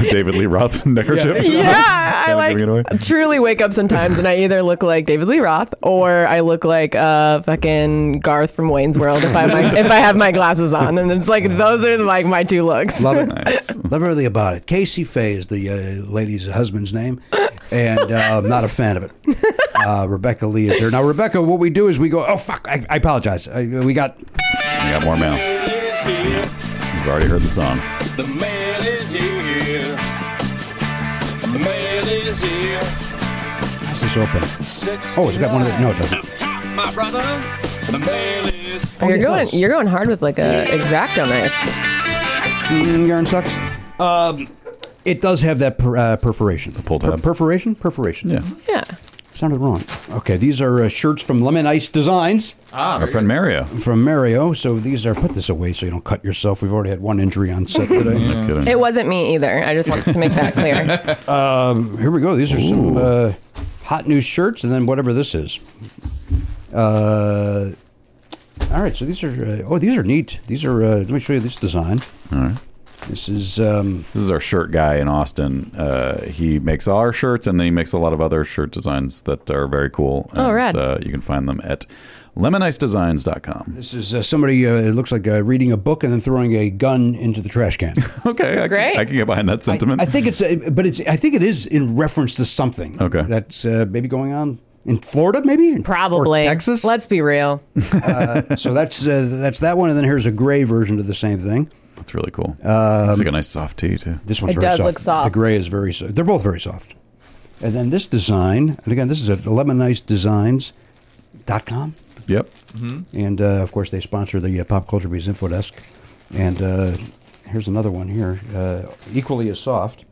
Speaker 2: David Lee Roth neckerchief.
Speaker 7: yeah, I
Speaker 2: Kinda
Speaker 7: like
Speaker 2: giving it away.
Speaker 7: truly wake up sometimes and I either look like David Lee Roth or I look like uh, fucking Garth from Wayne's World if I have my, if I have my glasses on, and it's like those are like my two looks.
Speaker 1: Love it.
Speaker 2: Nice.
Speaker 1: Love everything about it. Casey Fay is the uh, lady's husband's name, and uh, I'm not a fan of it. Uh, Rebecca Lee is there now. Rebecca, what we do is we go. Oh fuck! I, I apologize. I, we got
Speaker 2: We got more mail.
Speaker 3: is here.
Speaker 2: We've already heard the song.
Speaker 3: The man is here. The man is here.
Speaker 1: how's this open?
Speaker 3: Six
Speaker 1: Oh, it's got one of the. No, it doesn't.
Speaker 3: top, my brother. The man is.
Speaker 1: yeah,
Speaker 7: you're going
Speaker 1: close.
Speaker 7: you're going hard with like a exacto knife.
Speaker 1: Mm, yarn sucks. Um, It does have that per, uh, perforation. The
Speaker 2: pull tab.
Speaker 1: perforation? Perforation.
Speaker 2: Yeah.
Speaker 7: Yeah.
Speaker 1: Sounded wrong. Okay, these are uh, shirts from Lemon Ice Designs
Speaker 4: Ah,
Speaker 2: Our
Speaker 4: very
Speaker 2: friend
Speaker 4: good.
Speaker 2: Mario.
Speaker 1: from Mario. So these are, put this away so you don't cut yourself. We've already had one injury on set today.
Speaker 2: No kidding.
Speaker 7: It wasn't me either. I just wanted to make that clear.
Speaker 1: Here we go. These are some uh, hot new shirts, and then whatever this is. Uh, all right. So these are. Uh, oh, these are neat. These are. Uh, let me show you this design. All right. This is. Um,
Speaker 2: This is our shirt guy in Austin. Uh, he makes all our shirts and then he makes a lot of other shirt designs that are very cool.
Speaker 7: Oh,
Speaker 2: and,
Speaker 7: rad.
Speaker 2: Uh, you can find them at lemonicedesigns.com.
Speaker 1: this is uh, somebody. Uh, it looks like uh, reading a book and then throwing a gun into the trash can.
Speaker 2: Okay. I
Speaker 7: Great.
Speaker 2: Can, I can get behind that sentiment.
Speaker 1: I think it's. uh but it's. I think it is in reference to something.
Speaker 2: Okay.
Speaker 1: That's uh, maybe going on. In Florida, maybe Or
Speaker 7: Probably.
Speaker 1: Texas.
Speaker 7: Let's be real.
Speaker 1: so that's uh, that's that one, and then here's a gray version of the same thing.
Speaker 2: That's really cool. Um, it's like a nice soft tee, too.
Speaker 1: This one's
Speaker 7: It
Speaker 1: very
Speaker 7: does
Speaker 1: soft.
Speaker 7: look soft.
Speaker 1: The gray is very soft. They're both very soft. And then this design, and again, this is at lemonicedesigns.com.
Speaker 2: Yep.
Speaker 1: And uh, of course, they sponsor the uh, Pop Culture Bees Info Desk. And uh, here's another one here, uh, equally as soft.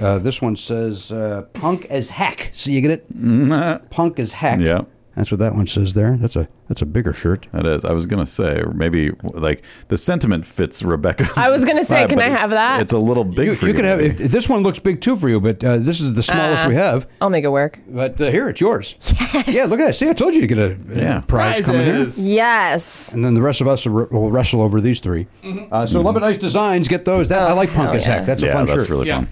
Speaker 1: Uh, this one says uh, "punk as heck." So you get it? punk as heck.
Speaker 2: Mm-hmm. Yeah.
Speaker 1: that's what that one says there. That's a that's a bigger shirt.
Speaker 2: That is. I was gonna say or maybe like the sentiment fits Rebecca.
Speaker 7: I was gonna say, can I have that?
Speaker 2: It's a little big
Speaker 1: You,
Speaker 2: for
Speaker 1: you could have if, this one looks big too for you, but uh, this is the smallest
Speaker 7: Uh,
Speaker 1: we have.
Speaker 7: I'll make it work.
Speaker 1: But uh, here, it's yours. Yes. Yeah, look at that. See, I told you you get a uh,
Speaker 2: Yeah.
Speaker 1: prize coming here.
Speaker 4: Prizes.
Speaker 7: Yes.
Speaker 1: And then the rest of us will will wrestle over these 3 Uh, so Lemon Ice Designs, get those. That, I like punk
Speaker 7: hell
Speaker 1: as
Speaker 7: yeah.
Speaker 1: heck. That's a
Speaker 2: Mm-hmm. yeah,
Speaker 1: fun
Speaker 2: that's
Speaker 1: shirt.
Speaker 2: really
Speaker 4: Yeah.
Speaker 2: fun.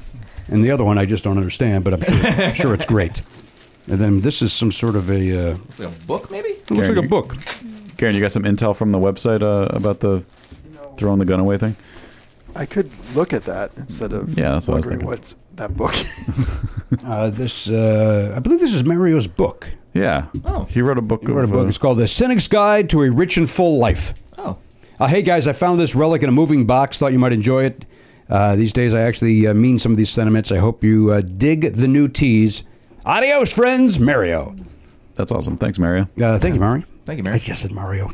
Speaker 1: and the other one I just don't understand, but I'm sure, I'm sure it's great. And then this is some sort of a. Uh,
Speaker 4: Like a book, maybe?
Speaker 1: it looks
Speaker 2: Karen,
Speaker 1: like a
Speaker 2: you-
Speaker 1: book.
Speaker 2: Karen, you got some intel from the website uh, about the throwing the gun away thing?
Speaker 5: I could look at that instead of
Speaker 2: Yeah, that's what I was
Speaker 5: wondering
Speaker 2: thinking.
Speaker 5: what's that book is.
Speaker 1: Uh, this uh, I believe this is Mario's book.
Speaker 2: Yeah.
Speaker 4: Oh.
Speaker 2: He wrote a book.
Speaker 1: He wrote a
Speaker 2: of,
Speaker 1: book.
Speaker 2: uh,
Speaker 1: It's called The Cynic's Guide to a Rich and Full Life.
Speaker 4: Oh.
Speaker 1: Uh, hey guys, I found this relic in a moving box. Thought you might enjoy it. Uh, these days, I actually uh, mean some of these sentiments. I hope you uh, dig the new teas. Adios, friends. Mario.
Speaker 2: that's awesome. Thanks, Mario.
Speaker 1: Uh, thank you, Mario.
Speaker 4: Thank you, Oh. Mary.
Speaker 1: I guess it's Mario.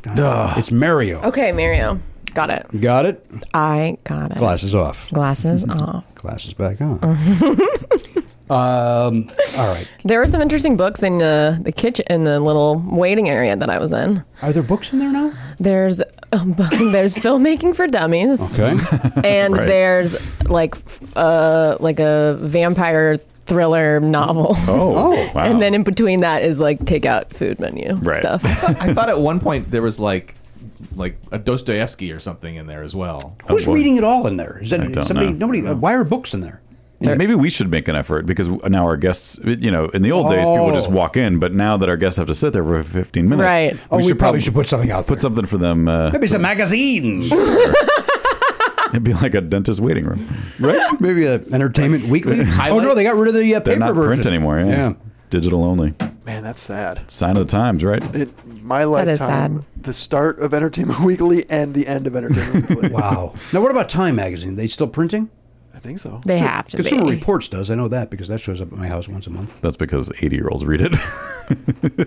Speaker 1: It's Mario.
Speaker 7: Okay, Mario. Got it.
Speaker 1: Got it.
Speaker 7: I got it.
Speaker 1: Glasses off.
Speaker 7: Glasses off.
Speaker 1: Glasses back on. um, all right.
Speaker 7: There were some interesting books in uh, the kitchen, in the little waiting area that I was in.
Speaker 1: Are there books in there now?
Speaker 7: There's um, there's filmmaking for dummies,
Speaker 1: Okay.
Speaker 7: and
Speaker 2: Right.
Speaker 7: there's like uh, like a vampire thriller novel,
Speaker 2: Oh, wow.
Speaker 7: and then in between that is like takeout food menu
Speaker 2: Right.
Speaker 7: stuff.
Speaker 4: I thought at one point there was like like a Dostoevsky or something in there as well.
Speaker 1: Who's
Speaker 2: boy.
Speaker 1: reading it all in there? Is that
Speaker 2: I don't
Speaker 1: somebody?
Speaker 2: know.
Speaker 1: Nobody. Why are books in there?
Speaker 2: Maybe we should make an effort because now our guests, you know, in the old days, people would just
Speaker 1: Oh.
Speaker 2: walk in, but now that our guests have to sit there for 15 minutes,
Speaker 7: Right.
Speaker 1: Oh, we, probably
Speaker 2: prob-
Speaker 1: should put something out.
Speaker 2: put
Speaker 1: there.
Speaker 2: something for them. Uh,
Speaker 1: Maybe some magazines.
Speaker 2: it'd be like a dentist waiting room.
Speaker 1: right? Maybe a Entertainment Weekly. oh no, they got rid of the uh, paper
Speaker 2: They're not
Speaker 1: version.
Speaker 2: print anymore. Yeah.
Speaker 1: Yeah.
Speaker 2: Digital only.
Speaker 5: Man, that's sad.
Speaker 2: Sign of the times, right?
Speaker 5: In my
Speaker 7: is
Speaker 5: lifetime,
Speaker 7: sad.
Speaker 5: the start of Entertainment Weekly and the end of Entertainment Weekly.
Speaker 1: Wow. Now, what about Time Magazine? they still printing?
Speaker 5: I think so.
Speaker 7: They have to
Speaker 1: Consumer
Speaker 7: be.
Speaker 1: Reports does. I know that because that shows up at my house once a month.
Speaker 2: That's because 80 year olds read it.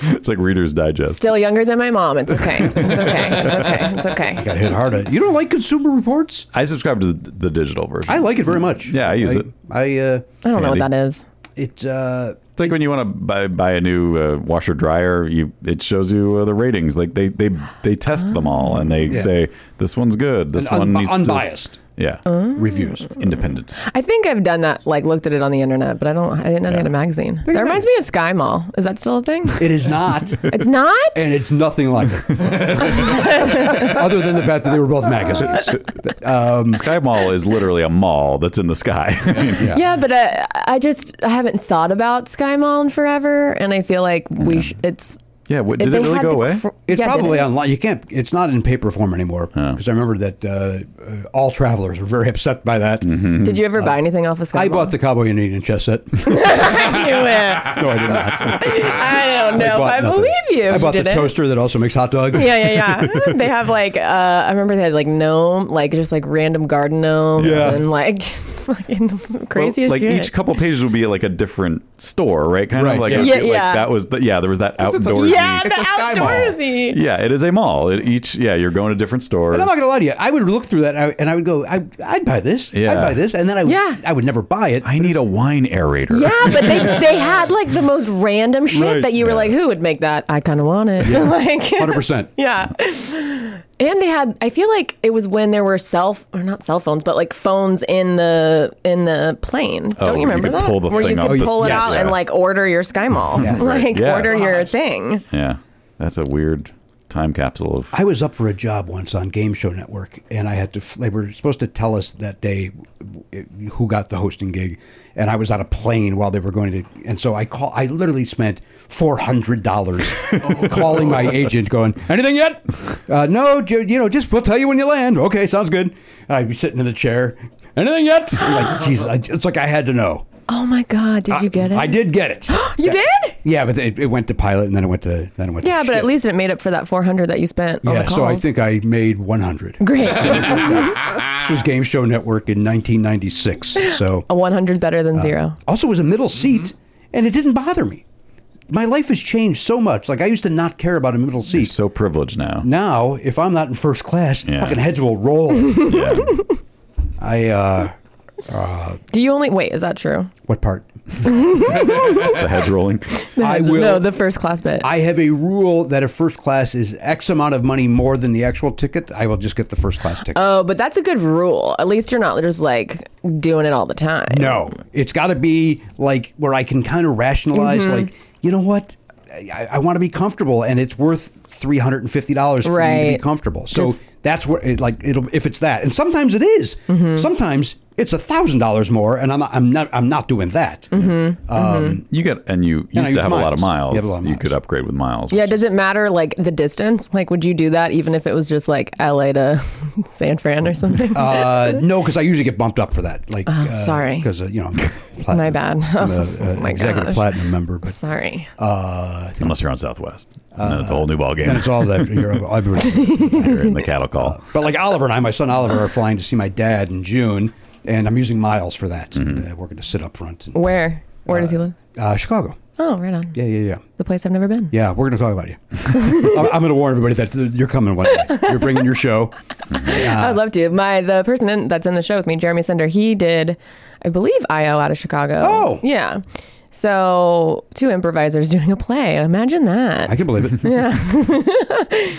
Speaker 2: it's like Reader's Digest.
Speaker 7: Still younger than my mom. It's okay. It's okay. It's okay. It's okay.
Speaker 1: Got hit hard. at- You don't like Consumer Reports?
Speaker 2: I subscribe to the, the digital version.
Speaker 1: I like it very much.
Speaker 2: Yeah, I use
Speaker 1: I,
Speaker 2: it.
Speaker 1: I uh,
Speaker 7: I don't know what
Speaker 2: Sandy.
Speaker 7: that is.
Speaker 1: it. Uh,
Speaker 2: It's like when you want to buy, buy a new uh, washer dryer, you it shows you uh, the ratings. Like they they they test them all and they say this one's good, this
Speaker 1: un-
Speaker 2: one needs to-"
Speaker 1: unbiased
Speaker 2: yeah,
Speaker 7: Oh.
Speaker 1: reviews.
Speaker 2: independence.
Speaker 7: I think I've done that, like looked at it on the internet, but I don't. I didn't know they had a magazine. That reminds me of Sky Mall. Is that still a thing?
Speaker 1: It is not,
Speaker 7: It's not.
Speaker 1: and it's nothing like it. Other than the fact that they were both magazines.
Speaker 2: Sky Mall is literally a mall that's in the sky. I mean,
Speaker 7: Yeah, but uh, I just I haven't thought about Sky Mall in forever, and I feel like we sh- it's.
Speaker 2: yeah, what,
Speaker 7: if
Speaker 2: did it
Speaker 7: they
Speaker 2: really
Speaker 7: had
Speaker 2: go
Speaker 7: the
Speaker 2: away?
Speaker 7: cr-
Speaker 1: It's
Speaker 7: Yeah, did
Speaker 1: probably
Speaker 7: it?
Speaker 1: online. You can't. It's not in paper form anymore because I remember that uh, uh, all travelers were very upset by that.
Speaker 2: Mm-hmm.
Speaker 7: Did you
Speaker 2: Uh,
Speaker 7: ever buy anything off of Sky
Speaker 1: I
Speaker 7: Mall?
Speaker 1: bought the Cowboy and Indian chess set.
Speaker 7: I knew it.
Speaker 1: No, I did not.
Speaker 7: I don't know. if
Speaker 1: bought
Speaker 7: I
Speaker 1: nothing.
Speaker 7: believe you. if
Speaker 1: I
Speaker 7: you
Speaker 1: bought
Speaker 7: did
Speaker 1: the
Speaker 7: it.
Speaker 1: toaster that also makes hot dogs.
Speaker 7: Yeah, yeah, yeah. they have like uh, I remember they had like gnome, like just like random garden gnomes
Speaker 1: Yeah.
Speaker 7: and like just fucking
Speaker 2: Well,
Speaker 7: craziest
Speaker 2: like
Speaker 7: shit.
Speaker 2: each couple pages would be like a different store, right? Kind
Speaker 1: Right,
Speaker 2: of like
Speaker 1: yeah.
Speaker 2: it would
Speaker 7: Yeah,
Speaker 2: be like
Speaker 7: yeah.
Speaker 2: that was the, yeah there was that
Speaker 4: it's a
Speaker 2: outdoor
Speaker 4: store.
Speaker 7: Yeah, the
Speaker 4: It's a sky mall.
Speaker 7: outdoorsy.
Speaker 2: Yeah, it is a mall. It each yeah, you're going to different stores.
Speaker 1: And I'm not gonna lie to you. I would look through that and I, and I would go, I, I'd buy this.
Speaker 2: Yeah.
Speaker 1: I'd buy this, and then I would,
Speaker 7: Yeah.
Speaker 1: I would never buy it.
Speaker 2: I need a wine aerator.
Speaker 7: Yeah, but they, they had like the most random shit
Speaker 2: Right.
Speaker 7: that you were
Speaker 2: Yeah.
Speaker 7: like, who would make that? I kind of want it. like,
Speaker 1: 100%.
Speaker 7: yeah. And they had, I feel like it was when there were cell, or not cell phones, but like phones in the in the plane.
Speaker 2: Oh,
Speaker 7: Don't
Speaker 2: you
Speaker 7: you remember
Speaker 2: could
Speaker 7: that?
Speaker 2: pull the
Speaker 7: Where
Speaker 2: thing
Speaker 7: you
Speaker 2: off
Speaker 7: could
Speaker 2: the
Speaker 7: pull it
Speaker 2: side.
Speaker 7: out and
Speaker 2: Yeah.
Speaker 7: like order your Sky Mall, like
Speaker 2: Yeah.
Speaker 7: order your thing.
Speaker 2: Yeah. That's a weird time capsule of
Speaker 1: I was up for a job once on Game Show Network, and I had to. f- They were supposed to tell us that day w- who got the hosting gig, and I was on a plane while they were going to. And so I call. I literally spent four hundred dollars calling my agent, going, "Anything yet? Uh, no, ju- you know, just we'll tell you when you land. Okay, sounds good." And I'd be sitting in the chair. Anything yet? I'm like Jesus, I, it's like I had to know.
Speaker 7: Oh my God, did you get it?
Speaker 1: I did get it.
Speaker 7: You did?
Speaker 1: Yeah, but it, it went to pilot, and then it went to then it went.
Speaker 7: Yeah,
Speaker 1: to
Speaker 7: but
Speaker 1: ship.
Speaker 7: at least it made up for that 400 that you spent on
Speaker 1: Yeah,
Speaker 7: the calls.
Speaker 1: so I think I made one hundred.
Speaker 7: Great.
Speaker 1: This was Game Show Network in 1996. So
Speaker 7: A 100 better
Speaker 1: Uh.
Speaker 7: than zero.
Speaker 1: also was a middle seat,
Speaker 7: Mm-hmm.
Speaker 1: and it didn't bother me. My life has changed so much. Like I used to not care about a middle seat.
Speaker 2: He's so privileged now.
Speaker 1: now, if I'm not in first class,
Speaker 2: Yeah.
Speaker 1: fucking heads will roll.
Speaker 2: Yeah.
Speaker 1: I uh,
Speaker 7: Do you only, wait, is that true?
Speaker 1: what part?
Speaker 2: the heads rolling.
Speaker 1: I will.
Speaker 7: No, the first class bit.
Speaker 1: I have a rule that if first class is X amount of money more than the actual ticket, I will just get the first class ticket.
Speaker 7: Oh, but that's a good rule. At least you're not just like doing it all the time.
Speaker 1: No, it's got to be like where I can kind of rationalize,
Speaker 7: Mm-hmm.
Speaker 1: like, you know what? I, I want to be comfortable, and it's worth three hundred and fifty dollars for me to be
Speaker 7: Right.
Speaker 1: comfortable. So
Speaker 7: Just-
Speaker 1: that's where, it, like, it'll if it's that, and sometimes it is.
Speaker 7: Mm-hmm.
Speaker 1: Sometimes it's a thousand dollars more, and I'm not, I'm not, I'm not doing that.
Speaker 7: Mm-hmm.
Speaker 1: Um,
Speaker 2: You get and you used
Speaker 1: I
Speaker 2: to
Speaker 1: use
Speaker 2: have a lot of miles.
Speaker 1: miles. You
Speaker 2: You,
Speaker 1: have a lot of miles.
Speaker 2: could upgrade with miles.
Speaker 7: Yeah,
Speaker 2: which
Speaker 7: does it matter like the distance? Like, would you do that even if it was just like LA to San Fran or something?
Speaker 1: uh, no, because I usually get bumped up for that. Like, uh,
Speaker 7: Mm-hmm. Oh, sorry.
Speaker 1: because uh, you know, I'm platinum,
Speaker 7: My bad.
Speaker 1: I'm a, uh,
Speaker 7: Oh my
Speaker 1: executive
Speaker 7: gosh.
Speaker 1: platinum member, but uh,
Speaker 7: Sorry.
Speaker 2: is- unless you're on Southwest. And then it's a whole new ball game.
Speaker 1: then it's all that you're everybody.
Speaker 2: You're in the cattle call.
Speaker 1: But like Oliver and I, my son Oliver, are flying to see my dad in June, and I'm using miles for that. Uh, we're going to sit up front. And,
Speaker 7: Where? Where does he live?
Speaker 1: uh, Chicago.
Speaker 7: Oh, right on.
Speaker 1: Yeah, yeah, yeah.
Speaker 7: The place I've never been.
Speaker 1: Yeah, we're going to talk about you. I'm, I'm going to warn everybody that you're coming one day. You're bringing your show. Uh,
Speaker 7: I'd love to. My the person in, that's in the show with me, Jeremy Sender, he did, I believe, IO out of Chicago.
Speaker 1: Oh.
Speaker 7: yeah. So two improvisers doing a play. Imagine that.
Speaker 1: I can believe it.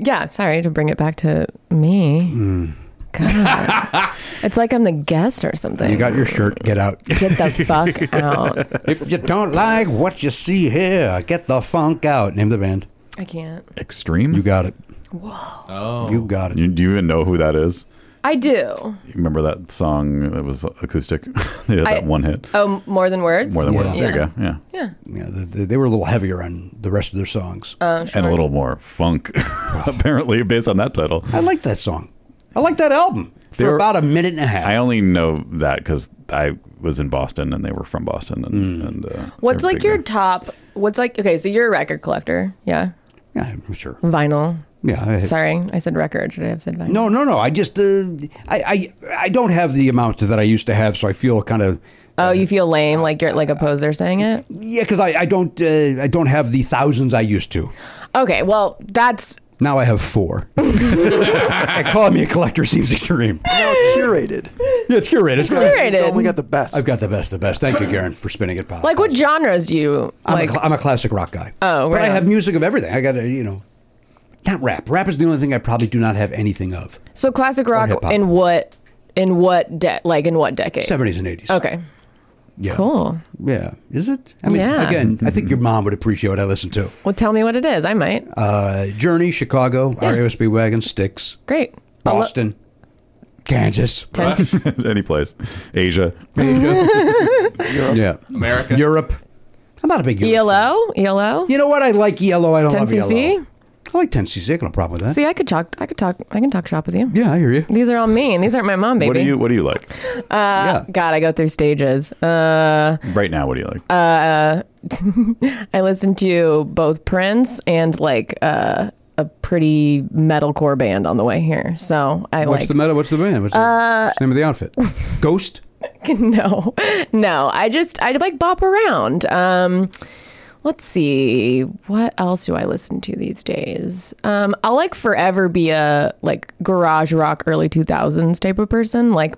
Speaker 7: yeah. Sorry to bring it back to me.
Speaker 1: Hmm.
Speaker 7: God, it's like I'm the guest or something.
Speaker 1: You got your shirt. Get out.
Speaker 7: Get the fuck out.
Speaker 1: if you don't like what you see here, get the funk out. Name the band.
Speaker 7: I can't.
Speaker 2: Extreme?
Speaker 1: You got it.
Speaker 4: Oh.
Speaker 1: You got it.
Speaker 2: You- do you even know who that is?
Speaker 7: I do.
Speaker 2: You remember that song that was acoustic? they had that
Speaker 7: I-
Speaker 2: one hit.
Speaker 7: Oh, more than words.
Speaker 2: More than
Speaker 1: Yeah.
Speaker 2: words. There you
Speaker 7: Yeah.
Speaker 2: go. Yeah.
Speaker 7: yeah.
Speaker 1: Yeah, the, the, they were a little heavier on the rest of their songs.
Speaker 2: And a little more funk, apparently, based on that title.
Speaker 1: I like that song. I like that album for
Speaker 2: They were-
Speaker 1: about a minute and a half.
Speaker 2: I only know that because I was in Boston and they were from Boston. And, and uh,
Speaker 7: What's
Speaker 2: they were
Speaker 7: like
Speaker 2: big
Speaker 7: your
Speaker 2: there.
Speaker 7: top? What's like? Okay, so you're a record collector. Yeah.
Speaker 1: yeah, I'm sure.
Speaker 7: Vinyl.
Speaker 1: Yeah. I-
Speaker 7: Sorry, I said record. Should I have said vinyl?
Speaker 1: No, no, no. I just uh, I, I I don't have the amount that I used to have, so I feel kind of
Speaker 7: Oh, you feel lame, like you're like a poser saying it.
Speaker 1: yeah, because I, I don't uh, I don't have the thousands I used to.
Speaker 7: Okay, well that's
Speaker 1: Now I have four. and calling me a collector seems extreme.
Speaker 5: Now it's curated.
Speaker 1: Yeah, it's curated. It's right.
Speaker 5: You only got
Speaker 7: curated.
Speaker 5: the best.
Speaker 1: I've got the best, of the best. Thank you, Garen, for spinning it. Pop.
Speaker 7: Like what genres do you
Speaker 1: I'm,
Speaker 7: like?
Speaker 1: a, cl- I'm a classic rock guy.
Speaker 7: Oh,
Speaker 1: but I
Speaker 7: right
Speaker 1: have
Speaker 7: on.
Speaker 1: music of everything. I got to you know, not rap. Rap is the only thing I probably do not have anything of.
Speaker 7: so classic
Speaker 1: hip
Speaker 7: rock
Speaker 1: hop.
Speaker 7: in what in what de- like in what decade?
Speaker 1: Seventies and eighties.
Speaker 7: Okay,
Speaker 1: Yeah.
Speaker 7: cool.
Speaker 1: Yeah. Is it? I mean,
Speaker 7: Yeah. Mm-hmm.
Speaker 1: again, I think your mom would appreciate what I listen to.
Speaker 7: Well, tell me what it is. I might.
Speaker 1: Uh, Journey, Chicago, RASB wagon, Sticks,
Speaker 7: Great. I'll lo-
Speaker 1: Boston, Kansas,
Speaker 7: Tennessee.
Speaker 2: Any place. Asia.
Speaker 1: Asia, yeah,
Speaker 4: America.
Speaker 1: Europe. I'm not a big
Speaker 7: E
Speaker 1: Europe.
Speaker 7: ELO. ELO.
Speaker 1: You know what? I like ELO. I don't love ELO.
Speaker 7: 10cc?
Speaker 1: I like 10cc. I got no problem with that.
Speaker 7: See, I could talk. I could talk. I can talk shop with you.
Speaker 1: yeah, I hear you.
Speaker 7: These are all mean. These aren't my mom, baby.
Speaker 2: What do you What do you like
Speaker 7: Uh,
Speaker 1: yeah.
Speaker 7: God, I go through stages. Uh,
Speaker 2: right now? What do you like?
Speaker 7: I listen to both Prince and like uh, a pretty metalcore band on the way here. So I
Speaker 1: What's
Speaker 7: like Uh,
Speaker 1: the meta? What's the band? What's, the, what's the name of the outfit? Ghost.
Speaker 7: no, no. I just I like bop around. Um, Let's see. What else do I listen to these days? Um, I'll like forever be a like garage rock early 2000s type of person. Like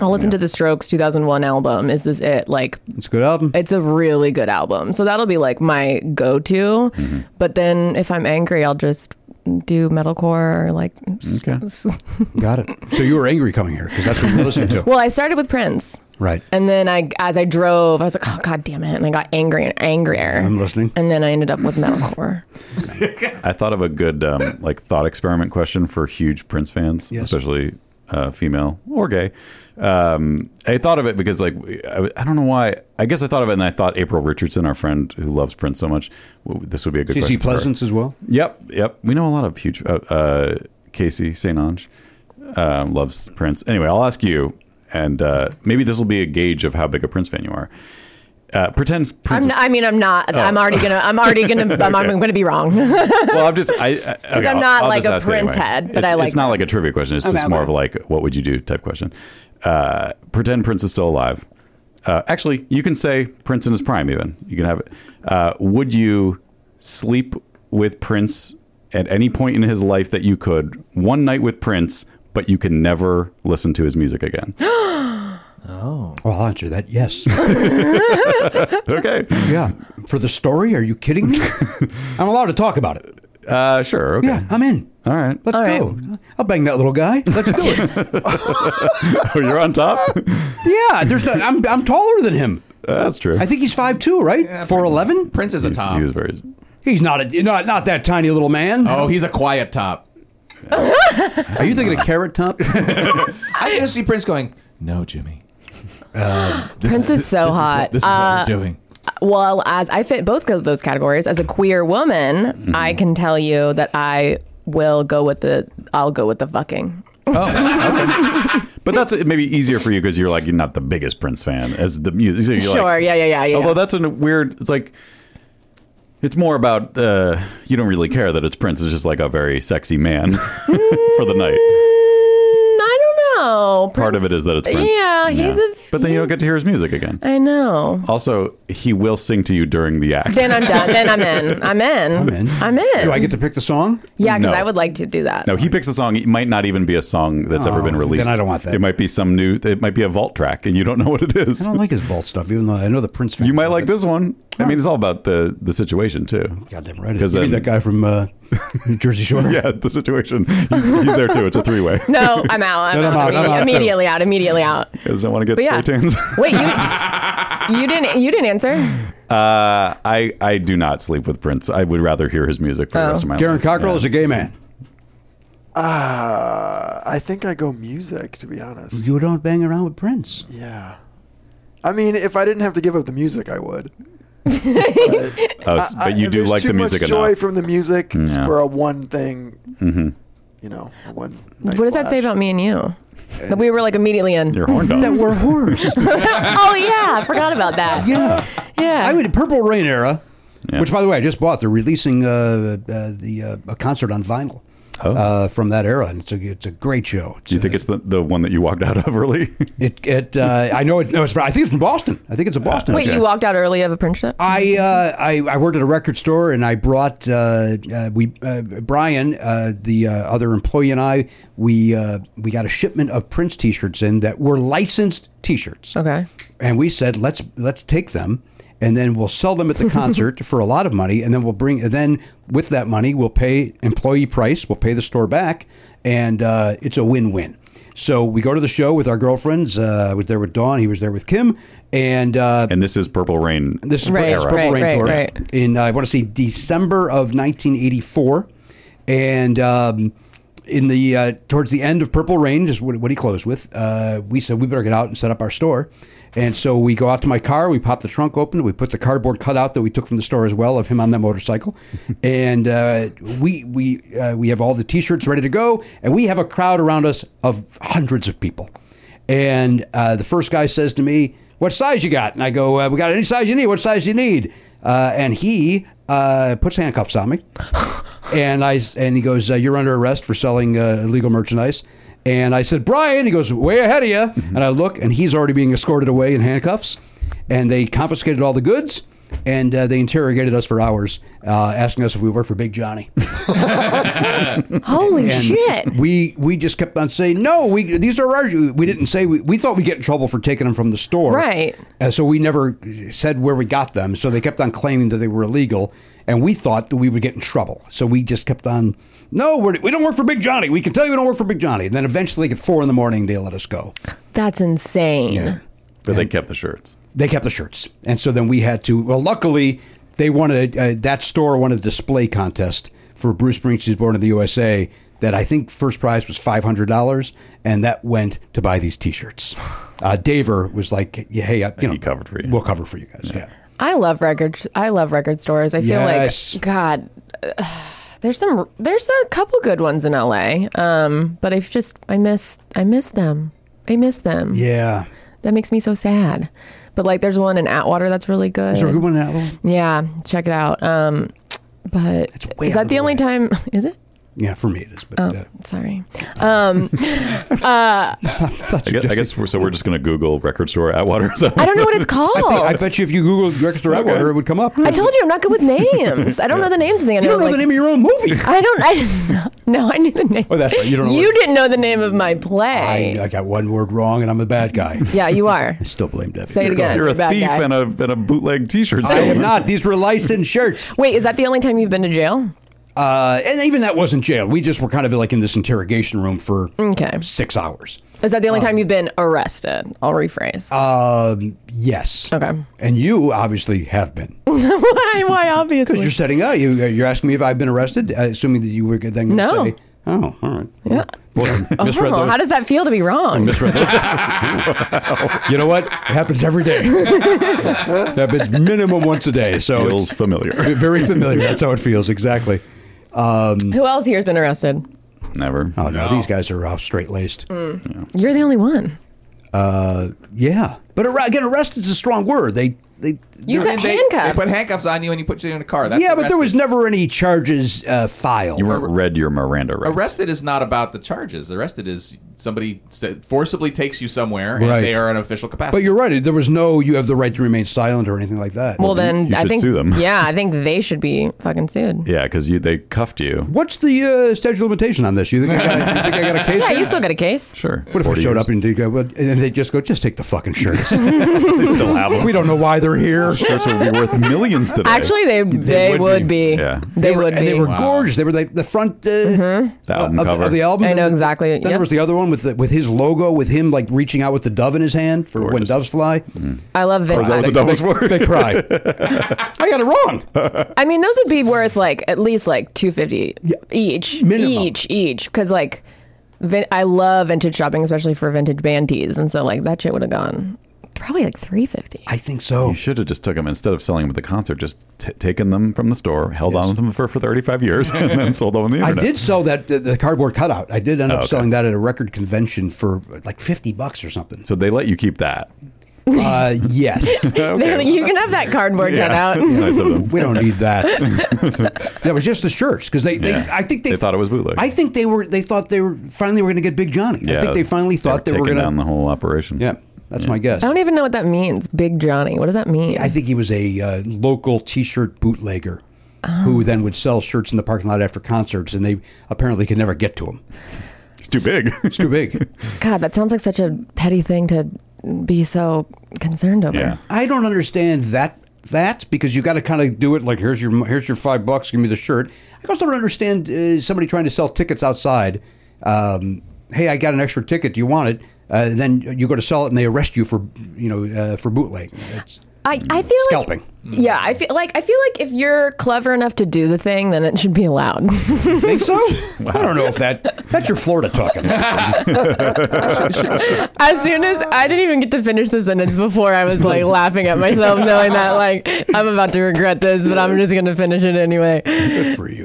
Speaker 7: I'll listen to the Strokes 2001 album. Is this it? Like
Speaker 1: It's a good album.
Speaker 7: it's a really good album. So that'll be like my go to. But then if I'm angry, I'll just do metalcore or like.
Speaker 1: Got it. So you were angry coming here because that's what you listened to,
Speaker 7: Well, I started with Prince.
Speaker 1: right?
Speaker 7: And then I, as I drove, I was like, oh, god damn it. And I got angry and angrier.
Speaker 1: I'm listening.
Speaker 7: And then I ended up with metalcore.
Speaker 2: I thought of a good um, like thought experiment question for huge Prince fans, especially uh, female or gay. Um, I thought of it because like I, I don't know why. I guess I thought of it and I thought April Richardson, our friend who loves Prince so much, w- this would be a good.
Speaker 1: Do you see
Speaker 2: question for her.
Speaker 1: Pleasance as well?
Speaker 2: Yep, yep. We know a lot of huge. Uh, uh, Casey Saint Ange uh, loves Prince. Anyway, I'll ask you, and uh, maybe this will be a gauge of how big a Prince fan you are. Uh, pretends
Speaker 7: I'm
Speaker 2: Prince.
Speaker 7: n
Speaker 2: is-
Speaker 7: I mean, I'm not. I'm already gonna. I'm already gonna. I'm, I'm gonna be wrong.
Speaker 2: well, I'm just. I, I, okay,
Speaker 7: I'm
Speaker 2: I'll-
Speaker 7: not
Speaker 2: I'll
Speaker 7: like
Speaker 2: just
Speaker 7: a
Speaker 2: ask it
Speaker 7: Prince head, but
Speaker 2: it's,
Speaker 7: I like
Speaker 2: It's not
Speaker 7: them.
Speaker 2: like a trivia question. It's just
Speaker 1: Okay,
Speaker 2: more of
Speaker 1: okay.
Speaker 2: like, what would you do type question. Uh, pretend Prince is still alive. Uh, actually, you can say Prince in his prime. Even you can have it. Uh, would you sleep with Prince at any point in his life that you could? One night with Prince, but you can never listen to his music again.
Speaker 1: Well, Oh, I'll answer that. Yes.
Speaker 2: okay.
Speaker 1: yeah. For the story? Are you kidding me? I'm allowed to talk about it.
Speaker 2: Uh, sure. Okay.
Speaker 1: Yeah, I'm in.
Speaker 2: All right.
Speaker 1: Let's
Speaker 7: All
Speaker 1: go. I'll bang that little guy. Let's do it.
Speaker 2: Oh, you're on top.
Speaker 1: yeah. There's no. I'm I'm taller than him.
Speaker 2: That's true.
Speaker 1: I think he's 5'2", right? Four eleven.
Speaker 4: Prince is a
Speaker 2: he's,
Speaker 4: top.
Speaker 2: he was very.
Speaker 1: He's not a not not that tiny little man.
Speaker 4: oh, he's a quiet top.
Speaker 1: Are you thinking of carrot top?
Speaker 4: I can see Prince going, "No, Jimmy,
Speaker 7: Prince is so
Speaker 4: this is
Speaker 7: hot.
Speaker 4: what, this is
Speaker 7: Uh,
Speaker 4: what we're doing."
Speaker 7: well, as I fit both of those categories, as a queer woman, I can tell you that I will go with the. I'll go with the fucking.
Speaker 2: But that's maybe easier for you because you're like you're not the biggest Prince fan as the music. so you're like-
Speaker 7: Sure, yeah, yeah, yeah, yeah,
Speaker 2: Although
Speaker 7: yeah.
Speaker 2: that's a weird. It's like it's more about uh, you don't really care that it's Prince. It's just like a very sexy man for the night.
Speaker 7: Mm, I don't know.
Speaker 2: Part of it is that it's Prince.
Speaker 7: Yeah, he's a-
Speaker 2: But then you don't get to hear his music again.
Speaker 7: I know.
Speaker 2: Also, he will sing to you during the act.
Speaker 7: Then I'm done. then I'm in. I'm in. I'm
Speaker 1: in.
Speaker 7: I'm in.
Speaker 1: Do I get to pick the song?
Speaker 7: yeah, because
Speaker 2: No.
Speaker 7: I would like to do that.
Speaker 2: no, he picks a song. It might not even be a song that's ever
Speaker 1: Oh,
Speaker 2: been
Speaker 1: then
Speaker 2: released.
Speaker 1: I don't want that.
Speaker 2: It might be some new. It might be a vault track, and you don't know what it is.
Speaker 1: I don't like his vault stuff, even though I know the Prince. Fans
Speaker 2: you might
Speaker 1: love
Speaker 2: like
Speaker 1: it.
Speaker 2: this one. I mean, it's all about the the situation too.
Speaker 1: Goddamn right. Because
Speaker 2: Because
Speaker 1: um,
Speaker 2: um,
Speaker 1: that guy from uh, Jersey Shore.
Speaker 2: yeah, the situation. He's, he's there too. It's a three way.
Speaker 7: No, I'm out. I'm,
Speaker 1: No, no,
Speaker 7: out.
Speaker 1: I'm out, I'm out.
Speaker 7: Immediately out. Immediately out.
Speaker 2: Because I want to get
Speaker 7: But
Speaker 2: spray
Speaker 7: yeah.
Speaker 2: tans.
Speaker 7: Wait, you you didn't you didn't answer?
Speaker 2: Uh, I I do not sleep with Prince. I would rather hear his music for the
Speaker 7: Oh.
Speaker 2: rest of my
Speaker 1: Darren
Speaker 2: life.
Speaker 1: Cockrell is a gay man.
Speaker 5: Uh, I think I go music, to be honest.
Speaker 1: You don't bang around with Prince.
Speaker 5: Yeah. I mean, if I didn't have to give up the music, I would.
Speaker 2: Oh, s-
Speaker 5: I-
Speaker 2: but you do
Speaker 5: there's
Speaker 2: like
Speaker 5: too
Speaker 2: the music
Speaker 5: much joy
Speaker 2: enough.
Speaker 5: from the music
Speaker 2: Yeah. Mm-hmm.
Speaker 5: for a one thing. You know, one. night
Speaker 7: What does that say
Speaker 5: flash.
Speaker 7: about me and you? That we were like immediately in.
Speaker 2: Your horn
Speaker 1: That
Speaker 2: dogs.
Speaker 1: were whores.
Speaker 7: oh yeah, I forgot about that.
Speaker 1: yeah.
Speaker 7: Yeah.
Speaker 1: I mean, Purple Rain era,
Speaker 2: Yeah.
Speaker 1: which by the way I just bought. They're releasing uh, uh, the uh, a concert on vinyl
Speaker 2: Oh.
Speaker 1: uh, from that era, and it's a it's a great show. It's,
Speaker 2: Do you think
Speaker 1: uh,
Speaker 2: it's the, the one that you walked out of early?
Speaker 1: it? It uh, I know it. No, it's from, I think it's from Boston. I think it's a Boston.
Speaker 7: Wait,
Speaker 1: show.
Speaker 7: you walked out early of a print shop?
Speaker 1: I, uh, I I worked at a record store and I brought uh, uh, we uh, Brian uh, the uh, other employee and I we uh, we got a shipment of Prince T-shirts in that were licensed T-shirts.
Speaker 7: Okay.
Speaker 1: And we said let's let's take them and then we'll sell them at the concert for a lot of money and then we'll bring and then with that money we'll pay employee price we'll pay the store back and uh, it's a win-win. So we go to the show with our girlfriends. Uh, I was there with Dawn. He was there with Kim. And uh,
Speaker 2: And this is Purple Rain.
Speaker 1: this is
Speaker 7: Right,
Speaker 1: Prince's Purple
Speaker 7: right,
Speaker 1: Rain
Speaker 7: right,
Speaker 1: tour
Speaker 7: right.
Speaker 1: in uh, I want to say December of 1984, and um, in the uh, towards the end of Purple Rain, just what, what he closed with, uh, we said we better get out and set up our store, and so we go out to my car, we pop the trunk open, we put the cardboard cutout that we took from the store as well of him on that motorcycle, and uh, we we uh, we have all the T-shirts ready to go, and we have a crowd around us of hundreds of people. And uh, the first guy says to me, "What size you got?" And I go, uh, "We got any size you need. What size you need?" Uh, and he uh, puts handcuffs on me, and I s- and he goes, uh, "You're under arrest for selling uh, illegal merchandise." And I said, "Brian." He goes, "Way ahead of you." And I look, and he's already being escorted away in handcuffs, and they confiscated all the goods. and uh, they interrogated us for hours, uh, asking us if we worked for Big Johnny.
Speaker 7: Holy
Speaker 1: And
Speaker 7: shit.
Speaker 1: We we just kept on saying no. We these are ours. We didn't say we, we thought we'd get in trouble for taking them from the store,
Speaker 7: Right.
Speaker 1: Uh, so we never said where we got them. So they kept on claiming that they were illegal, and we thought that we would get in trouble. So we just kept on. No, we're, we don't work for Big Johnny. We can tell you we don't work for Big Johnny. And then eventually, at four in the morning, they let us go.
Speaker 7: That's insane.
Speaker 2: But they kept the shirts.
Speaker 1: They kept the shirts, and so then we had to. Well, luckily, they wanted uh, that store wanted a display contest for Bruce Springsteen's Born in the USA. That I think first prize was five hundred dollars, and that went to buy these T-shirts. Uh, Daver was like, yeah, "Hey, uh, you know,
Speaker 2: he covered for you.
Speaker 1: We'll cover for you guys." Yeah,
Speaker 7: I love records. I love record stores. I feel
Speaker 1: Yes.
Speaker 7: like God. there's some. There's a couple good ones in LA. Um, but I've just I miss I miss them. I miss them.
Speaker 1: yeah.
Speaker 7: That makes me so sad. But like, there's one in Atwater that's really good.
Speaker 1: Is there a good one in Atwater?
Speaker 7: Yeah, check it out. Um, but
Speaker 1: way
Speaker 7: is
Speaker 1: out
Speaker 7: that
Speaker 1: of
Speaker 7: the
Speaker 1: the
Speaker 7: only
Speaker 1: way.
Speaker 7: time? Is it?
Speaker 1: Yeah, for me it is, but
Speaker 7: Oh.
Speaker 1: uh,
Speaker 7: Sorry. Um,
Speaker 2: I guess, I guess we're, so. We're just going to Google record store Atwater. So.
Speaker 7: I don't know what it's called.
Speaker 1: I bet you if you Googled director Atwater, it would come up.
Speaker 7: I told you I'm not good with names. I don't know the names of the. I
Speaker 1: you don't know
Speaker 7: like,
Speaker 1: the name of your own movie.
Speaker 7: I don't. I didn't. No, I knew the name.
Speaker 1: Oh, that's right. You don't know
Speaker 7: You
Speaker 1: what-
Speaker 7: didn't know the name of my play.
Speaker 1: I, I got one word wrong, and I'm a bad guy.
Speaker 7: yeah, you are.
Speaker 1: I still blame Debbie.
Speaker 7: Say it again.
Speaker 2: You're a
Speaker 7: Bad
Speaker 2: thief
Speaker 7: guy.
Speaker 2: and a, and a bootleg T-shirt.
Speaker 1: I am
Speaker 2: salesman.
Speaker 1: not. These were licensed shirts.
Speaker 7: Wait, is that the only time you've been to jail?
Speaker 1: Uh, and even that wasn't jail. We just were kind of like in this interrogation room for
Speaker 7: Okay.
Speaker 1: six hours.
Speaker 7: Is that the only time you've been arrested? I'll rephrase.
Speaker 1: Um, yes.
Speaker 7: Okay.
Speaker 1: And you obviously have been
Speaker 7: why? Why? Obviously.
Speaker 1: because you're setting up. You, you're asking me if I've been arrested, uh, assuming that you were then going to
Speaker 7: No.
Speaker 1: say, "Oh, all right." Yeah.
Speaker 7: Oh, how does that feel to be wrong?
Speaker 1: You know what? It happens every day. happens minimum once a day. So
Speaker 2: Feels familiar.
Speaker 1: it's very familiar. That's how it feels exactly.
Speaker 7: Who else here's been arrested?
Speaker 2: Never.
Speaker 1: Oh no, these guys are all straight laced.
Speaker 7: You're the only one.
Speaker 1: Uh, Yeah, but ar- again, arrest is a strong word. They they.
Speaker 7: You got
Speaker 4: And they,
Speaker 7: handcuffs.
Speaker 4: they put handcuffs on you and you put you in a car. That's
Speaker 1: yeah, but there
Speaker 4: arrested.
Speaker 1: was never any charges uh, filed.
Speaker 2: You weren't read your Miranda rights.
Speaker 4: Arrested is not about the charges. Arrested is somebody sa- forcibly takes you somewhere and
Speaker 1: Right.
Speaker 4: they are in official capacity.
Speaker 1: but you're right. There was no. You have the right to remain silent or anything like that.
Speaker 7: well, then
Speaker 2: you
Speaker 7: I
Speaker 2: should
Speaker 7: think
Speaker 2: sue them.
Speaker 7: yeah, I think they should be fucking sued.
Speaker 2: Yeah, because you they cuffed you.
Speaker 1: what's the uh, statute of limitation on this? You think I got, you think I got a case?
Speaker 7: Yeah,
Speaker 1: here?
Speaker 7: you still got a case.
Speaker 2: Sure.
Speaker 1: What if I
Speaker 2: 40
Speaker 1: showed
Speaker 2: years.
Speaker 1: up and they go, well, and they just go, just take the fucking shirts.
Speaker 2: They still have them.
Speaker 1: we don't know why they're here.
Speaker 2: Shirts would be worth millions today.
Speaker 7: Actually, they they,
Speaker 1: would
Speaker 7: would,
Speaker 1: be.
Speaker 7: be.
Speaker 2: Yeah.
Speaker 7: They,
Speaker 1: were,
Speaker 7: would
Speaker 1: and
Speaker 7: be. Mm-hmm.
Speaker 1: they were gorgeous. They were like the front uh,
Speaker 2: The
Speaker 1: of,
Speaker 2: album
Speaker 1: of-
Speaker 2: cover.
Speaker 1: of the album.
Speaker 7: I
Speaker 1: And
Speaker 7: know
Speaker 1: then-
Speaker 7: exactly,
Speaker 1: Then
Speaker 7: yeah.
Speaker 1: there was the other one with the, with his logo, with him like reaching out with the dove in his hand for when
Speaker 2: Gorgeous.
Speaker 1: doves fly.
Speaker 7: I love
Speaker 2: Is that what the
Speaker 7: that.
Speaker 2: devil's
Speaker 1: They
Speaker 2: word?
Speaker 1: cry. I got it wrong.
Speaker 7: I mean, those would be worth like at least like two fifty each,
Speaker 1: minimum.
Speaker 7: each, each. Because like, vin- I love vintage shopping, especially for vintage band tees, and so like that shit would have gone probably like three fifty.
Speaker 1: I think so.
Speaker 2: You should have just took them instead of selling them at the concert. Just t- taken them from the store, held on to them for, for 35 years, and then sold them on the
Speaker 1: I
Speaker 2: internet.
Speaker 1: did sell that the, the cardboard cutout. I did end up
Speaker 2: okay.
Speaker 1: selling that at a record convention for like fifty bucks or something.
Speaker 2: So they let you keep that.
Speaker 1: Uh, yes,
Speaker 7: They're like, you can have that cardboard
Speaker 2: Yeah.
Speaker 7: cutout.
Speaker 2: It's nice of them.
Speaker 1: we don't need that. that was just the shirts because they, they
Speaker 2: Yeah.
Speaker 1: I think they,
Speaker 2: They thought it was bootleg.
Speaker 1: I think they were. They thought they were finally were going to get Big Johnny. I think they finally thought they were,
Speaker 2: taking
Speaker 1: going
Speaker 2: down
Speaker 1: to.
Speaker 2: the whole operation.
Speaker 1: Yeah, that's my guess.
Speaker 7: I don't even know what that means. Big Johnny. What does that mean?
Speaker 1: I think he was a uh, local T-shirt bootlegger who then would sell shirts in the parking lot after concerts, and they apparently could never get to him.
Speaker 2: It's too big.
Speaker 1: It's too big.
Speaker 7: God, that sounds like such a petty thing to be so concerned over.
Speaker 2: yeah.
Speaker 1: I don't understand that that because you got to kind of do it like here's your here's your five bucks, give me the shirt. I also don't understand uh, somebody trying to sell tickets outside. Um, hey, I got an extra ticket. Do you want it? Uh, then you go to sell it, and they arrest you for you know uh, for bootleg. It's-
Speaker 7: I, I feel
Speaker 1: Scalping.
Speaker 7: like yeah I feel like I feel like if you're clever enough to do the thing, then it should be allowed.
Speaker 1: think so? I don't know if that that's your Florida talking.
Speaker 7: as soon as I didn't even get to finish the sentence before I was like laughing at myself, knowing that like I'm about to regret this, but I'm just gonna finish it anyway.
Speaker 1: Good for you.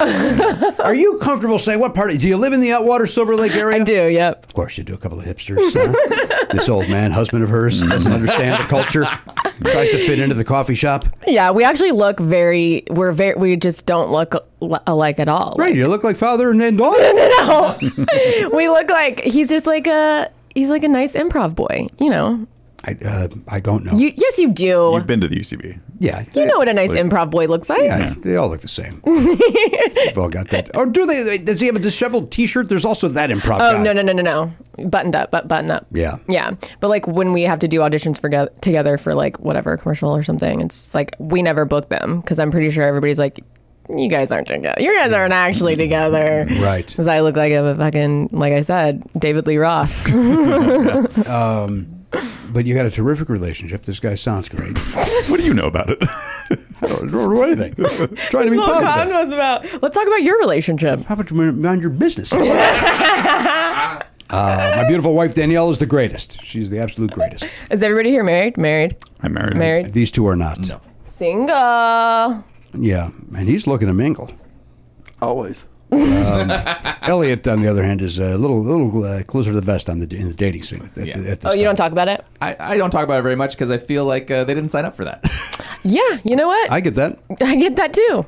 Speaker 1: Are you comfortable saying what part? Of, do you live in the Outwater Silver Lake area?
Speaker 7: I do. Yep.
Speaker 1: Of course, you do. A couple of hipsters. huh? this old man, husband of hers, doesn't
Speaker 7: Mm-hmm.
Speaker 1: understand the culture. Tries to fit into the coffee shop.
Speaker 7: Yeah. We actually look very. We're very. We just don't look al- alike at all.
Speaker 1: Right, you look like father and and daughter.
Speaker 7: we look like he's just like a he's like a nice improv boy, you know.
Speaker 1: I uh, I don't know.
Speaker 7: You, yes, you do.
Speaker 2: You've been to the UCB.
Speaker 1: yeah,
Speaker 7: You know what a nice improv boy looks like.
Speaker 1: Yeah, they all look the same. We've all got that. Oh, do they- they? Does he have a disheveled T-shirt? There's also that improv.
Speaker 7: Oh
Speaker 1: guy.
Speaker 7: no no no no no, buttoned up, but button up.
Speaker 1: Yeah.
Speaker 7: yeah. But like when we have to do auditions for go- together for like whatever commercial or something, it's just, like we never book them because I'm pretty sure everybody's like, you guys aren't together. You guys aren't actually together.
Speaker 1: Right.
Speaker 7: Because I look like a fucking like I said David Lee Roth.
Speaker 1: But you got a terrific relationship. This guy sounds great.
Speaker 2: What do you know about it?
Speaker 1: I don't, I don't know anything. trying to be
Speaker 7: This whole
Speaker 1: positive.
Speaker 7: con was about. Let's talk about your relationship.
Speaker 1: How about you mind your business? uh, my beautiful wife Danielle is the greatest. She's the absolute greatest.
Speaker 7: Is everybody here married? Married.
Speaker 2: I'm married.
Speaker 7: Married.
Speaker 1: These two are not.
Speaker 4: No.
Speaker 7: Single.
Speaker 1: Yeah, and he's looking to mingle.
Speaker 5: Always.
Speaker 1: Elliot, on the other hand, is a little little uh, closer to the vest on the in the dating scene. At, the-
Speaker 4: Yeah.
Speaker 1: at this
Speaker 7: Oh, you
Speaker 1: time.
Speaker 7: don't talk about it.
Speaker 4: I, I don't talk about it very much because I feel like uh, they didn't sign up for that.
Speaker 7: Yeah. You know what?
Speaker 1: I get that.
Speaker 7: I get that too.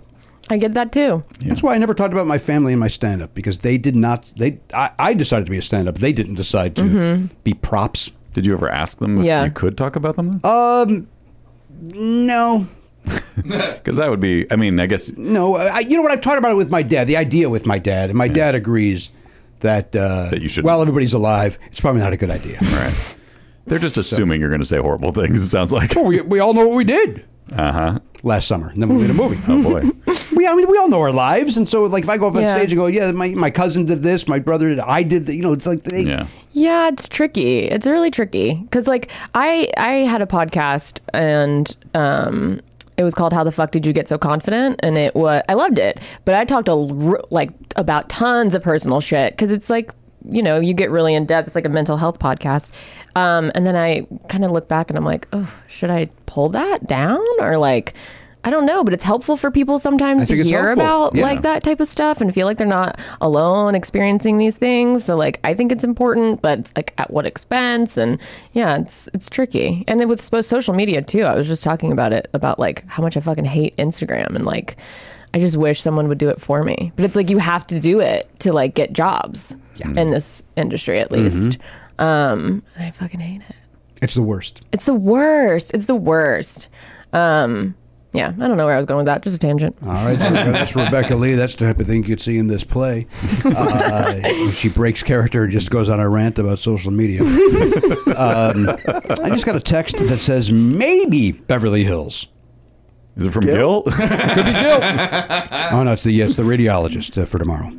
Speaker 7: I get that too.
Speaker 1: That's why I never talked about my family and my stand up because they did not. They I, I decided to be a stand up. They didn't decide to
Speaker 4: Mm-hmm.
Speaker 1: be props.
Speaker 2: Did you ever ask them if
Speaker 7: Yeah.
Speaker 2: you could talk about them?
Speaker 1: Oh. No,
Speaker 2: Because that would be. I mean, I guess
Speaker 1: no. I, you know what? I've talked about it with my dad. The idea with my dad, and my dad agrees that uh,
Speaker 2: That you shouldn't.
Speaker 1: While everybody's alive, it's probably not a good idea.
Speaker 2: they're just assuming you're going to say horrible things. It sounds like.
Speaker 1: Well, we, we all know what we did
Speaker 2: Uh huh.
Speaker 1: last summer, and then we made a movie.
Speaker 2: Oh boy.
Speaker 1: Uh-huh. we, I mean, we all know our lives, and so like if I go up on
Speaker 7: Yeah.
Speaker 1: stage and go, yeah, my, my cousin did this, my brother did, I did, th-, you know, it's like they,
Speaker 2: yeah.
Speaker 7: Yeah, it's tricky. It's really tricky because, like, I I had a podcast and um, it was called "How the Fuck Did You Get So Confident?" and it was I loved it, but I talked a r- like about tons of personal shit because it's like you know you get really in depth. It's like a mental health podcast, um, and then I kind of look back and I'm like, oh, should I pull that down or like. I don't know, but it's helpful for people sometimes
Speaker 1: I
Speaker 7: to
Speaker 1: think it's
Speaker 7: hear
Speaker 1: helpful.
Speaker 7: about
Speaker 1: Yeah.
Speaker 7: like that type of stuff and feel like they're not alone experiencing these things. So like I think it's important, but it's like at what expense? And yeah, it's it's tricky. And then with spo- social media too, I was just talking about it about like how much I fucking hate Instagram and like I just wish someone would do it for me. But it's like you have to do it to like get jobs in this industry at least. Um, and I fucking hate it.
Speaker 1: it's the worst.
Speaker 7: It's the worst. It's the worst. Um, yeah, I don't know where I was going with that. Just a tangent.
Speaker 1: All right, there we go. that's Rebecca Lee. That's the type of thing you'd see in this play. Uh, she breaks character and just goes on a rant about social media. um, I just got a text that says maybe Beverly Hills.
Speaker 2: Is it from
Speaker 5: Gil?
Speaker 2: Gil?
Speaker 1: Oh no, it's the yes, the radiologist uh, for tomorrow.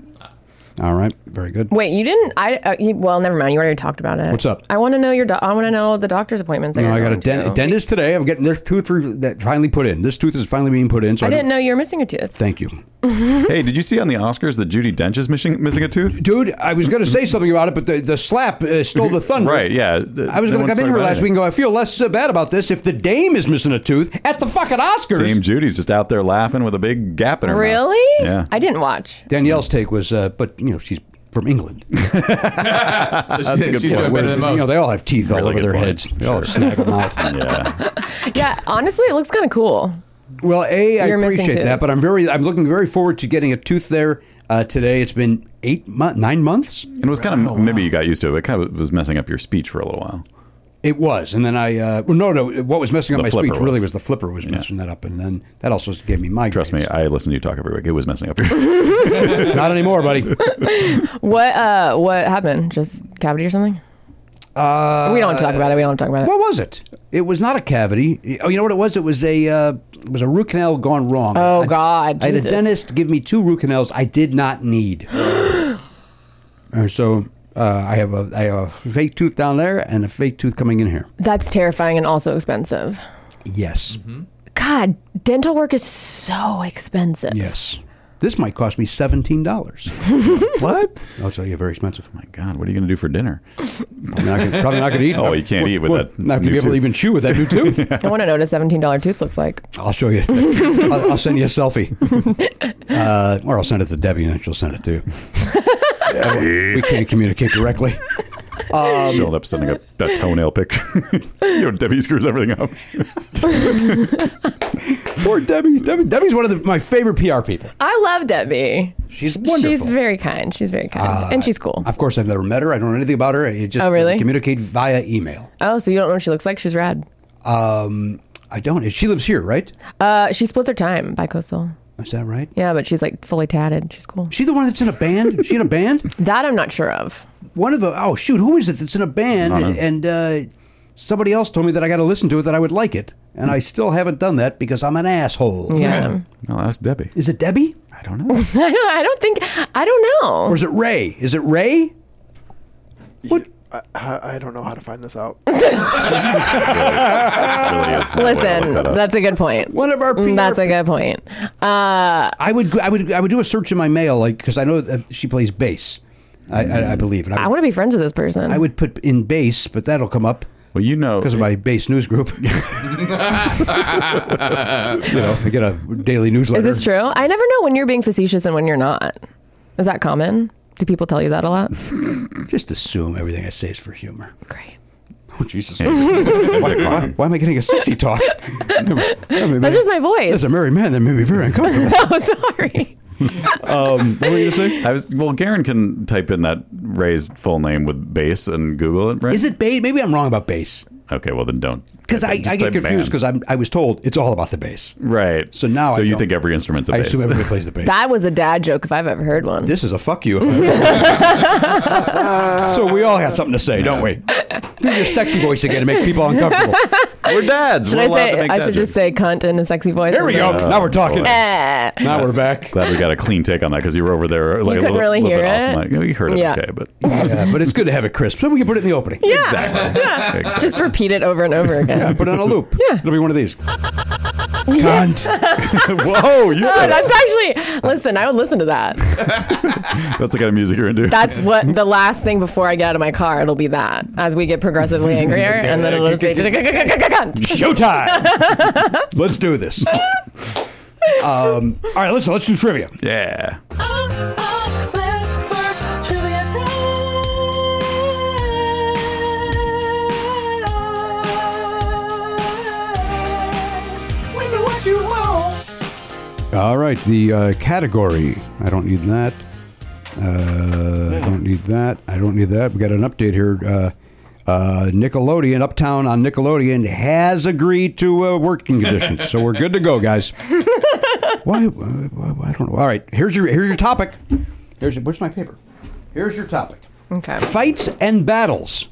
Speaker 1: All right, very good.
Speaker 7: Wait, you didn't? I uh, you, well, never mind. You already talked about it.
Speaker 1: What's up?
Speaker 7: I want to know your. Do- I want to know the doctor's appointments. that
Speaker 1: No,
Speaker 7: you're
Speaker 1: I got a
Speaker 7: going
Speaker 1: dent-
Speaker 7: to.
Speaker 1: dentist today. I'm getting this tooth re- that finally put in. This tooth is finally being put in. So
Speaker 7: I
Speaker 1: I,
Speaker 7: didn't
Speaker 1: don't-
Speaker 7: know you were missing a tooth.
Speaker 1: Thank you.
Speaker 2: hey, did you see on the Oscars that Judy Dench is missing missing a tooth?
Speaker 1: Dude, I was going to say something about it, but the, the slap uh, stole the thunder.
Speaker 2: Right. Yeah.
Speaker 1: I was going to come in here last week and go, I feel less uh, bad about this if the dame is missing a tooth at the fucking Oscars.
Speaker 2: Dame Judy's just out there laughing with a big gap in her mouth.
Speaker 7: Really?
Speaker 2: Yeah.
Speaker 7: I didn't watch.
Speaker 1: Danielle's take was, uh, but, you know, she's from England.
Speaker 4: So she- she's doing better
Speaker 1: you
Speaker 4: than
Speaker 1: know,
Speaker 4: most.
Speaker 1: they all have teeth all
Speaker 2: Really
Speaker 1: over
Speaker 2: good
Speaker 1: their
Speaker 2: point.
Speaker 1: heads. They all have snaggle mouth.
Speaker 2: yeah.
Speaker 7: Yeah. honestly, it looks kind of cool.
Speaker 1: Well, A, I
Speaker 7: You're missing
Speaker 1: appreciate that,
Speaker 7: tooth.
Speaker 1: but I'm very, I'm looking very forward to getting a tooth there uh, today. It's been eight, mo- nine months.
Speaker 2: And it was kind of maybe you got used to it, but it kind of was messing up your speech for a little while.
Speaker 1: It was, and then I uh, well, no, no. What was messing up
Speaker 2: The
Speaker 1: my
Speaker 2: flipper
Speaker 1: speech really
Speaker 2: was.
Speaker 1: was the flipper was messing that up, and then that also gave me migraines.
Speaker 2: Trust me, I listen to you talk every week. It was messing up your.
Speaker 1: it's not anymore, buddy.
Speaker 7: What uh What happened? Just cavity or something?
Speaker 1: Uh,
Speaker 7: we don't want to talk about it. We don't want to talk about it.
Speaker 1: What was it? It was not a cavity. Oh, you know what it was? It was a uh, it was a root canal gone wrong.
Speaker 7: Oh,
Speaker 1: I-
Speaker 7: God,
Speaker 1: I had a
Speaker 7: Jesus.
Speaker 1: dentist give me two root canals I did not need, and so uh, I have a I have a fake tooth down there and a fake tooth coming in here.
Speaker 7: That's terrifying and also expensive.
Speaker 1: Yes,
Speaker 7: Mm-hmm. God, dental work is so expensive.
Speaker 1: yes. This might cost me seventeen dollars.
Speaker 2: what?
Speaker 1: Oh, so yeah, very expensive.
Speaker 2: My God, what are you going to do for dinner?
Speaker 1: Probably not gonna, probably not gonna eat.
Speaker 2: Oh, you can't eat with
Speaker 1: Well,
Speaker 2: that.
Speaker 1: Not gonna
Speaker 2: new
Speaker 1: be able
Speaker 2: tooth.
Speaker 1: to even chew with that new tooth.
Speaker 7: I want to know what a seventeen dollar tooth looks like.
Speaker 1: I'll show you. I'll, I'll send you a selfie, uh, or I'll send it to Debbie and she'll send it to. you. we can't communicate directly.
Speaker 7: Um,
Speaker 2: She ended up sending a, that toenail pic. you know, Debbie screws everything up.
Speaker 1: Poor Debbie. Debbie. Debbie's one of the, my favorite PR people.
Speaker 7: I love Debbie.
Speaker 1: She's wonderful.
Speaker 7: She's very kind. She's very kind, and she's cool.
Speaker 1: Uh, Of course, I've never met her. I don't know anything about her. I just
Speaker 7: Oh, really?
Speaker 1: we communicate via email.
Speaker 7: oh, so you don't know what she looks like? She's rad.
Speaker 1: Um, I don't. She lives here, right?
Speaker 7: Uh, she splits her time by coastal.
Speaker 1: Is that right?
Speaker 7: Yeah, but she's like fully tatted. She's cool.
Speaker 1: She the one that's in a band? Is she in a band?
Speaker 7: That I'm not sure of.
Speaker 1: One of the oh shoot, who is it that's in a band?
Speaker 2: I don't know.
Speaker 1: And uh, somebody else told me that I got to listen to it that I would like it, and I still haven't done that because I'm an asshole.
Speaker 7: Yeah,
Speaker 2: I'll ask Debbie.
Speaker 1: Is it Debbie
Speaker 2: I don't know.
Speaker 7: I don't. I don't think. I don't know.
Speaker 1: or is it Ray? Is it Ray?
Speaker 5: What? I, I I don't know how to find this out.
Speaker 2: Really is no way to
Speaker 7: Listen,
Speaker 2: look that up.
Speaker 7: that's a good point.
Speaker 1: One of our
Speaker 7: Mm,
Speaker 1: PR
Speaker 7: That's a good point. Uh,
Speaker 1: I would go- I would I would do a search in my mail like because I know that she plays bass, I I, I believe, and I
Speaker 7: I
Speaker 1: would,
Speaker 7: want to be friends with this person.
Speaker 1: I would put in bass, but that'll come up
Speaker 2: Well, you know,
Speaker 1: because of my bass news group. you know, I get a daily newsletter.
Speaker 7: Is this true? I never know when you're being facetious and when you're not. Is that common? Do people tell you that a lot?
Speaker 1: Just assume everything I say is for humor.
Speaker 7: Great.
Speaker 1: Oh, Jesus.
Speaker 2: He's a- he's a- he's a clown.
Speaker 1: Why am I getting a sexy talk?
Speaker 7: That's just my voice.
Speaker 1: As a married man, that made me very uncomfortable.
Speaker 7: oh, sorry.
Speaker 1: Um, what were you going to say?
Speaker 2: I was well. Garen can type in that Ray's full name with base and Google it. Right?
Speaker 1: Is it bass? Maybe I'm wrong about bass.
Speaker 2: okay? Well, then don't.
Speaker 1: Because
Speaker 2: type
Speaker 1: I,
Speaker 2: it. Just
Speaker 1: I get
Speaker 2: type
Speaker 1: confused because
Speaker 2: band.
Speaker 1: I was told it's all about the bass.
Speaker 2: right.
Speaker 1: So now
Speaker 2: so
Speaker 1: I
Speaker 2: you
Speaker 1: don't.
Speaker 2: think every instrument's a
Speaker 1: I
Speaker 2: bass?
Speaker 1: assume everybody plays the bass.
Speaker 7: That was a dad joke if I've ever heard one.
Speaker 1: this is a fuck you. so we all got something to say, don't we? Do your sexy voice again to make people uncomfortable.
Speaker 2: We're dads.
Speaker 7: should
Speaker 2: We're
Speaker 7: I
Speaker 2: allowed to
Speaker 7: say?
Speaker 2: make
Speaker 7: I
Speaker 2: dad
Speaker 7: should
Speaker 2: jokes.
Speaker 7: just say cunt in a sexy voice.
Speaker 1: There we go. now we're talking.
Speaker 7: Eh.
Speaker 1: Now we're back.
Speaker 2: Glad we got a clean take on that because you were over there. Like,
Speaker 7: couldn't
Speaker 2: a little,
Speaker 7: really
Speaker 2: little
Speaker 7: hear
Speaker 2: bit off
Speaker 7: it.
Speaker 2: mic. You know, You heard it,
Speaker 7: Yeah.
Speaker 2: okay? But
Speaker 1: Yeah, but it's good to have it crisp. So we can put it in the opening.
Speaker 7: Yeah.
Speaker 2: exactly. exactly.
Speaker 7: Just repeat it over and over again.
Speaker 1: Put it on a loop. Yeah. It'll be one of these. Cunt.
Speaker 2: Whoa! You
Speaker 7: Oh,
Speaker 2: said
Speaker 7: that's actually. Listen, I would listen to that.
Speaker 2: that's the kind of music you're into.
Speaker 7: That's what the last thing before I get out of my car. It'll be that as we get progressively angrier, and then it'll just be. cunt.
Speaker 1: Showtime. let's do this. Um, all right, listen, let's do trivia.
Speaker 2: yeah.
Speaker 1: All right, the uh, category. I don't need that. Uh, I don't need that. I don't need that. We got an update here. Uh, uh, Nickelodeon, Uptown on Nickelodeon, has agreed to uh, working conditions, so we're good to go, guys. why, why- why? I don't know. All right, here's your here's your topic. Here's your, where's my paper? Here's your topic.
Speaker 7: Okay.
Speaker 1: Fights and battles.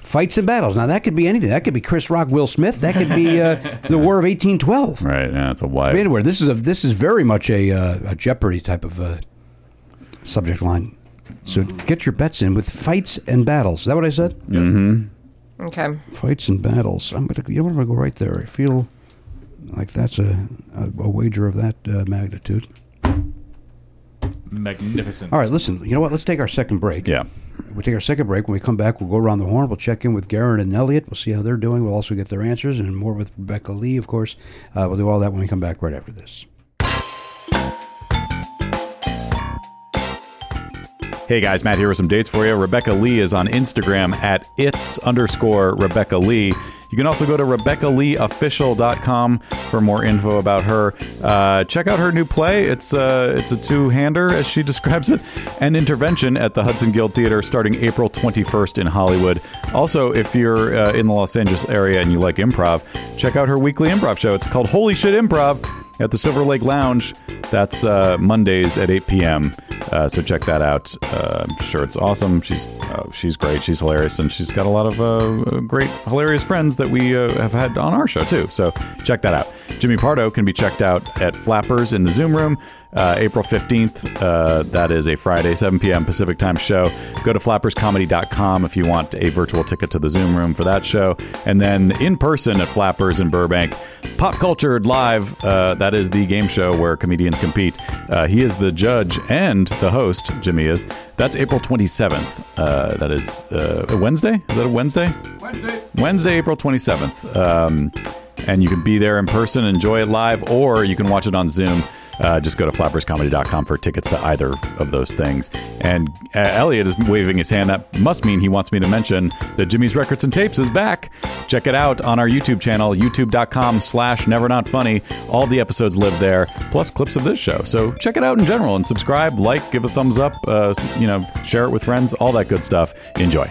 Speaker 1: Fights and battles. Now that could be anything. That could be Chris Rock, Will Smith. That could be uh, the War of 1812.
Speaker 2: Right. Yeah. It's a wide.
Speaker 1: I mean, anywhere. This is a this is very much a, uh, a Jeopardy type of uh, subject line. So get your bets in with fights and battles. Is that what I said?
Speaker 7: Okay.
Speaker 1: Fights and battles. I'm gonna. You know what? I'm gonna go right there. I feel like that's a a, a wager of that uh, magnitude.
Speaker 4: Magnificent.
Speaker 1: All right, listen. You know what? Let's take our second break.
Speaker 2: yeah.
Speaker 1: We'll take our second break. When we come back, we'll go around the horn. We'll check in with Garen and Elliot. We'll see how they're doing. We'll also get their answers and more with Rebecca Lee, of course. Uh, we'll do all that when we come back right after this.
Speaker 2: Hey guys, Matt here with some dates for you. Rebecca Lee is on Instagram at its underscore Rebecca Lee. You can also go to RebeccaLeeOfficial.com for more info about her. Uh, check out her new play. It's, uh, it's a two hander, as she describes it, and intervention at the Hudson Guild Theater starting April 21st in Hollywood. Also, if you're uh, in the Los Angeles area and you like improv, check out her weekly improv show. It's called Holy Shit Improv at the Silver Lake Lounge. That's uh, Mondays at 8 p.m. Uh, so check that out. Uh, I'm sure it's awesome. She's uh, she's great. She's hilarious, and she's got a lot of uh, great, hilarious friends that we uh, have had on our show too. So check that out. Jimmy Pardo can be checked out at Flappers in the Zoom Room, uh, April 15th. Uh, that is a Friday, 7 p.m. Pacific Time show. Go to flapperscomedy.com if you want a virtual ticket to the Zoom Room for that show, and then in person at Flappers in Burbank. Pop Cultured Live, uh, that is the game show where comedians compete. Uh, he is the judge and the host, Jimmy is. That's April 27th. Uh, that is uh, a Wednesday? Is that a Wednesday? Wednesday. Wednesday, April 27th. Um, and you can be there in person, enjoy it live, or you can watch it on Zoom. Uh, just go to flapperscomedy.com for tickets to either of those things. And uh, Elliot is waving his hand. That must mean he wants me to mention that Jimmy's Records and Tapes is back. Check it out on our YouTube channel, youtube.com slash never not funny. All the episodes live there, plus clips of this show. So check it out in general and subscribe, like, give a thumbs up, uh, s- you know, share it with friends, all that good stuff. Enjoy.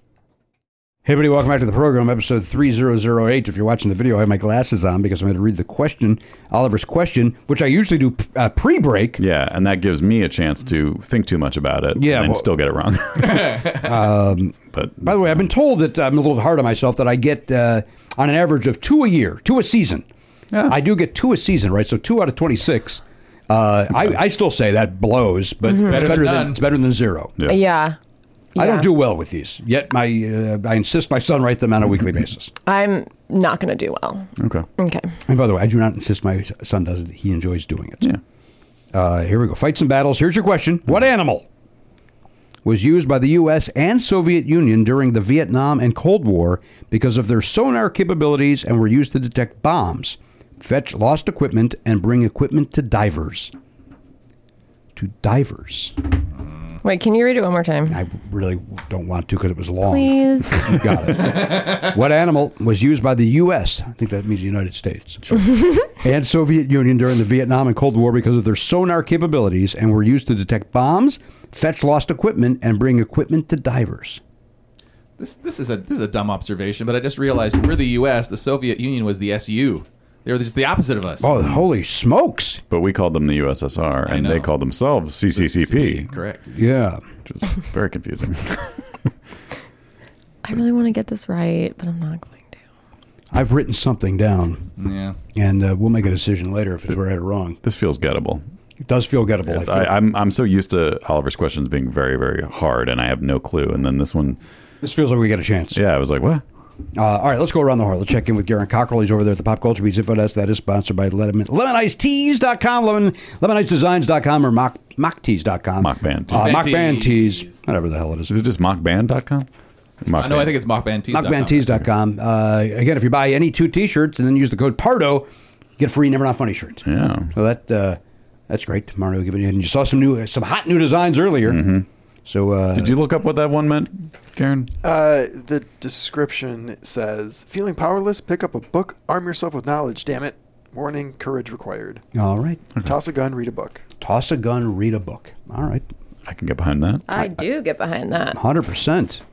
Speaker 1: Hey, everybody, welcome back to the program, episode 3008. If you're watching the video, I have my glasses on because I'm going to read the question, Oliver's question, which I usually do uh, pre break.
Speaker 2: Yeah, and that gives me a chance to think too much about it.
Speaker 1: Yeah,
Speaker 2: and
Speaker 1: well-
Speaker 2: still get it wrong. but
Speaker 1: By the way, I've been told that I'm a little hard on myself that I get uh, on an average of two a year, two a season.
Speaker 2: Yeah.
Speaker 1: I do get two a season, right? So two out of 26. Uh, I, I still say that blows, but it's better,
Speaker 4: better than
Speaker 1: than,
Speaker 4: none.
Speaker 1: it's better than zero.
Speaker 2: Yeah.
Speaker 7: Yeah.
Speaker 1: I
Speaker 7: Yeah.
Speaker 1: don't do well with these yet. My uh, I insist my son write them on a weekly basis.
Speaker 7: I'm not going to do well.
Speaker 2: okay.
Speaker 7: Okay.
Speaker 1: And by the way, I do not insist my son does it. He enjoys doing it.
Speaker 2: Yeah.
Speaker 1: Uh, here we go. Fights and battles. Here's your question. What animal was used by the U.S. and Soviet Union during the Vietnam and Cold War because of their sonar capabilities and were used to detect bombs, fetch lost equipment, and bring equipment to divers? To divers.
Speaker 7: Wait, can you read it one more time?
Speaker 1: I really don't want to because it was long.
Speaker 7: Please.
Speaker 1: You got it. what animal was used by the U.S. I think that means the United States and Soviet Union during the Vietnam and Cold War because of their sonar capabilities and were used to detect bombs, fetch lost equipment, and bring equipment to divers.
Speaker 4: This this is a this is a dumb observation, but I just realized we're the U.S. The Soviet Union was the SU. They were just the opposite of us.
Speaker 1: Oh, holy smokes!
Speaker 2: But we called them the USSR, and they
Speaker 4: know.
Speaker 2: called themselves CCCP,
Speaker 4: Correct.
Speaker 1: Yeah.
Speaker 2: which is very confusing.
Speaker 7: I really want to get this right, but I'm not going to.
Speaker 1: I've written something down,
Speaker 4: Yeah.
Speaker 1: and uh, we'll make a decision later if it's right or wrong.
Speaker 2: this feels gettable.
Speaker 1: It does feel gettable. I feel.
Speaker 2: I, I'm I'm so used to Oliver's questions being very very hard, and I have no clue. And then this one,
Speaker 1: this feels like we get a chance.
Speaker 2: yeah, I was like, what?
Speaker 1: Uh, all right, let's go around the horn. Let's check in with Garen Cockrell. He's over there at the Pop Culture Beats Info Desk. That is sponsored by Lemon, LemonIceTees.com, Lemon, LemoniceDesigns.com, or Mock, MockTees.com.
Speaker 2: Mock Band.
Speaker 1: Uh, mock
Speaker 4: Tees.
Speaker 1: Band Tees. Whatever the hell it is.
Speaker 2: Is it just mockband.com? Mock
Speaker 4: I know. I think it's mockbandtees.com.
Speaker 1: MockBandTees.com. Uh, again, if you buy any two T-shirts and then use the code PARDO, get a free Never Not Funny shirt.
Speaker 2: yeah.
Speaker 1: So that uh, that's great. Mario giving you and you saw some new, some hot new designs earlier.
Speaker 2: Mm-hmm.
Speaker 1: So uh,
Speaker 2: Did you look up what that one meant, Karen?
Speaker 5: Uh, the description says Feeling powerless? Pick up a book, arm yourself with knowledge, damn it. Warning, courage required.
Speaker 1: all right,
Speaker 5: Toss a gun, read a book.
Speaker 1: toss a gun, read a book. All right,
Speaker 2: I can get behind that.
Speaker 1: Uh,
Speaker 7: I do get behind that.
Speaker 1: hundred percent.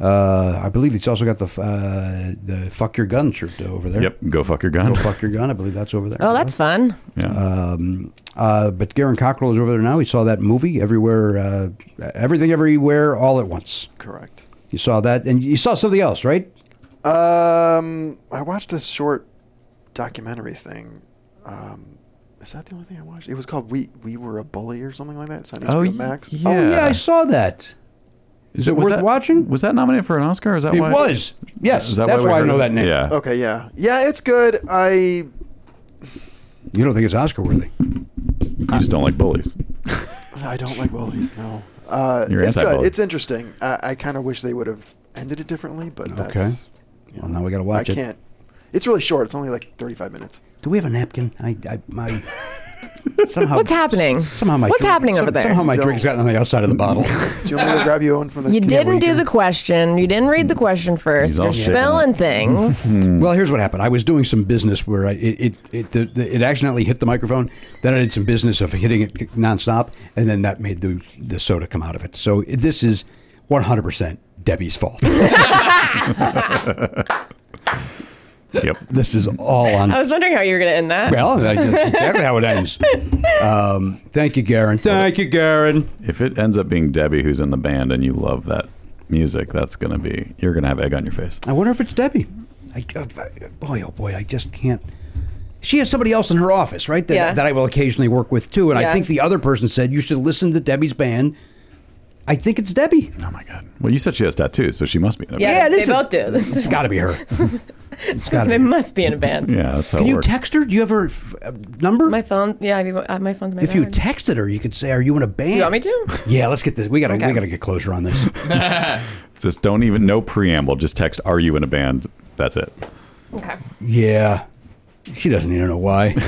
Speaker 1: Uh, I believe it's also got the uh, the fuck your gun shirt over there.
Speaker 2: Yep. Go fuck your gun.
Speaker 1: Go fuck your gun. I believe that's over there.
Speaker 7: Oh, that's fun.
Speaker 2: yeah.
Speaker 1: Um, uh, but Garen Cockrell is over there now. He saw that movie everywhere, uh, everything everywhere, all at once.
Speaker 5: Correct.
Speaker 1: You saw that, and you saw something else, right?
Speaker 5: Um, I watched this short documentary thing. Um, is that the only thing I watched? It was called "We We Were a Bully" or something like that. It's on HBO Max.
Speaker 2: yeah.
Speaker 1: Oh yeah, I saw that.
Speaker 2: Is
Speaker 1: it worth watching?
Speaker 2: Was that nominated for an Oscar? Or is that
Speaker 1: It
Speaker 2: why?
Speaker 1: was. Yes,
Speaker 2: Is that
Speaker 1: that's
Speaker 2: why, we
Speaker 1: why, I
Speaker 2: heard
Speaker 1: know
Speaker 2: it?
Speaker 1: that name.
Speaker 2: Yeah.
Speaker 5: Oh, Okay, yeah, yeah, it's good. I
Speaker 1: You don't think it's Oscar worthy?
Speaker 2: You just don't like bullies.
Speaker 5: I don't like bullies. No, uh,
Speaker 2: You're
Speaker 5: it's
Speaker 2: anti-bully.
Speaker 5: good. It's interesting. I, I kind of wish they would have ended it differently, but that's, you
Speaker 1: Well, now we gotta watch
Speaker 5: I
Speaker 1: it.
Speaker 5: can't. It's really short. It's only like thirty-five minutes.
Speaker 1: Do we have a napkin? I, I my. Somehow,
Speaker 7: What's happening?
Speaker 1: Somehow my
Speaker 7: What's
Speaker 1: drink-
Speaker 7: happening over there?
Speaker 1: Somehow my
Speaker 5: Don't.
Speaker 1: drink's got on the outside of the bottle.
Speaker 5: Do you want me to grab you one from the?
Speaker 7: You didn't
Speaker 1: we
Speaker 7: do
Speaker 1: can-
Speaker 7: the question. You didn't read the question first.
Speaker 2: He's all
Speaker 7: You're
Speaker 2: shaken
Speaker 7: spelling things.
Speaker 1: Well, here's what happened. I was doing some business where I, it it it, the, the, it accidentally hit the microphone. Then I did some business of hitting it nonstop, and then that made the the soda come out of it. So this is 100 percent Debbie's fault.
Speaker 2: Yep.
Speaker 1: this is all on.
Speaker 7: I was wondering how you were going to end that.
Speaker 1: Well, that's exactly how it ends. Um, thank you, Garen. Thank you, Garen.
Speaker 2: If it ends up being Debbie who's in the band and you love that music, that's gonna be you're gonna have egg on your face.
Speaker 1: I wonder if it's Debbie. I, uh, boy, oh boy, I just can't. She has somebody else in her office, right? That,
Speaker 7: Yeah.
Speaker 1: that I will occasionally work with too. And I
Speaker 7: Yeah.
Speaker 1: think the other person said you should listen to Debbie's band. I think it's Debbie.
Speaker 2: Oh my god. Well, you said she has tattoos, so she must be. In a
Speaker 7: yeah,
Speaker 1: Yeah,
Speaker 7: they
Speaker 1: this is-
Speaker 7: both do. This
Speaker 1: It's
Speaker 7: is-
Speaker 1: got to be her. It's got to
Speaker 7: they
Speaker 1: be. her.
Speaker 7: must be in a band.
Speaker 2: band. Yeah, that's how
Speaker 1: Can
Speaker 2: it
Speaker 1: you
Speaker 2: works.
Speaker 1: text her? Do you have her f- uh, number?
Speaker 7: My phone. Yeah, I mean, uh, my phone's my
Speaker 1: if you
Speaker 7: bag.
Speaker 1: texted her, you could say, "Are you in a band?"
Speaker 7: Do you want me to?
Speaker 1: Yeah, let's get this. We gotta we
Speaker 7: Okay.
Speaker 1: gotta get closure on this.
Speaker 2: Just don't even no preamble. Just text "Are you in a band?" That's it.
Speaker 7: Okay.
Speaker 1: yeah, she doesn't even know why. In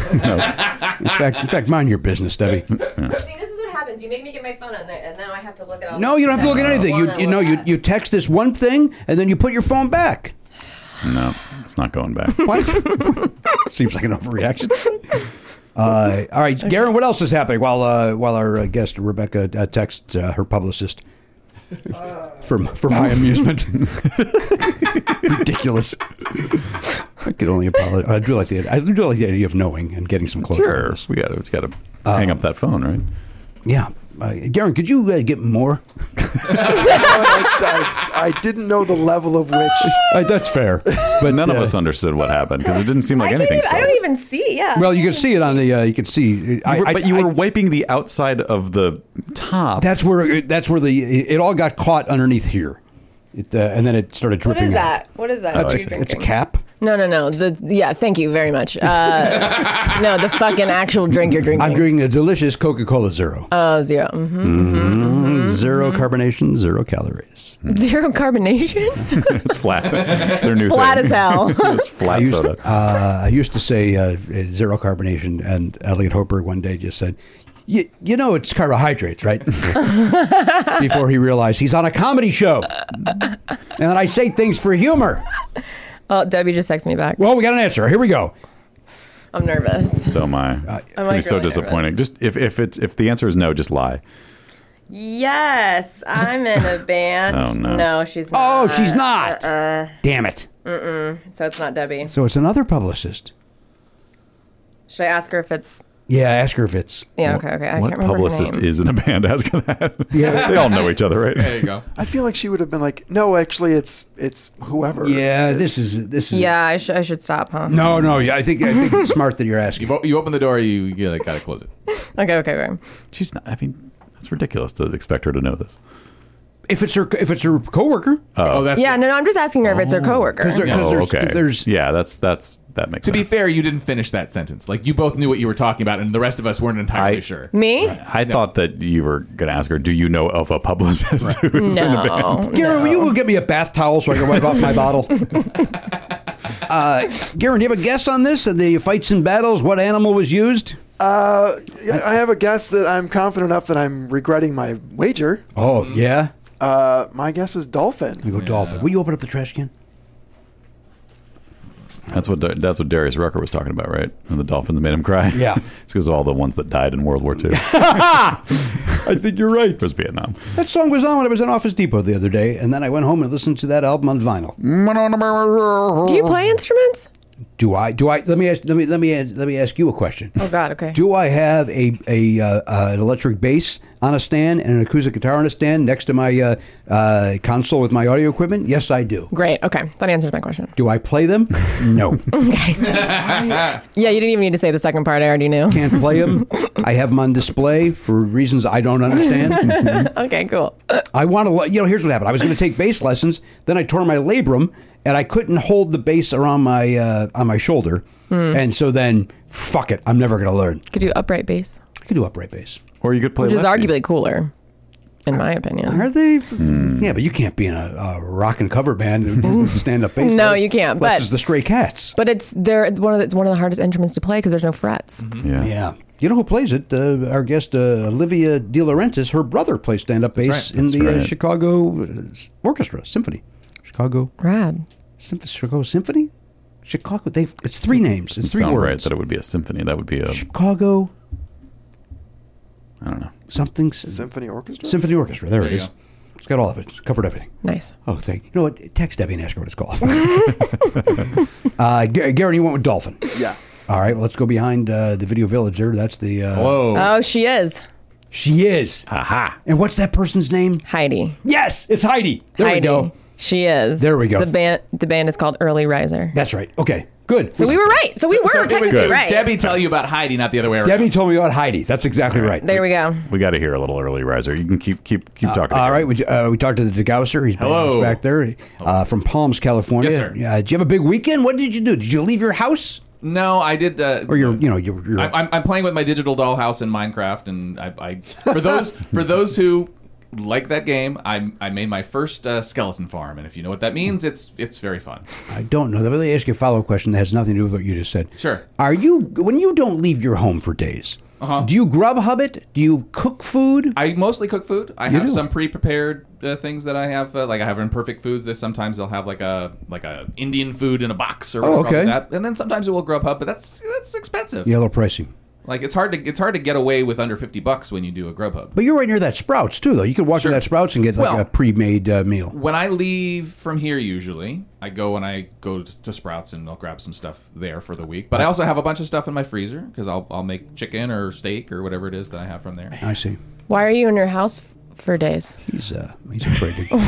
Speaker 1: fact, in fact, mind your business, Debbie.
Speaker 6: See, this is what happens. You make me get my phone on there, and now I have to look at all.
Speaker 1: No, you don't have to look at anything. You, you know, you, you text this one thing and then you put your phone back.
Speaker 2: No, it's not going back.
Speaker 1: What? Seems like an overreaction. Uh, all right, Garen, what else is happening while uh, while our uh, guest Rebecca uh, texts uh, her publicist? for for my amusement. Ridiculous. I could only apologize. I do like the I do like the idea of knowing and getting some closure.
Speaker 2: Sure, we got to got to
Speaker 1: Uh,
Speaker 2: hang up that phone, right?
Speaker 1: Yeah, uh, Garen, could you uh, get more?
Speaker 5: I, I didn't know the level of which.
Speaker 1: Uh, that's fair.
Speaker 2: But none of us understood what happened because it didn't seem like
Speaker 6: I, can't
Speaker 2: anything.
Speaker 6: even, I don't even see. Yeah.
Speaker 1: Well, you can see it on the. Uh, you can see. I, I-
Speaker 2: but you were
Speaker 1: I-
Speaker 2: wiping the outside of the top.
Speaker 1: that's where. That's where the. It all got caught underneath here, it, uh, and then it started
Speaker 6: What
Speaker 1: dripping.
Speaker 6: is
Speaker 1: out.
Speaker 6: that? What is that?
Speaker 1: That's
Speaker 6: that
Speaker 1: a-
Speaker 6: you're
Speaker 1: Oh, it's a
Speaker 6: drinking?
Speaker 1: cap.
Speaker 7: No, no, no. The yeah, thank you very much. Uh, no, the fucking actual drink you're drinking.
Speaker 1: I'm drinking a delicious Coca-Cola Zero.
Speaker 7: oh, 0 Mm-hmm.
Speaker 1: 0 carbonation, zero calories.
Speaker 7: Zero carbonation.
Speaker 2: it's flat. It's their new
Speaker 7: Flat
Speaker 2: thing.
Speaker 7: as hell.
Speaker 2: it's flat soda.
Speaker 1: Uh, I used to say uh, zero carbonation, and Elliot Hoberg one day just said, "Y- "You know, it's carbohydrates, right?" Before he realized he's on a comedy show, and then I say things for humor.
Speaker 7: Oh, Debbie just texted me back.
Speaker 1: Well, we got an answer. Here we go.
Speaker 7: I'm nervous.
Speaker 2: so am I. it's gonna
Speaker 7: like
Speaker 2: be so
Speaker 7: really
Speaker 2: disappointing. Just if if it's if the answer is no, just lie.
Speaker 6: Yes, I'm in a band.
Speaker 2: Oh, no.
Speaker 6: she's
Speaker 1: Oh,
Speaker 6: not.
Speaker 1: she's not. Damn it.
Speaker 6: So it's not Debbie.
Speaker 1: So it's another publicist.
Speaker 6: Should I ask her if it's?
Speaker 1: Yeah, ask her if it's.
Speaker 7: Yeah. Okay. Okay. I
Speaker 2: what
Speaker 7: can't remember
Speaker 2: publicist
Speaker 7: her name.
Speaker 2: is in a band? Ask her that. Yeah, they all know each other, right?
Speaker 4: There you go.
Speaker 5: I feel like she would have been like, no, actually, it's it's whoever.
Speaker 1: Yeah, this is this is.
Speaker 7: Yeah, I, sh- I should stop, huh?
Speaker 1: No, no. yeah, I think I think it's smart that you're asking.
Speaker 4: You, you open the door, you, you gotta, gotta close it.
Speaker 7: Okay, okay, okay.
Speaker 2: She's not. I mean, that's ridiculous to expect her to know this.
Speaker 1: If it's her, if it's her coworker,
Speaker 4: Oh, that's
Speaker 7: Yeah, no, no, I'm just asking her if it's her coworker.
Speaker 1: because
Speaker 4: Yeah.
Speaker 2: Oh,
Speaker 1: there's,
Speaker 2: okay.
Speaker 1: there's
Speaker 2: yeah, that's that's that makes
Speaker 4: To be
Speaker 2: sense.
Speaker 4: fair, you didn't finish that sentence. Like you both knew what you were talking about, and the rest of us weren't entirely
Speaker 2: I-
Speaker 4: sure.
Speaker 7: Me?
Speaker 2: I thought that you were going to ask her, do you know of a publicist who is in a band?
Speaker 7: No.
Speaker 1: Garen, will you go get me a bath towel so I can wipe off my bottle? Uh, Garen, do you have a guess on this? The fights and battles, what animal was used?
Speaker 5: Uh, I have a guess that I'm confident enough that I'm regretting my wager.
Speaker 1: Oh, yeah.
Speaker 5: Uh, my guess is dolphin.
Speaker 1: Go dolphin. Will you open up the trash can?
Speaker 2: That's what that's what Darius Rucker was talking about, right? When the dolphins made him cry.
Speaker 1: Yeah.
Speaker 2: it's because of all the ones that died in World War II.
Speaker 1: I think you're right.
Speaker 2: It was Vietnam.
Speaker 1: That song was on when I was in Office Depot the other day, and then I went home and listened to that album on vinyl.
Speaker 7: Do you play instruments?
Speaker 1: Do I? Do I? Let me ask. Let me. Let me. ask- Let me ask you a question.
Speaker 7: Oh God. Okay.
Speaker 1: Do I have a a uh, uh, an electric bass on a stand and an acoustic guitar on a stand next to my uh, uh, console with my audio equipment? Yes, I do.
Speaker 7: Great. Okay. That answers my question.
Speaker 1: Do I play them? No.
Speaker 7: Yeah, you didn't even need to say the second part. I already knew.
Speaker 1: Can't play them. I have them on display for reasons I don't understand.
Speaker 7: okay. Cool.
Speaker 1: I want to, you know, here's what happened. I was going to take bass lessons, then I tore my labrum, and I couldn't hold the bass around my uh, on my shoulder,
Speaker 7: Hmm.
Speaker 1: and so then fuck it, I'm never going to learn.
Speaker 7: Could do upright bass,
Speaker 1: I could do upright bass.
Speaker 2: Or you could play
Speaker 7: which is
Speaker 2: lefty.
Speaker 7: arguably cooler, in my opinion.
Speaker 1: Are they? Yeah, but you can't be in a, a rock and cover band and stand up bass.
Speaker 7: No,
Speaker 1: Like,
Speaker 7: you can't,
Speaker 1: Unless
Speaker 7: but-
Speaker 1: it's the Stray Cats.
Speaker 7: But it's they're one of the, it's one of the hardest instruments to play because there's no frets.
Speaker 1: Mm-hmm.
Speaker 2: Yeah.
Speaker 1: Yeah. You know who plays it? Uh, our guest, uh, Olivia De Laurentiis, her brother plays stand up bass
Speaker 4: right.
Speaker 1: in
Speaker 2: That's
Speaker 1: the uh,
Speaker 2: right.
Speaker 1: Chicago uh, Orchestra Symphony. Chicago,
Speaker 7: Rad.
Speaker 1: Symph- Chicago Symphony? Chicago, they've, it's three names,
Speaker 2: Doesn't
Speaker 1: it's three
Speaker 2: sound
Speaker 1: words.
Speaker 2: right that it would be a symphony. That would be a
Speaker 1: Chicago
Speaker 2: I don't know.
Speaker 1: something.
Speaker 5: Symphony Orchestra?
Speaker 1: Symphony Orchestra, there, it
Speaker 4: you
Speaker 1: is.
Speaker 4: go.
Speaker 1: It's got all of it, it's covered everything.
Speaker 7: Nice.
Speaker 1: Oh, thank you. know what? Text Debbie and ask her what it's called. uh, G- Garen, you went with Dolphin.
Speaker 5: Yeah.
Speaker 1: All right, well, let's go behind uh, the video village there. That's the. Uh,
Speaker 4: Whoa.
Speaker 7: Oh, she is
Speaker 1: She is.
Speaker 2: Aha.
Speaker 1: And what's that person's name?
Speaker 7: Heidi.
Speaker 1: Yes, it's Heidi. There
Speaker 7: Heidi.
Speaker 1: we go.
Speaker 7: She is.
Speaker 1: There we go.
Speaker 7: The band the band is called Early Riser.
Speaker 1: That's right. Okay, good.
Speaker 7: So we were right. So we were
Speaker 4: So it was-
Speaker 7: technically
Speaker 4: it was
Speaker 7: right.
Speaker 4: Debbie tell you about Heidi, not the other way around.
Speaker 1: Debbie told me about Heidi. That's exactly right.
Speaker 7: There we go.
Speaker 2: We got to hear a little early riser. You can keep keep keep talking.
Speaker 1: All
Speaker 2: again.
Speaker 1: right, we, uh, we talked to the DeGausser. He's back-
Speaker 4: Hello.
Speaker 1: he's back there uh, from Palms, California.
Speaker 4: Yes, sir.
Speaker 1: Uh, did you have a big weekend? What did you do? Did you leave your house
Speaker 4: No, I did. Uh,
Speaker 1: or your, you know, your, your
Speaker 4: I, I'm, I'm playing with my digital dollhouse in Minecraft, and I, I for those for those who like that game, I I made my first uh, skeleton farm, and if you know what that means, it's it's very fun.
Speaker 1: I don't know. Let me ask you a follow up question that has nothing to do with what you just said.
Speaker 4: Sure.
Speaker 1: Are you when you don't leave your home for days? Uh-huh. Do you Grubhub it? Do you cook food?
Speaker 4: I mostly cook food. I have
Speaker 1: do?
Speaker 4: some pre-prepared uh, things that I have, uh, like I have imperfect foods. That sometimes they'll have like a like a Indian food in a box or whatever
Speaker 1: Oh, okay.
Speaker 4: like that, and then sometimes it will grub up, but that's that's expensive.
Speaker 1: yeah, a little pricey.
Speaker 4: Like it's hard to it's hard to get away with under fifty bucks when you do a Grubhub.
Speaker 1: But you're right near that Sprouts too, though. You could walk to that Sprouts and get like
Speaker 4: Well-
Speaker 1: a pre-made uh, meal.
Speaker 4: When I leave from here, usually I go and I go to Sprouts and I'll grab some stuff there for the week. But I also have a bunch of stuff in my freezer because I'll I'll make chicken or steak or whatever it is that I have from there.
Speaker 1: I see.
Speaker 7: Why are you in your house f- for days?
Speaker 1: He's uh, he's afraid of co-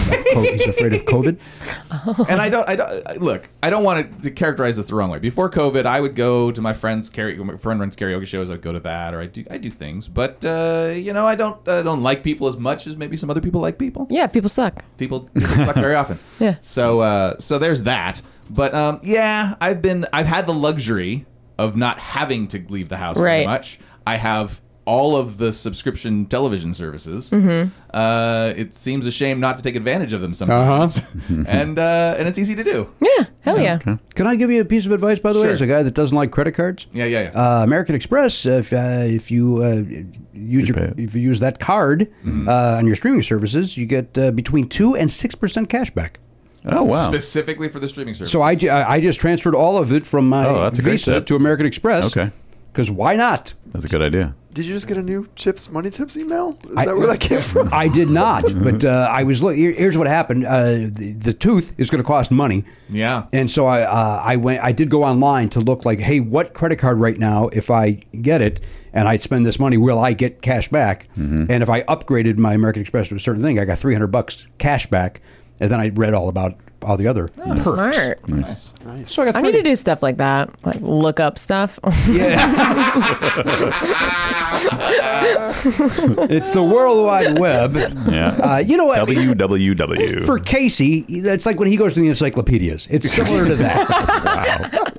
Speaker 1: he's afraid of COVID.
Speaker 4: and I don't, I don't I- look. I don't want to characterize this the wrong way. Before COVID, I would go to my friends' karaoke, my friend runs karaoke shows. I'd go to that, or I do, I do things. But uh, you know, I don't, I don't like people as much as maybe some other people like people.
Speaker 7: Yeah, people suck.
Speaker 4: People, people fuck very often.
Speaker 7: Yeah.
Speaker 4: So, uh, so there's that. But um, yeah, I've been, I've had the luxury of not having to leave the house very
Speaker 7: Right.
Speaker 4: much. I have all of the subscription television services. Uh, it seems a shame not to take advantage of them sometimes, and uh, and it's easy to do.
Speaker 7: Yeah, hell yeah.
Speaker 1: Can I give you a piece of advice, by the way?
Speaker 4: Sure.
Speaker 1: As a guy that doesn't like credit cards,
Speaker 4: Yeah, yeah, yeah.
Speaker 1: uh, American Express. Uh, if uh, if you uh, use
Speaker 2: pay
Speaker 1: your,
Speaker 2: it.
Speaker 1: if you use that card
Speaker 4: Mm-hmm.
Speaker 1: uh, on your streaming services, you get uh, between two and six percent cash back.
Speaker 2: Oh wow.
Speaker 4: Specifically for the streaming service.
Speaker 1: So I, ju- I I just transferred all of it from my
Speaker 2: Oh, that's a great
Speaker 1: Visa
Speaker 2: tip.
Speaker 1: to American Express.
Speaker 2: Okay.
Speaker 1: Because why not?
Speaker 2: That's a good idea.
Speaker 5: Did you just get a new Chips Money Tips email? Is
Speaker 1: I-
Speaker 5: that where that came from?
Speaker 1: I did not, but uh, I was. Look, here- here's what happened. Uh, the, the tooth is going to cost money.
Speaker 4: Yeah.
Speaker 1: And so I, uh, I went. I did go online to look like, hey, what credit card right now? If I get it and I spend this money, will I get cash back?
Speaker 5: Mm-hmm.
Speaker 1: And if I upgraded my American Express to a certain thing, I got 300 bucks cash back. And then I read all about all the other perks.
Speaker 7: Oh, Smart.
Speaker 2: Nice.
Speaker 1: So I got
Speaker 7: I need
Speaker 1: 300
Speaker 7: to do stuff like that, like look up stuff.
Speaker 1: Yeah. it's the World Wide Web.
Speaker 2: Yeah.
Speaker 1: Uh, you know what?
Speaker 2: www.
Speaker 1: For Casey, that's like when he goes to the encyclopedias. It's similar to that.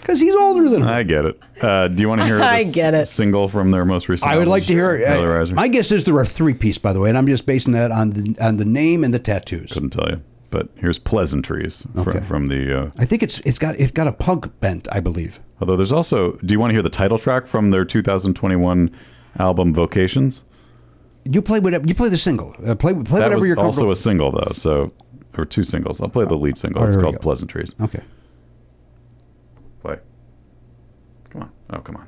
Speaker 1: Because he's older than me.
Speaker 2: I get it. Uh, do you want to hear
Speaker 7: I
Speaker 2: this
Speaker 7: get it.
Speaker 2: single from their most recent?
Speaker 1: I would
Speaker 2: album,
Speaker 1: like to hear.
Speaker 2: Brother
Speaker 1: Uh,
Speaker 2: Riser?
Speaker 1: my guess is there are three piece, by the way, and I'm just basing that on the on the name and the tattoos.
Speaker 2: couldn't tell you. But here's Pleasantries
Speaker 1: Okay.
Speaker 2: from, from the. Uh,
Speaker 1: I think it's it's got it's got a punk bent, I believe.
Speaker 2: although there's also. Do you want to hear the title track from their 2021 album Vocations?
Speaker 1: You play whatever you play the single. Uh, play play
Speaker 2: That
Speaker 1: whatever
Speaker 2: was
Speaker 1: you're
Speaker 2: also
Speaker 1: comfortable.
Speaker 2: a single though, so or two singles. I'll play the lead single.
Speaker 1: Oh,
Speaker 2: it's
Speaker 1: here we
Speaker 2: called
Speaker 1: go.
Speaker 2: Pleasantries.
Speaker 1: okay.
Speaker 2: Play. Come on. Oh, come on.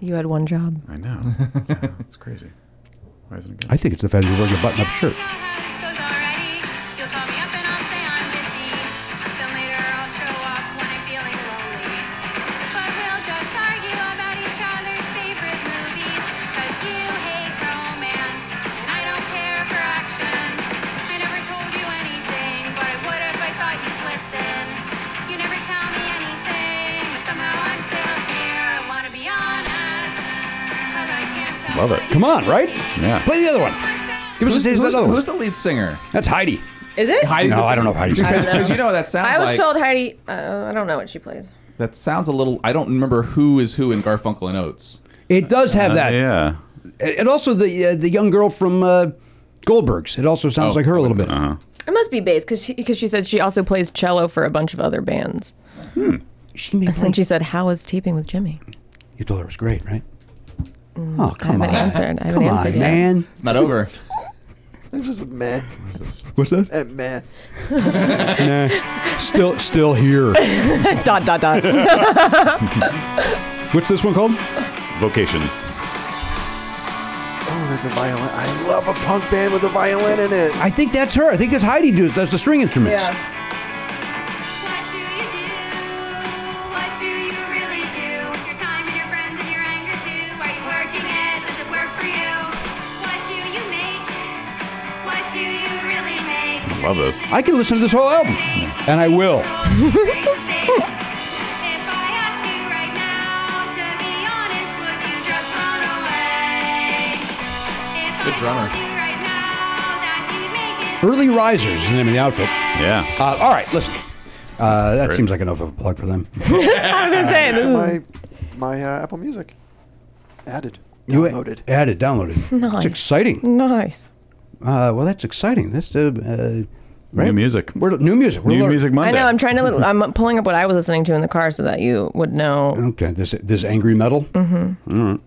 Speaker 7: you had one job.
Speaker 2: I know. It's, it's crazy. Why isn't it good?
Speaker 1: I think it's the fact that you're wearing a button up shirt.
Speaker 2: Love it.
Speaker 1: Come on, right?
Speaker 2: Yeah.
Speaker 1: Play the other one. Give us
Speaker 4: who's,
Speaker 1: a taste of
Speaker 4: who's-
Speaker 1: that other one.
Speaker 4: who's the lead singer?
Speaker 1: That's Heidi.
Speaker 6: Is it?
Speaker 4: Heidi's
Speaker 1: No,
Speaker 4: the
Speaker 1: I don't know if
Speaker 4: singer.
Speaker 1: Heidi's.
Speaker 6: I don't know.
Speaker 4: Because you know what that sounds
Speaker 6: I was
Speaker 4: like.
Speaker 6: told Heidi. Uh, I don't know what she plays.
Speaker 4: that sounds a little. I don't remember who is who in Garfunkel and Oates.
Speaker 1: It does have that.
Speaker 2: Uh, yeah.
Speaker 1: And also the uh, the young girl from uh, Goldberg's. It also sounds
Speaker 4: Oh,
Speaker 1: like her a little bit.
Speaker 7: It must be bass because she, 'cause she said she also plays cello for a bunch of other bands.
Speaker 1: She made
Speaker 7: And she said, "How was taping with Jimmy?"
Speaker 1: You told her it was great, right? Oh
Speaker 7: Mm, I
Speaker 1: come on,
Speaker 7: haven't answered. I haven't
Speaker 1: come
Speaker 7: answered
Speaker 1: on,
Speaker 7: yet.
Speaker 1: man.
Speaker 4: It's not over.
Speaker 5: It's just meh,
Speaker 1: What's that?
Speaker 5: eh, meh.
Speaker 1: Still, still here.
Speaker 7: dot dot dot.
Speaker 1: What's this one called?
Speaker 2: Vocations.
Speaker 5: Oh, there's a violin. I love a punk band with a violin in it.
Speaker 1: I think that's her. I think that's Heidi. Does that's the string instruments?
Speaker 6: Yeah.
Speaker 2: Love this.
Speaker 1: I can listen to this whole album, and I will.
Speaker 4: Good drummer.
Speaker 1: Early risers is the name of the outfit.
Speaker 2: Yeah.
Speaker 1: Uh, all right, listen. Uh, that
Speaker 2: Great.
Speaker 1: seems like enough of a plug for them.
Speaker 7: I was gonna say.
Speaker 1: Mm.
Speaker 5: to my my uh, Apple Music. Added.
Speaker 1: You
Speaker 5: Downloaded.
Speaker 1: added, downloaded. It's
Speaker 7: Nice.
Speaker 1: exciting.
Speaker 7: Nice.
Speaker 1: Uh, well, that's exciting. That's uh, uh, right?
Speaker 2: music.
Speaker 1: We're, new music. We're
Speaker 2: New
Speaker 1: lear-
Speaker 2: Music Monday.
Speaker 7: I know. I'm trying to. li- I'm pulling up what I was listening to in the car so that you would know.
Speaker 1: Okay, this this angry metal. Mm-hmm. right.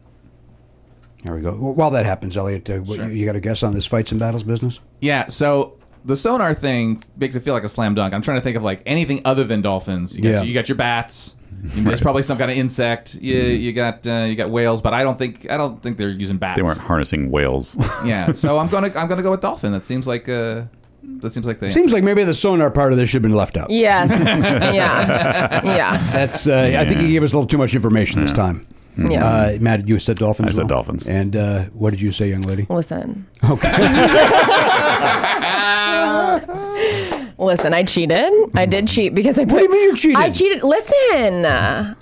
Speaker 1: Here we go. Well, while that happens, Elliot, uh, what, you, you got a guess on this fights and battles business?
Speaker 4: Yeah. So the sonar thing makes it feel like a slam dunk. I'm trying to think of like anything other than dolphins. You got,
Speaker 1: Yeah.
Speaker 4: you got your bats. You- There's probably some kind of insect. You,
Speaker 2: Mm-hmm.
Speaker 4: you got uh, you got whales, but I don't think I don't think they're using bats.
Speaker 2: They weren't harnessing whales.
Speaker 4: Yeah, so I'm gonna I'm gonna go with dolphin. That seems like uh, that seems like the
Speaker 1: Seems like maybe the sonar part of this should have been left out.
Speaker 7: Yes. yeah. Yeah.
Speaker 1: That's. Uh, I think you gave us a little too much information this time.
Speaker 7: Yeah.
Speaker 1: Uh, Matt, you said dolphins.
Speaker 2: Hmm. I
Speaker 1: as
Speaker 2: said
Speaker 1: well?
Speaker 2: dolphins.
Speaker 1: And uh, what did you say, young lady?
Speaker 7: Listen.
Speaker 1: Okay.
Speaker 7: Listen, I cheated. I did cheat because I put.
Speaker 1: Mm. do you mean you cheated?
Speaker 7: I cheated. Listen,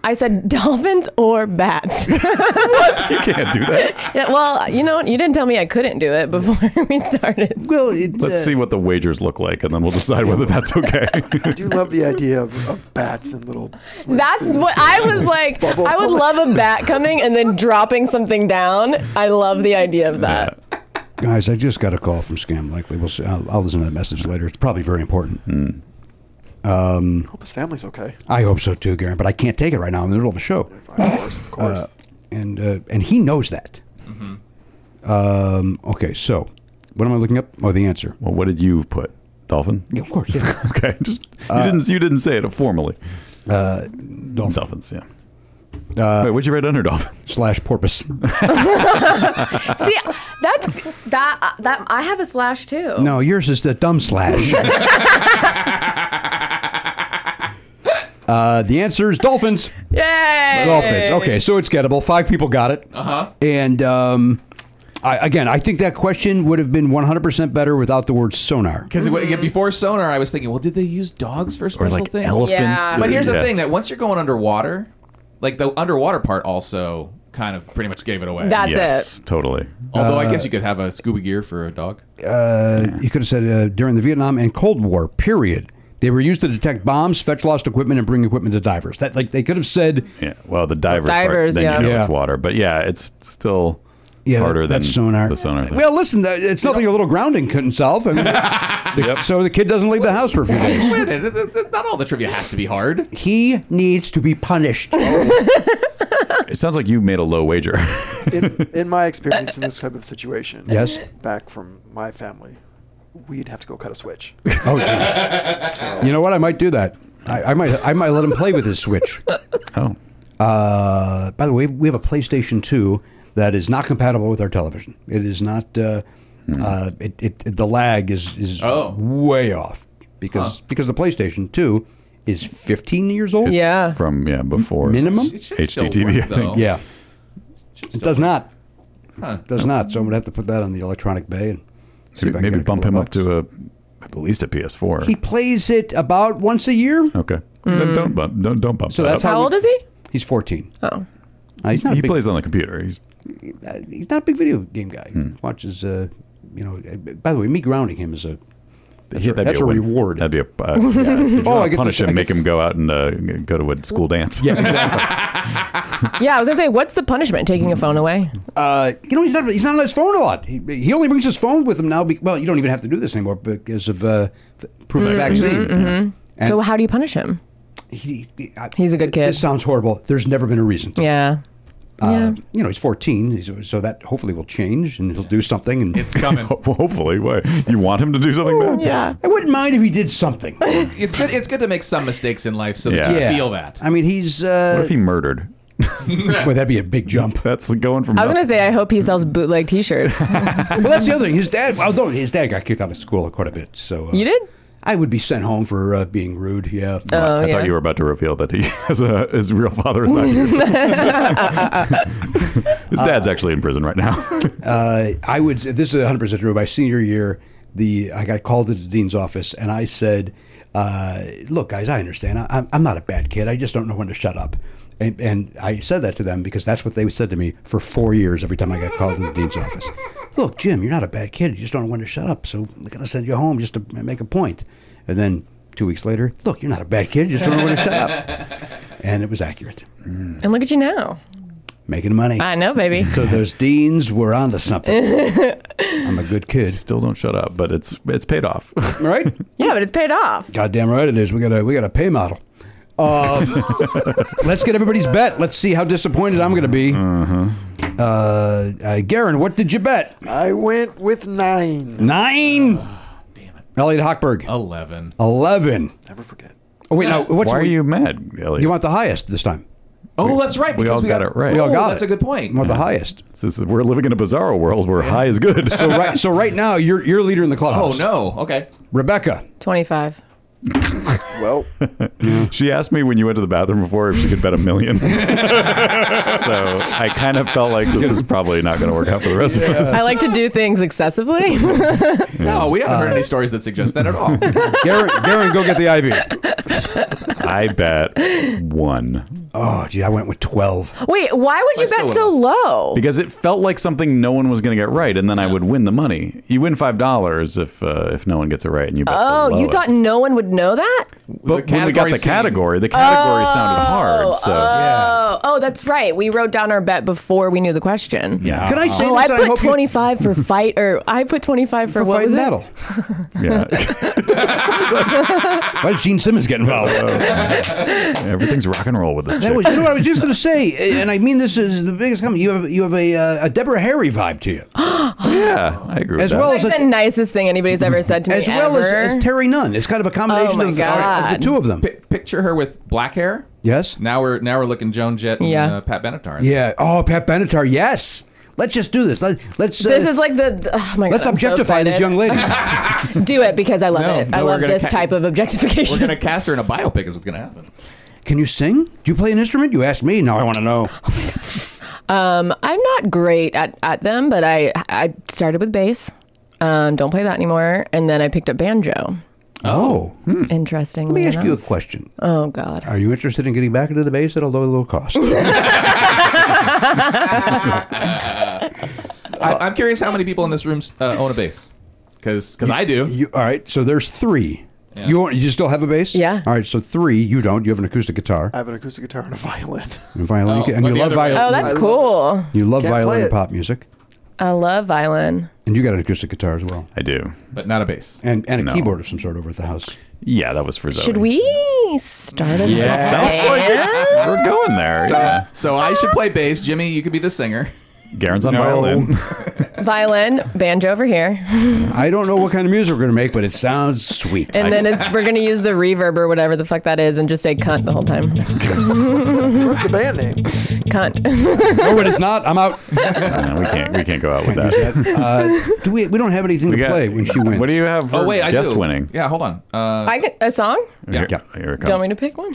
Speaker 7: I said dolphins or bats.
Speaker 2: you can't do that.
Speaker 7: yeah, well, you know what? You didn't tell me I couldn't do it before we started.
Speaker 1: well, uh, it's,
Speaker 2: Let's see what the wagers look like, and then we'll decide whether that's okay.
Speaker 5: I do love the idea of, of bats and little. swimsuits.
Speaker 7: That's what I was like.
Speaker 5: Bubble.
Speaker 7: I would love a bat coming and then dropping something down. I love the idea of that.
Speaker 1: Guys, I just got a call from Scam Likely. We'll see. I'll, I'll listen to that message later. It's probably very important.
Speaker 2: Hmm.
Speaker 5: Hope his family's okay.
Speaker 1: I hope so too, Garen, but I can't take it right now. I'm in the middle of a show.
Speaker 5: Of course, of course.
Speaker 1: Uh, and uh, and he knows that. Um, okay, so what am I looking up? Oh, the answer.
Speaker 2: well, what did you put? Dolphin.
Speaker 1: Yeah, of course, yeah.
Speaker 2: Okay. Just you didn't you didn't say it formally.
Speaker 1: Uh, dolphin Uh,
Speaker 2: Dolphins. Yeah. Wait, what'd you write under dolphin?
Speaker 1: slash porpoise.
Speaker 7: See, that's that that I have a slash too.
Speaker 1: No, yours is the dumb slash. Uh, the answer is dolphins.
Speaker 7: Yay!
Speaker 1: Dolphins. Okay, so it's gettable. Five people got it. Uh huh. And um, I, again, I think that question would have been 100% better without the word sonar.
Speaker 4: because before sonar, I was thinking, well, did they use dogs for
Speaker 2: Or
Speaker 4: special
Speaker 2: like
Speaker 4: things?
Speaker 2: elephants?
Speaker 7: Yeah.
Speaker 2: or-
Speaker 4: But here's the
Speaker 2: yeah.
Speaker 4: thing that once you're going underwater, like the underwater part also kind of pretty much gave it away.
Speaker 7: That's
Speaker 2: Yes, totally.
Speaker 4: Although I guess you could have a scuba gear for a dog.
Speaker 1: Uh, You could have said uh, during the Vietnam and Cold War period. They were used to detect bombs, fetch lost equipment, and bring equipment to divers. That like they could have said,
Speaker 2: Yeah. Well, the divers. Part,
Speaker 7: Divers,
Speaker 2: then
Speaker 7: yeah.
Speaker 2: You know
Speaker 1: Yeah.
Speaker 2: it's water, but yeah, it's still
Speaker 1: yeah,
Speaker 2: harder
Speaker 1: that's
Speaker 2: than
Speaker 1: sonar.
Speaker 2: The sonar. Thing.
Speaker 1: Well, listen, that- it's nothing a little grounding couldn't solve. I mean, the- So the kid doesn't leave the house for a few days.
Speaker 4: Wait a minute, th- th- not all the trivia has to be hard.
Speaker 1: He needs to be punished.
Speaker 2: it sounds like you made a low wager.
Speaker 5: in, in my experience in this type of situation,
Speaker 1: Yes.
Speaker 5: back from my family, we'd have to go cut a switch.
Speaker 1: Oh, jeez. You know what? I might do that. I, I might. I might let him play with his Switch.
Speaker 2: oh.
Speaker 1: Uh, by the way, we have a PlayStation Two that is not compatible with our television. It is not. Uh,
Speaker 2: Hmm.
Speaker 1: uh, it, it the lag is is
Speaker 4: Oh.
Speaker 1: way off because because the PlayStation Two is 15 years old.
Speaker 7: Yeah.
Speaker 2: From yeah before
Speaker 1: minimum.
Speaker 4: It should still
Speaker 2: HDTV. I think.
Speaker 4: work, though.
Speaker 1: Yeah,
Speaker 4: should
Speaker 1: it
Speaker 4: still
Speaker 1: does not.
Speaker 4: Huh.
Speaker 1: It does not. So I'm gonna have to put that on the electronic bay and see if
Speaker 2: Maybe,
Speaker 1: I can
Speaker 2: maybe
Speaker 1: get a
Speaker 2: bump
Speaker 1: couple
Speaker 2: him
Speaker 1: of
Speaker 2: up
Speaker 1: bucks.
Speaker 2: to a at least a PS4.
Speaker 1: He plays it about once a year.
Speaker 2: okay. Then don't bump. Don't don't bump.
Speaker 1: Mm. So
Speaker 2: that
Speaker 1: that's
Speaker 2: up.
Speaker 7: How old is he?
Speaker 1: He's 14.
Speaker 7: Oh,
Speaker 1: Uh, he's not. a
Speaker 2: he
Speaker 1: big-
Speaker 2: plays on the computer. He's
Speaker 1: uh, he's not a big video game guy.
Speaker 2: Hmm.
Speaker 1: Watches, uh, you know. uh, By the way, me grounding him is a that's, a,
Speaker 2: that'd be
Speaker 1: that's a,
Speaker 2: win.
Speaker 1: reward.
Speaker 2: That'd be a uh, yeah, if you
Speaker 1: Oh,
Speaker 2: wanna
Speaker 1: I get to
Speaker 2: punish
Speaker 1: see-
Speaker 2: him,
Speaker 1: I
Speaker 2: make
Speaker 1: get-
Speaker 2: him go out and uh, go to a school dance.
Speaker 1: yeah, exactly.
Speaker 7: yeah. I was gonna say, what's the punishment? Taking a phone away?
Speaker 1: uh, you know, he's not he's not on his phone a lot. He, he only brings his phone with him now. Be, well, you don't even have to do this anymore because of uh, the proof
Speaker 7: Mm-hmm,
Speaker 1: of vaccine. And
Speaker 7: so how do you punish him?
Speaker 1: he, he- I-
Speaker 7: He's a good kid.
Speaker 1: This sounds horrible. There's never been a reason. To.
Speaker 7: Yeah.
Speaker 1: Uh, you know, he's 14, he's, so that hopefully will change and he'll do something. And
Speaker 4: It's coming.
Speaker 2: Ho- Hopefully, why you want him to do something bad?
Speaker 7: Yeah.
Speaker 1: I wouldn't mind if he did something.
Speaker 4: it's good. It's good to make some mistakes in life so
Speaker 2: Yeah.
Speaker 4: that you
Speaker 1: Yeah.
Speaker 4: feel that.
Speaker 1: I mean, he's.
Speaker 2: What
Speaker 1: Uh,
Speaker 2: if he murdered?
Speaker 1: boy, that'd be a big jump.
Speaker 2: That's going from.
Speaker 7: I was gonna
Speaker 2: nothing-
Speaker 7: say, I hope he sells bootleg T-shirts.
Speaker 1: Well, that's the other thing. His dad, although his dad got kicked out of school quite a bit, so uh,
Speaker 7: you did?
Speaker 1: I would be sent home for uh, being rude. Yeah.
Speaker 2: I
Speaker 7: Oh, yeah.
Speaker 2: thought you were about to reveal that he has a his real father is not here. his dad's actually in prison right now.
Speaker 1: Uh, I would. This is 100 percent true. My senior year, the I got called to the dean's office, and I said, uh, "Look, guys, I understand. I, I'm- I'm not a bad kid. I just don't know when to shut up." And, and I said that to them because that's what they said to me for four years every time I got called to the dean's office. Look, Jim, you're not a bad kid. You just don't know when to shut up. So we're gonna send you home just to make a point. And then two weeks later, look, you're not a bad kid. You just don't know when to shut up. And it was accurate.
Speaker 7: And look at you now.
Speaker 1: Making money.
Speaker 7: I know, baby.
Speaker 1: So those deans were onto something. I'm a good kid.
Speaker 2: Still don't shut up, but it's it's paid off.
Speaker 1: right?
Speaker 7: Yeah, but it's paid off.
Speaker 1: Goddamn right it is. We got a we got a pay model. Um, let's get everybody's bet. Let's see how disappointed I'm going to be.
Speaker 4: Mm-hmm.
Speaker 1: Uh, uh, Garen, what did you bet?
Speaker 5: I went with nine.
Speaker 1: Nine. Elliot Hochberg,
Speaker 4: Eleven.
Speaker 1: 11.
Speaker 5: Never forget.
Speaker 1: Oh, wait, no. What's
Speaker 2: Why are
Speaker 1: we-
Speaker 2: you mad, Elliot?
Speaker 1: You want the highest this time.
Speaker 4: Oh, that's right.
Speaker 2: we
Speaker 4: because
Speaker 2: all got it right.
Speaker 1: We all
Speaker 4: Oh,
Speaker 1: got
Speaker 4: that's
Speaker 1: it.
Speaker 4: a good point.
Speaker 1: You want the highest.
Speaker 2: This is- we're living in a bizarro world where high is good.
Speaker 1: So right, so right now, you're, you're leader in the
Speaker 4: Oh
Speaker 1: clubhouse.
Speaker 4: no. Okay.
Speaker 1: Rebecca.
Speaker 7: 25.
Speaker 5: Well,
Speaker 2: she asked me when you went to the bathroom before if she could bet a million. so I kind of felt like this is probably not going to work out for the rest of us.
Speaker 7: I like to do things excessively.
Speaker 4: No, we haven't heard any stories that suggest that at all.
Speaker 1: Garen, Garen, go get the IV.
Speaker 2: I bet one
Speaker 1: Oh, gee, I went with 12.
Speaker 7: Wait, why would you
Speaker 4: I still
Speaker 7: bet so low?
Speaker 2: because it felt like something no one was going to get right, and then I would win the money. You win five dollars if uh, if no one gets it right, and you bet.
Speaker 7: Oh,
Speaker 2: the
Speaker 7: you thought
Speaker 2: lowest.
Speaker 7: no one would know that?
Speaker 2: But
Speaker 4: The
Speaker 2: when we got
Speaker 4: category
Speaker 2: the
Speaker 4: scene.
Speaker 2: category, the category sounded hard. So
Speaker 7: Oh, oh, that's right. We wrote down our bet before we knew the question.
Speaker 2: yeah,
Speaker 1: Can I say
Speaker 7: Oh,
Speaker 1: this?
Speaker 7: I
Speaker 1: and
Speaker 7: put
Speaker 1: hope you-
Speaker 7: 25 for fight, or I put 25 for,
Speaker 1: for
Speaker 7: what
Speaker 1: fight
Speaker 7: was it?
Speaker 1: metal.
Speaker 2: yeah.
Speaker 1: Why did Gene Simmons get involved?
Speaker 2: Everything's rock and roll with this chick.
Speaker 1: That was, you know what I was just going to say, and I mean this is the biggest comment. You have you have a uh, a Deborah Harry vibe to you,
Speaker 2: yeah, I agree. With
Speaker 1: as
Speaker 2: that.
Speaker 1: well
Speaker 7: Like
Speaker 1: as
Speaker 7: the
Speaker 1: a,
Speaker 7: nicest thing anybody's ever said to me
Speaker 1: as well as,
Speaker 7: ever. Oh
Speaker 1: as Terry Nunn. It's kind of a combination
Speaker 7: my
Speaker 1: of, of the
Speaker 7: God.
Speaker 1: two of them.
Speaker 4: Pi picture her with black hair.
Speaker 1: Yes.
Speaker 4: Now we're now we're looking Joan Jett and
Speaker 7: Yeah.
Speaker 4: uh, Pat Benatar.
Speaker 1: Yeah. Oh, Pat Benatar. Yes. Let's just do this. Let, let's.
Speaker 7: this
Speaker 1: uh,
Speaker 7: is like the, the- oh my god.
Speaker 1: Let's
Speaker 7: I'm so
Speaker 1: objectify this
Speaker 7: excited.
Speaker 1: young lady.
Speaker 7: Do it because I love
Speaker 4: No,
Speaker 7: it.
Speaker 4: no,
Speaker 7: I
Speaker 4: we're
Speaker 7: love
Speaker 4: gonna
Speaker 7: this
Speaker 4: ca-
Speaker 7: type of
Speaker 4: We're
Speaker 7: objectification.
Speaker 4: gonna cast her in a biopic. Is what's gonna happen.
Speaker 1: Can you sing? Do you play an instrument? You asked me. Now I want to know.
Speaker 7: Oh. I'm not great at, at them, but I I started with bass. Um, don't play that anymore, and then I picked up banjo.
Speaker 1: Oh. Let
Speaker 7: Interesting.
Speaker 1: me ask you a question.
Speaker 7: Oh God.
Speaker 1: Are you interested in getting back into the bass at a low, low cost?
Speaker 4: I, I'm curious how many people in this room uh, own a bass. Because I do.
Speaker 1: You, all right, so there's three.
Speaker 4: Yeah.
Speaker 1: You want, you still have a bass?
Speaker 7: Yeah.
Speaker 1: All right, so three. You don't. You have an acoustic guitar
Speaker 5: I have an acoustic guitar and a violin.
Speaker 1: and violin,
Speaker 4: Oh,
Speaker 1: and
Speaker 4: but
Speaker 1: you
Speaker 4: the
Speaker 1: love
Speaker 4: other way.
Speaker 1: violin.
Speaker 7: Oh,
Speaker 5: I
Speaker 7: that's
Speaker 5: love
Speaker 7: cool.
Speaker 1: you love
Speaker 5: Can't play
Speaker 1: violin and
Speaker 5: it.
Speaker 1: pop music,
Speaker 7: I love violin.
Speaker 1: and you got an acoustic guitar as well,
Speaker 2: I do.
Speaker 4: but not a bass.
Speaker 1: and and a
Speaker 2: No.
Speaker 1: keyboard of some sort over at the house.
Speaker 2: Yeah, that was for Zoe.
Speaker 7: Should we start it?
Speaker 2: Yeah, sounds like it's, we're going there.
Speaker 4: So,
Speaker 2: yeah.
Speaker 4: so I should play bass. Jimmy, you could be the singer.
Speaker 2: Garen's on violin.
Speaker 7: Violin, banjo over here,
Speaker 1: I don't know what kind of music we're gonna make, but it sounds sweet.
Speaker 7: and then it's we're gonna use the reverb or whatever the fuck that is, and just say cunt the whole time.
Speaker 5: What's the band name?
Speaker 7: Cunt.
Speaker 1: no, it is not. I'm out.
Speaker 2: No, we can't. We can't go out with that.
Speaker 1: Uh, do we? We don't have anything
Speaker 2: We
Speaker 1: to
Speaker 2: got-
Speaker 1: play when she wins.
Speaker 2: What do you have for
Speaker 4: Oh wait, I
Speaker 2: guest
Speaker 4: do.
Speaker 2: winning?
Speaker 4: Yeah, hold on. Uh,
Speaker 7: I get a song.
Speaker 2: Here,
Speaker 4: Yeah.
Speaker 2: here it
Speaker 7: Do you want
Speaker 2: comes.
Speaker 7: me to pick one?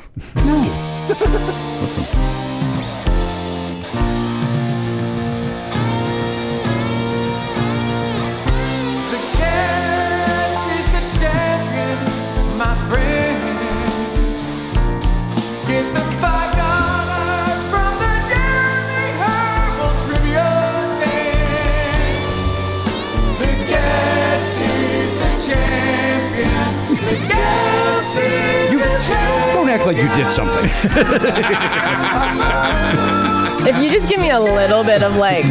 Speaker 2: Listen.
Speaker 3: The guest is the champion, my friend. Get the five dollars from the Jeremy Herbal Tribute. Stand. The guest is the champion. The guest is
Speaker 1: You-
Speaker 3: the champion.
Speaker 1: Don't act like you did something.
Speaker 7: If you just give me a little bit of like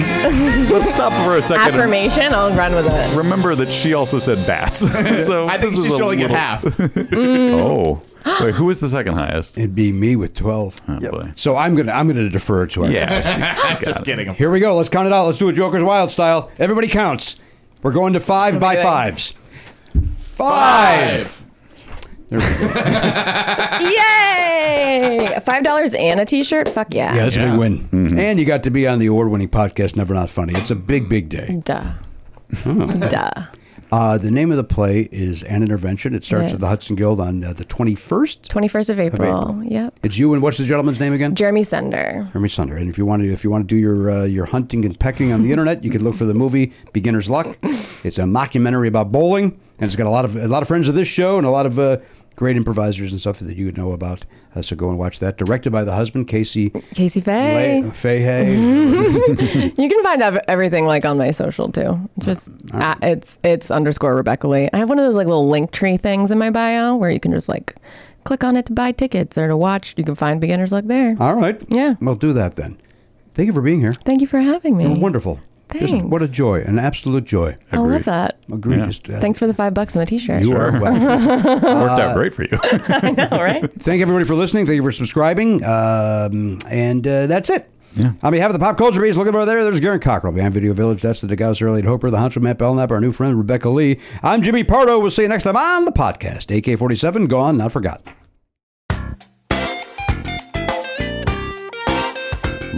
Speaker 2: Let's stop for a second. and
Speaker 7: affirmation, I'll run with it.
Speaker 2: Remember that she also said bats. so
Speaker 4: I think
Speaker 2: this
Speaker 4: she
Speaker 2: is
Speaker 4: should
Speaker 2: a
Speaker 4: only get
Speaker 2: little-
Speaker 4: half.
Speaker 2: Oh, wait. Who is the second highest?
Speaker 1: It'd be me with twelve.
Speaker 2: Oh, boy.
Speaker 1: So I'm gonna I'm gonna defer to her.
Speaker 2: Yeah. she- got
Speaker 4: Just
Speaker 2: it.
Speaker 4: kidding.
Speaker 1: Here we go. Let's count it out. Let's do a Joker's Wild style. Everybody counts. We're going to five by
Speaker 7: doing?
Speaker 1: fives. Five.
Speaker 7: Yay! Five dollars and a T-shirt. Fuck yeah.
Speaker 1: Yeah, that's a
Speaker 4: Yeah.
Speaker 1: big win. And you got to be on the award-winning podcast, Never Not Funny. It's a big, big day.
Speaker 7: Duh. Duh.
Speaker 1: Uh, the name of the play is An Intervention. It starts at
Speaker 7: Yes.
Speaker 1: the Hudson Guild on uh, the 21st.
Speaker 7: Twenty first of April.
Speaker 1: April.
Speaker 7: Yep.
Speaker 1: It's you and what's the gentleman's name again?
Speaker 7: Jeremy Sender.
Speaker 1: Jeremy Sunder. And if you want to, if you want to do your uh, your hunting and pecking on the internet, you can look for the movie Beginner's Luck. It's a mockumentary about bowling, and it's got a lot of a lot of friends of this show and a lot of uh, great improvisers and stuff that you would know about. Uh, so go and watch that. Directed by the husband Casey
Speaker 7: Casey Faye.
Speaker 1: Le-
Speaker 7: Mm-hmm.
Speaker 1: Fahey.
Speaker 7: You can find out everything like on my social too. It's Just at, it's it's underscore Rebecca Lee. I have one of those like little link tree things in my bio where you can just like click on it to buy tickets or to watch. You can find beginners luck there.
Speaker 1: All right.
Speaker 7: Yeah.
Speaker 1: We'll do that then. Thank you for being here.
Speaker 7: Thank you for having me.
Speaker 1: Wonderful. Just
Speaker 7: Thanks.
Speaker 1: what a joy, an absolute joy.
Speaker 7: I love that.
Speaker 1: Egregious. Uh,
Speaker 7: Thanks for the five bucks and the t-shirt.
Speaker 1: You are welcome.
Speaker 2: Worked out great for you.
Speaker 7: I know, right?
Speaker 1: Thank everybody for listening. Thank you for subscribing. Um, and uh, that's it.
Speaker 2: Yeah.
Speaker 1: On behalf of the Pop Culture Beast, look over there. There's Garen Cockrell behind Video Village. That's the DeGauss, Early Hooper, the Hunchback Matt Belknap, our new friend Rebecca Lee. I'm Jimmy Pardo. We'll see you next time on the podcast. AK 47, gone, not forgotten.